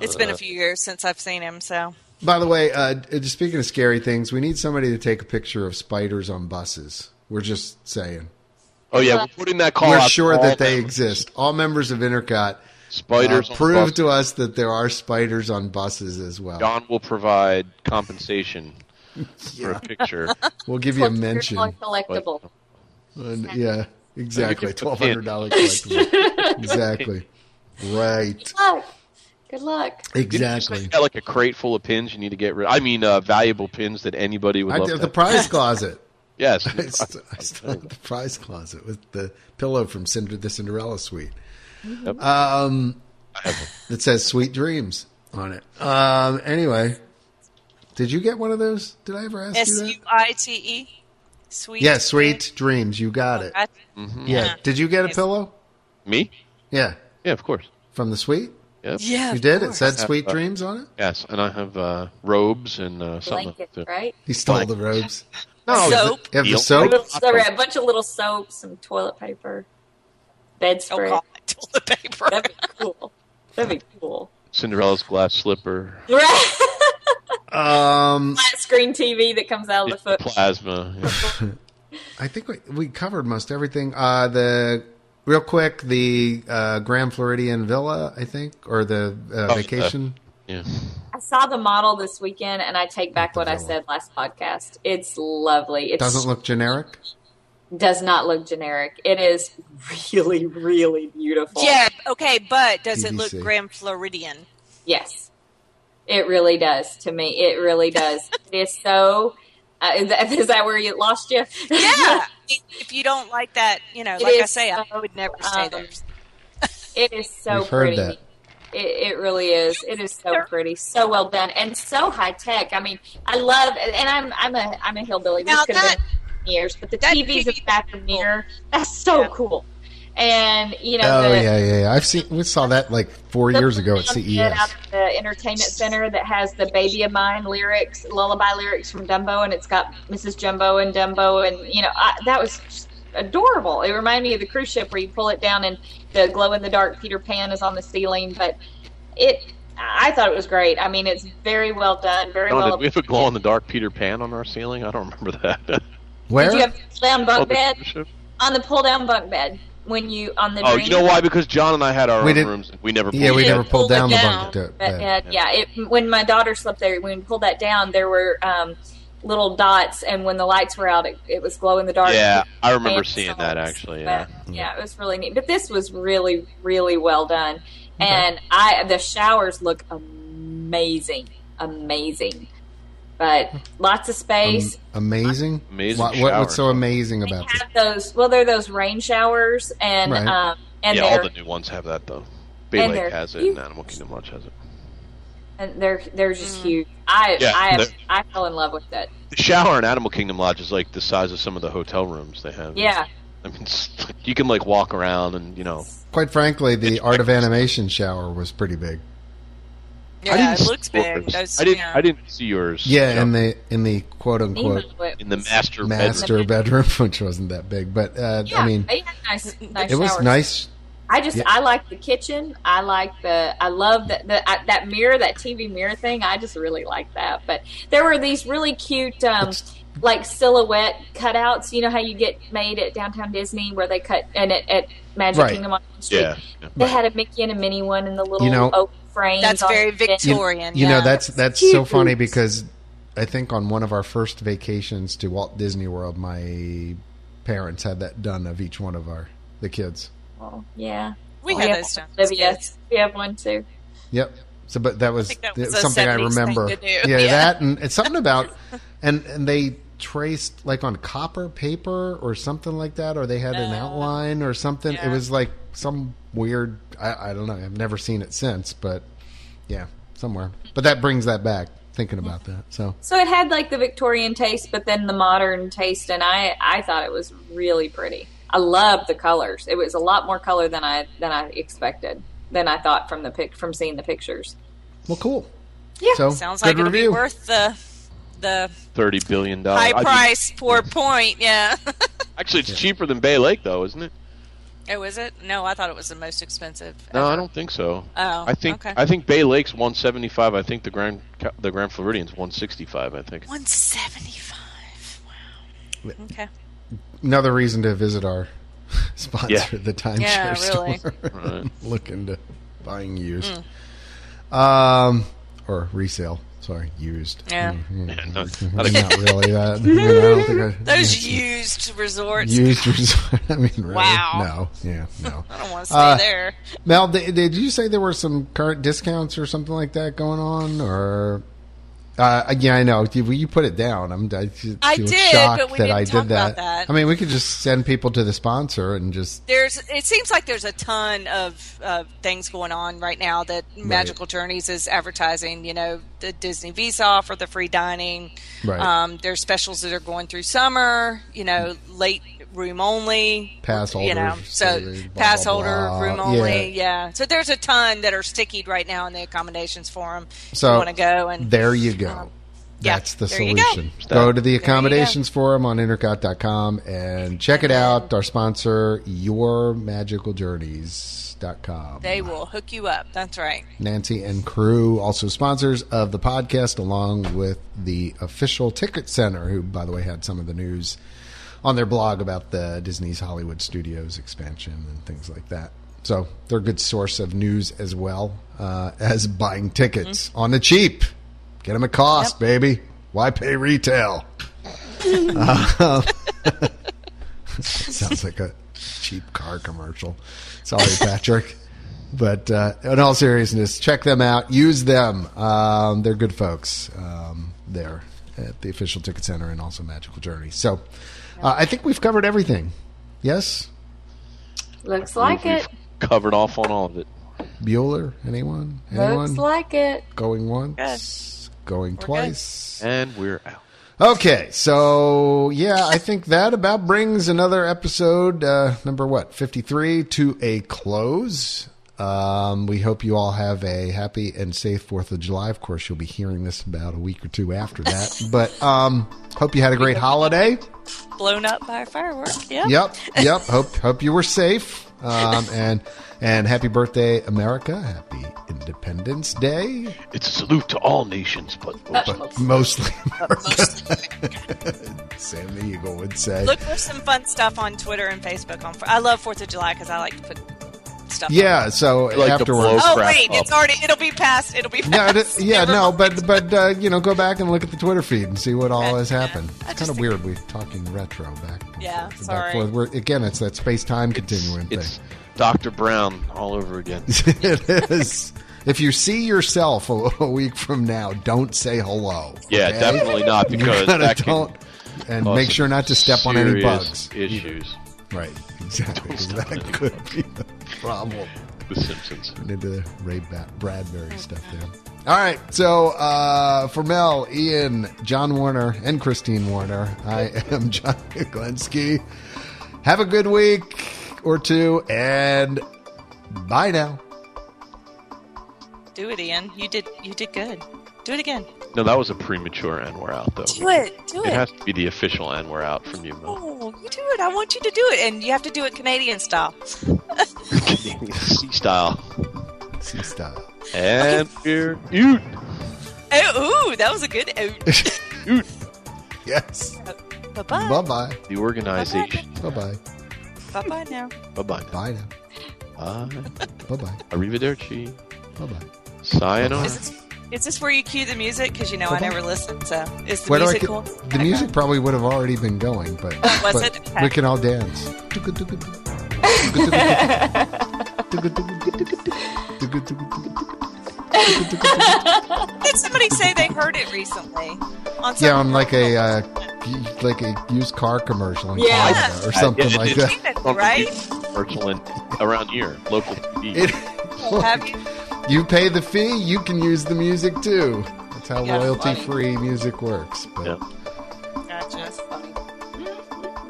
[SPEAKER 6] It's
[SPEAKER 2] Uh,
[SPEAKER 6] been a few years since I've seen him, so
[SPEAKER 2] By the way, uh, just speaking of scary things, we need somebody to take a picture of spiders on buses. We're just saying.
[SPEAKER 5] [LAUGHS] oh yeah, we're putting that call.
[SPEAKER 2] We're
[SPEAKER 5] out to
[SPEAKER 2] sure
[SPEAKER 5] all
[SPEAKER 2] that they
[SPEAKER 5] members.
[SPEAKER 2] exist. All members of Intercot
[SPEAKER 5] Spiders
[SPEAKER 2] uh,
[SPEAKER 5] on
[SPEAKER 2] prove
[SPEAKER 5] buses.
[SPEAKER 2] to us that there are spiders on buses as well.
[SPEAKER 5] John will provide compensation for a picture.
[SPEAKER 2] [LAUGHS] We'll give you a mention.
[SPEAKER 3] Collectible, Collectible.
[SPEAKER 2] And-
[SPEAKER 5] [LAUGHS]
[SPEAKER 2] yeah, exactly.
[SPEAKER 5] You can
[SPEAKER 2] Twelve
[SPEAKER 5] put it
[SPEAKER 2] hundred
[SPEAKER 5] in.
[SPEAKER 2] dollars
[SPEAKER 5] [LAUGHS]
[SPEAKER 2] collectible. exactly. Right.
[SPEAKER 3] Good luck. Good luck.
[SPEAKER 2] Exactly.
[SPEAKER 5] You got like a crate full of pins you need to get rid. I mean, uh, valuable pins that anybody would
[SPEAKER 2] I
[SPEAKER 5] love.
[SPEAKER 2] did
[SPEAKER 5] to-
[SPEAKER 2] the prize closet.
[SPEAKER 5] [LAUGHS] yes, Uh,
[SPEAKER 2] I st- I still have the prize closet with the pillow from Cinder- the Cinderella suite.
[SPEAKER 5] Yep.
[SPEAKER 2] Um, that says "Sweet Dreams" on it. Um, anyway, did you get one of those? Did I ever ask
[SPEAKER 6] S
[SPEAKER 2] you
[SPEAKER 6] U
[SPEAKER 2] that?
[SPEAKER 6] I T E. Sweet.
[SPEAKER 2] Yeah, "Sweet Dreams." You got it.
[SPEAKER 6] Oh, I-
[SPEAKER 2] Yeah. Did you get a pillow?
[SPEAKER 5] me.
[SPEAKER 2] Yeah,
[SPEAKER 5] Yeah, of course.
[SPEAKER 2] from the suite.
[SPEAKER 5] Yep.
[SPEAKER 6] Yeah.
[SPEAKER 2] You did. It said
[SPEAKER 5] course.
[SPEAKER 2] "Sweet Dreams" on it.
[SPEAKER 5] Yes, and I have uh, robes and uh, something.
[SPEAKER 3] Blanket,
[SPEAKER 5] to-
[SPEAKER 3] right?
[SPEAKER 2] He stole the robes.
[SPEAKER 5] No,
[SPEAKER 6] Soap.
[SPEAKER 2] You have the
[SPEAKER 5] Deal.
[SPEAKER 2] soap.
[SPEAKER 3] Little- there were a bunch of little soaps, some toilet paper,
[SPEAKER 6] Don't
[SPEAKER 3] bedspread.
[SPEAKER 6] call it toilet paper.
[SPEAKER 3] [LAUGHS] That'd be cool. That'd be cool.
[SPEAKER 5] Cinderella's glass slipper,
[SPEAKER 3] Right? [LAUGHS]
[SPEAKER 2] Um,
[SPEAKER 3] Flat screen TV that comes out of the foot.
[SPEAKER 5] plasma.
[SPEAKER 3] [LAUGHS]
[SPEAKER 5] yeah.
[SPEAKER 2] I think we, we covered most everything. Uh, the real quick, the uh, Grand Floridian Villa, I think, or the uh,
[SPEAKER 5] Oh, yeah.
[SPEAKER 2] vacation.
[SPEAKER 5] Yeah.
[SPEAKER 3] I saw the model this weekend, and I take back what I
[SPEAKER 2] Vanilla.
[SPEAKER 3] said last podcast. It's lovely. It
[SPEAKER 2] Doesn't look generic.
[SPEAKER 3] does not look generic. It is really, really beautiful.
[SPEAKER 6] Yeah. Okay, but does it look
[SPEAKER 2] BBC.
[SPEAKER 6] Grand Floridian?
[SPEAKER 3] Yes, it really does to me. It
[SPEAKER 6] [LAUGHS]
[SPEAKER 3] really does. it is so. Uh, is, that, is that where you lost you?
[SPEAKER 6] Yeah. if you don't like that, you know,
[SPEAKER 3] It
[SPEAKER 6] like I
[SPEAKER 3] is
[SPEAKER 6] say, I
[SPEAKER 3] so,
[SPEAKER 6] would never stay
[SPEAKER 3] um,
[SPEAKER 6] there.
[SPEAKER 3] [LAUGHS] It is so
[SPEAKER 2] We've heard
[SPEAKER 3] pretty.
[SPEAKER 2] that.
[SPEAKER 3] It, it really is. It is so pretty, so well done, and so high tech. I mean, I love, and I'm I'm a I'm a hillbilly. This
[SPEAKER 6] Now
[SPEAKER 3] could
[SPEAKER 6] that-
[SPEAKER 3] have been years, but the
[SPEAKER 6] that
[SPEAKER 3] TVs
[SPEAKER 6] TV
[SPEAKER 3] of that mirror, that's so
[SPEAKER 6] Yeah.
[SPEAKER 3] cool. And you know,
[SPEAKER 2] Oh
[SPEAKER 3] the,
[SPEAKER 2] yeah, yeah, yeah. I've seen. We saw that like four
[SPEAKER 3] the
[SPEAKER 2] years ago at E
[SPEAKER 3] little kid
[SPEAKER 2] CES.
[SPEAKER 3] out at the entertainment center that has the "Baby of Mine" lyrics, lullaby lyrics from Dumbo, and it's got Mrs. Jumbo and Dumbo, and you know I, that was just adorable. It reminded me of the cruise ship where you pull it down and the glow in the dark Peter Pan is on the ceiling, but it. I thought it was great. I mean, it's very well done, very
[SPEAKER 5] John,
[SPEAKER 3] well.
[SPEAKER 5] Oh, did we have a glow in the dark Peter Pan on our ceiling? I don't remember that. [LAUGHS]
[SPEAKER 3] Did you
[SPEAKER 2] Where?
[SPEAKER 3] have down
[SPEAKER 5] Oh,
[SPEAKER 3] bunk
[SPEAKER 5] the
[SPEAKER 3] bed
[SPEAKER 5] cruise ship?
[SPEAKER 3] on the pull down bunk bed when you on the
[SPEAKER 5] Oh,
[SPEAKER 3] dream?
[SPEAKER 5] you know why? Because John and I had our
[SPEAKER 2] We
[SPEAKER 5] own
[SPEAKER 2] didn't-
[SPEAKER 5] rooms. And we never.
[SPEAKER 2] Yeah,
[SPEAKER 5] pulled
[SPEAKER 2] we
[SPEAKER 5] it.
[SPEAKER 2] never pulled
[SPEAKER 3] pull it
[SPEAKER 2] down the
[SPEAKER 3] down,
[SPEAKER 2] bunk. to-
[SPEAKER 3] But,
[SPEAKER 2] bed.
[SPEAKER 3] uh, yeah, it, when my daughter slept there, when we pulled that down, there were um, little dots, and when the lights were out, it, it was glow in the dark.
[SPEAKER 5] Yeah, I remember
[SPEAKER 3] And
[SPEAKER 5] seeing
[SPEAKER 3] songs.
[SPEAKER 5] that actually. Yeah.
[SPEAKER 3] But, yeah, it was really neat. But this was really, really well done, and I the showers look amazing, amazing. But lots of space.
[SPEAKER 2] Um, amazing.
[SPEAKER 5] Amazing
[SPEAKER 2] What, what- what's so
[SPEAKER 5] shower.
[SPEAKER 2] amazing
[SPEAKER 3] they
[SPEAKER 2] about it?
[SPEAKER 3] have those. Well, they're those rain showers, and
[SPEAKER 2] Right.
[SPEAKER 3] um, and
[SPEAKER 5] yeah, all
[SPEAKER 3] they're
[SPEAKER 5] the new ones have that though. Bay
[SPEAKER 3] they're
[SPEAKER 5] Lake has it,
[SPEAKER 3] huge.
[SPEAKER 5] and Animal Kingdom Lodge has it.
[SPEAKER 3] and they're they're just huge. I
[SPEAKER 5] Yeah,
[SPEAKER 3] I
[SPEAKER 5] they're-
[SPEAKER 3] I fell in love with it.
[SPEAKER 5] The shower in Animal Kingdom Lodge is like the size of some of the hotel rooms they have.
[SPEAKER 3] Yeah.
[SPEAKER 5] I mean, it's, you can like walk around and you know.
[SPEAKER 2] Quite frankly, the Art of Animation shower was pretty big.
[SPEAKER 6] Yeah,
[SPEAKER 5] didn't
[SPEAKER 6] it
[SPEAKER 5] see
[SPEAKER 6] looks big.
[SPEAKER 5] yours.
[SPEAKER 6] Those-
[SPEAKER 5] I didn't.
[SPEAKER 6] yeah.
[SPEAKER 5] I didn't see yours.
[SPEAKER 2] Yeah, in
[SPEAKER 5] in
[SPEAKER 2] the in the quote unquote
[SPEAKER 5] in the master
[SPEAKER 2] master
[SPEAKER 5] bedroom.
[SPEAKER 2] bedroom, [LAUGHS] which wasn't that big, but uh,
[SPEAKER 3] Yeah,
[SPEAKER 2] I mean,
[SPEAKER 3] they had nice, nice
[SPEAKER 2] it was
[SPEAKER 3] showers.
[SPEAKER 2] nice.
[SPEAKER 3] I just
[SPEAKER 2] Yeah.
[SPEAKER 3] I like the kitchen. I like the I love that the, I- that mirror, that TV mirror thing. I just really like that. But there were these really cute um like silhouette cutouts. You know how you get made at Downtown Disney where they cut and at, at Magic
[SPEAKER 2] Right.
[SPEAKER 3] Kingdom on Main Street.
[SPEAKER 5] Yeah. yeah.
[SPEAKER 3] They had a Mickey and a Minnie one in the little
[SPEAKER 2] You know-
[SPEAKER 3] oak frame.
[SPEAKER 6] That's very
[SPEAKER 2] You-
[SPEAKER 6] Victorian.
[SPEAKER 2] You,
[SPEAKER 6] yeah.
[SPEAKER 2] know, that's that's so funny because I think on one of our first vacations to Walt Disney World, my parents had that done of each one of our the kids.
[SPEAKER 3] Yeah,
[SPEAKER 6] we
[SPEAKER 3] We
[SPEAKER 6] had
[SPEAKER 3] have
[SPEAKER 6] those done. as
[SPEAKER 3] Olivia,
[SPEAKER 6] kids.
[SPEAKER 3] we have one too.
[SPEAKER 2] Yep. So, but that was,
[SPEAKER 6] think that was
[SPEAKER 2] it
[SPEAKER 6] a
[SPEAKER 2] something I
[SPEAKER 6] 70s thing
[SPEAKER 2] remember.
[SPEAKER 6] to do.
[SPEAKER 2] Yeah,
[SPEAKER 6] Yeah.
[SPEAKER 2] that and it's
[SPEAKER 6] [LAUGHS]
[SPEAKER 2] something about, and and they traced like on copper paper or something like that, or they had an outline or something. It
[SPEAKER 6] Oh. yeah.
[SPEAKER 2] was like some weird. I, I don't know. I've never seen it since, but yeah, somewhere. But that brings that back thinking about that. So
[SPEAKER 3] So it had like the Victorian taste, but then the modern taste, and I I thought it was really pretty. I loved the colors. It was a lot more color than I than I expected than I thought from the pic from seeing the pictures.
[SPEAKER 2] well, cool.
[SPEAKER 3] Yeah.
[SPEAKER 2] So
[SPEAKER 6] Sounds
[SPEAKER 2] good
[SPEAKER 6] like it'll
[SPEAKER 2] review.
[SPEAKER 6] be worth the the
[SPEAKER 5] Thirty billion dollars.
[SPEAKER 6] high price, poor point. Yeah. [LAUGHS]
[SPEAKER 5] Actually, it's cheaper than Bay Lake, though, isn't it?
[SPEAKER 6] oh, is it? No, I thought it was the most expensive.
[SPEAKER 5] No, I don't think so.
[SPEAKER 6] Oh,
[SPEAKER 5] I think
[SPEAKER 6] okay.
[SPEAKER 5] I think Bay Lake's one seventy five. I think the Grand Ca- the Grand Floridian's one sixty five. I think.
[SPEAKER 6] One seventy five. Wow. Okay.
[SPEAKER 2] Another reason to visit our [LAUGHS] sponsor,
[SPEAKER 5] Yeah.
[SPEAKER 2] the timeshare
[SPEAKER 6] Yeah, really.
[SPEAKER 2] store. [LAUGHS]
[SPEAKER 5] Right.
[SPEAKER 2] look into buying used
[SPEAKER 6] Mm.
[SPEAKER 2] um or resale sorry used
[SPEAKER 6] Yeah.
[SPEAKER 5] Yeah, no,
[SPEAKER 2] not
[SPEAKER 5] not a-
[SPEAKER 2] really that I,
[SPEAKER 6] [LAUGHS]
[SPEAKER 2] mean, I don't think I,
[SPEAKER 6] Those
[SPEAKER 2] yeah,
[SPEAKER 6] used resorts.
[SPEAKER 2] used resort [LAUGHS] i mean really?
[SPEAKER 6] Wow.
[SPEAKER 2] no yeah no
[SPEAKER 6] I don't want to stay
[SPEAKER 2] Uh,
[SPEAKER 6] there.
[SPEAKER 2] mel did, did you say there were some current discounts or something like that going on or uh, yeah, I know. You, you put it down. I'm I, she
[SPEAKER 6] I
[SPEAKER 2] was
[SPEAKER 6] did,
[SPEAKER 2] shocked
[SPEAKER 6] but we
[SPEAKER 2] that
[SPEAKER 6] didn't
[SPEAKER 2] I
[SPEAKER 6] talk
[SPEAKER 2] did
[SPEAKER 6] about
[SPEAKER 2] that.
[SPEAKER 6] that.
[SPEAKER 2] I mean, we could just send people to the sponsor and just
[SPEAKER 6] There's. It seems like there's a ton of uh, things going on right now that Magical Journeys is advertising. You know, the Disney Visa for the free dining.
[SPEAKER 2] Right.
[SPEAKER 6] Um, there's specials that are going through summer. You know, late room only.
[SPEAKER 2] Pass
[SPEAKER 6] You know,
[SPEAKER 2] holders,
[SPEAKER 6] so
[SPEAKER 2] saving, blah,
[SPEAKER 6] pass
[SPEAKER 2] blah,
[SPEAKER 6] holder,
[SPEAKER 2] blah.
[SPEAKER 6] room
[SPEAKER 2] Yeah.
[SPEAKER 6] only. Yeah. So there's a ton that are stickied right now in the accommodations forum.
[SPEAKER 2] So,
[SPEAKER 6] you want to go and
[SPEAKER 2] There you go.
[SPEAKER 6] Um, yeah,
[SPEAKER 2] That's the
[SPEAKER 6] there you
[SPEAKER 2] solution. Go.
[SPEAKER 5] go.
[SPEAKER 2] to the accommodations forum on intercot.com and check it out. Our sponsor, yourmagicaljourneys.com.
[SPEAKER 6] they will hook you up. That's right.
[SPEAKER 2] Nancy and crew, also sponsors of the podcast, along with the official Ticket Center, who, by the way, had some of the news on their blog about the Disney's Hollywood Studios expansion and things like that. So they're a good source of news as well uh, as buying tickets on the cheap. Get them at cost, baby. Why pay retail? Um, sounds like a cheap car commercial. Sorry, Patrick. But uh, in all seriousness, check them out. Use them. Um, they're good folks um, there at the official ticket center and also Magical Journey. So uh, I think we've covered everything. Yes?
[SPEAKER 3] Looks like
[SPEAKER 5] We've
[SPEAKER 3] it.
[SPEAKER 5] covered off on all of it.
[SPEAKER 2] Bueller? Anyone? Anyone?
[SPEAKER 3] Looks like it.
[SPEAKER 2] going once? Going twice?
[SPEAKER 5] And we're out.
[SPEAKER 2] Okay, so yeah, I think that about brings another episode, uh, number what, 53, to a close. Um, we hope you all have a happy and safe 4th of July. Of course, you'll be hearing this about a week or two after that. But um, hope you had a great holiday.
[SPEAKER 6] Blown up by a firework. Yeah.
[SPEAKER 2] Yep, yep. Hope hope you were safe. Um, and and happy birthday, America. Happy Independence Day.
[SPEAKER 5] It's a salute to all nations, but
[SPEAKER 2] But mostly America. [LAUGHS] Sam the Eagle would say.
[SPEAKER 6] Look for some fun stuff on Twitter and Facebook. On I love Fourth of July because I like to put stuff. on.
[SPEAKER 2] Yeah, so
[SPEAKER 5] like to
[SPEAKER 2] afterwards.
[SPEAKER 5] blow
[SPEAKER 6] Oh
[SPEAKER 5] crap
[SPEAKER 6] wait,
[SPEAKER 5] up.
[SPEAKER 6] it's already. It'll be past. It'll be past.
[SPEAKER 2] yeah, it
[SPEAKER 6] [LAUGHS]
[SPEAKER 2] is- yeah,
[SPEAKER 6] Never
[SPEAKER 2] no,
[SPEAKER 6] mind.
[SPEAKER 2] but but uh, you know, go back and look at the Twitter feed and see what all has happened.
[SPEAKER 6] I
[SPEAKER 2] It's
[SPEAKER 6] just
[SPEAKER 2] kind of
[SPEAKER 6] think-
[SPEAKER 2] weird. We're talking retro back. and
[SPEAKER 6] Yeah,
[SPEAKER 2] forth and
[SPEAKER 6] sorry.
[SPEAKER 2] Back and forth. We're, again, it's that space time continuum
[SPEAKER 5] it's
[SPEAKER 2] thing.
[SPEAKER 5] Doctor Brown all over again.
[SPEAKER 2] [LAUGHS] it is. If you see yourself a, a week from now, don't say hello.
[SPEAKER 5] Yeah,
[SPEAKER 2] okay?
[SPEAKER 5] definitely
[SPEAKER 2] [LAUGHS]
[SPEAKER 5] not
[SPEAKER 2] You
[SPEAKER 5] because
[SPEAKER 2] gotta
[SPEAKER 5] that can
[SPEAKER 2] don't, and
[SPEAKER 5] cause
[SPEAKER 2] make
[SPEAKER 5] some
[SPEAKER 2] sure not to step on any
[SPEAKER 5] serious
[SPEAKER 2] bugs.
[SPEAKER 5] Issues. [LAUGHS]
[SPEAKER 2] Right, exactly. 'cause
[SPEAKER 5] step on
[SPEAKER 2] That
[SPEAKER 5] any
[SPEAKER 2] could be the problem.
[SPEAKER 5] The Simpsons.
[SPEAKER 2] into the Ray ba- Bradbury stuff there. All right, so uh, for Mel, Ian, John Warner, and Christine Warner, I am John Glensky. Have a good week or two, and bye now.
[SPEAKER 6] Do Do it, Ian. You did. You did good. Do it again.
[SPEAKER 5] No, that was a premature and we're out though.
[SPEAKER 6] Do it. Do it.
[SPEAKER 5] It has to be the official and we're out from you, [LAUGHS] Mel.
[SPEAKER 6] Oh, you do it. I want you to do it, and you have to do it Canadian style.
[SPEAKER 5] Sea style.
[SPEAKER 2] Sea style.
[SPEAKER 5] And we're out.
[SPEAKER 6] Oh, ooh, that was a good.
[SPEAKER 2] [LAUGHS]
[SPEAKER 6] Oh.
[SPEAKER 5] Out.
[SPEAKER 2] Yes.
[SPEAKER 6] bye
[SPEAKER 2] Bye
[SPEAKER 6] bye.
[SPEAKER 2] bye.
[SPEAKER 5] The organization.
[SPEAKER 2] Bye bye.
[SPEAKER 6] Bye bye now.
[SPEAKER 5] Bye bye.
[SPEAKER 2] Bye now.
[SPEAKER 5] Bye.
[SPEAKER 2] Bye bye.
[SPEAKER 5] Arrivederci.
[SPEAKER 2] Bye bye.
[SPEAKER 5] Sayonara.
[SPEAKER 6] Is this, is this where you cue the music? Because you know I
[SPEAKER 2] Bye-bye.
[SPEAKER 6] never listen. So is the
[SPEAKER 2] Where do I
[SPEAKER 6] music
[SPEAKER 2] get-
[SPEAKER 6] cool?
[SPEAKER 2] The music probably would have already been going, but,
[SPEAKER 6] [LAUGHS] was
[SPEAKER 2] but
[SPEAKER 6] it? Okay.
[SPEAKER 2] we can all
[SPEAKER 6] [LAUGHS]
[SPEAKER 2] dance.
[SPEAKER 6] Did somebody say they heard it recently? On some
[SPEAKER 2] yeah, on like a uh, like a used car commercial in
[SPEAKER 3] Yeah.
[SPEAKER 2] Canada or something
[SPEAKER 5] Yeah,
[SPEAKER 2] like
[SPEAKER 5] it is.
[SPEAKER 2] that.
[SPEAKER 6] Even,
[SPEAKER 5] Something
[SPEAKER 6] right?
[SPEAKER 5] Virtual and around here, local TV.
[SPEAKER 2] It,
[SPEAKER 6] Have you?
[SPEAKER 2] [LAUGHS] you pay the fee, you can use the music too. That's how
[SPEAKER 6] Yeah,
[SPEAKER 2] royalty-free music works. But
[SPEAKER 5] Yeah.
[SPEAKER 6] Gotcha. That's funny.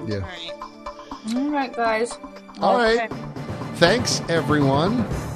[SPEAKER 2] yeah.
[SPEAKER 6] All right.
[SPEAKER 3] All right, guys.
[SPEAKER 2] All right. Thanks, everyone.
[SPEAKER 6] 呃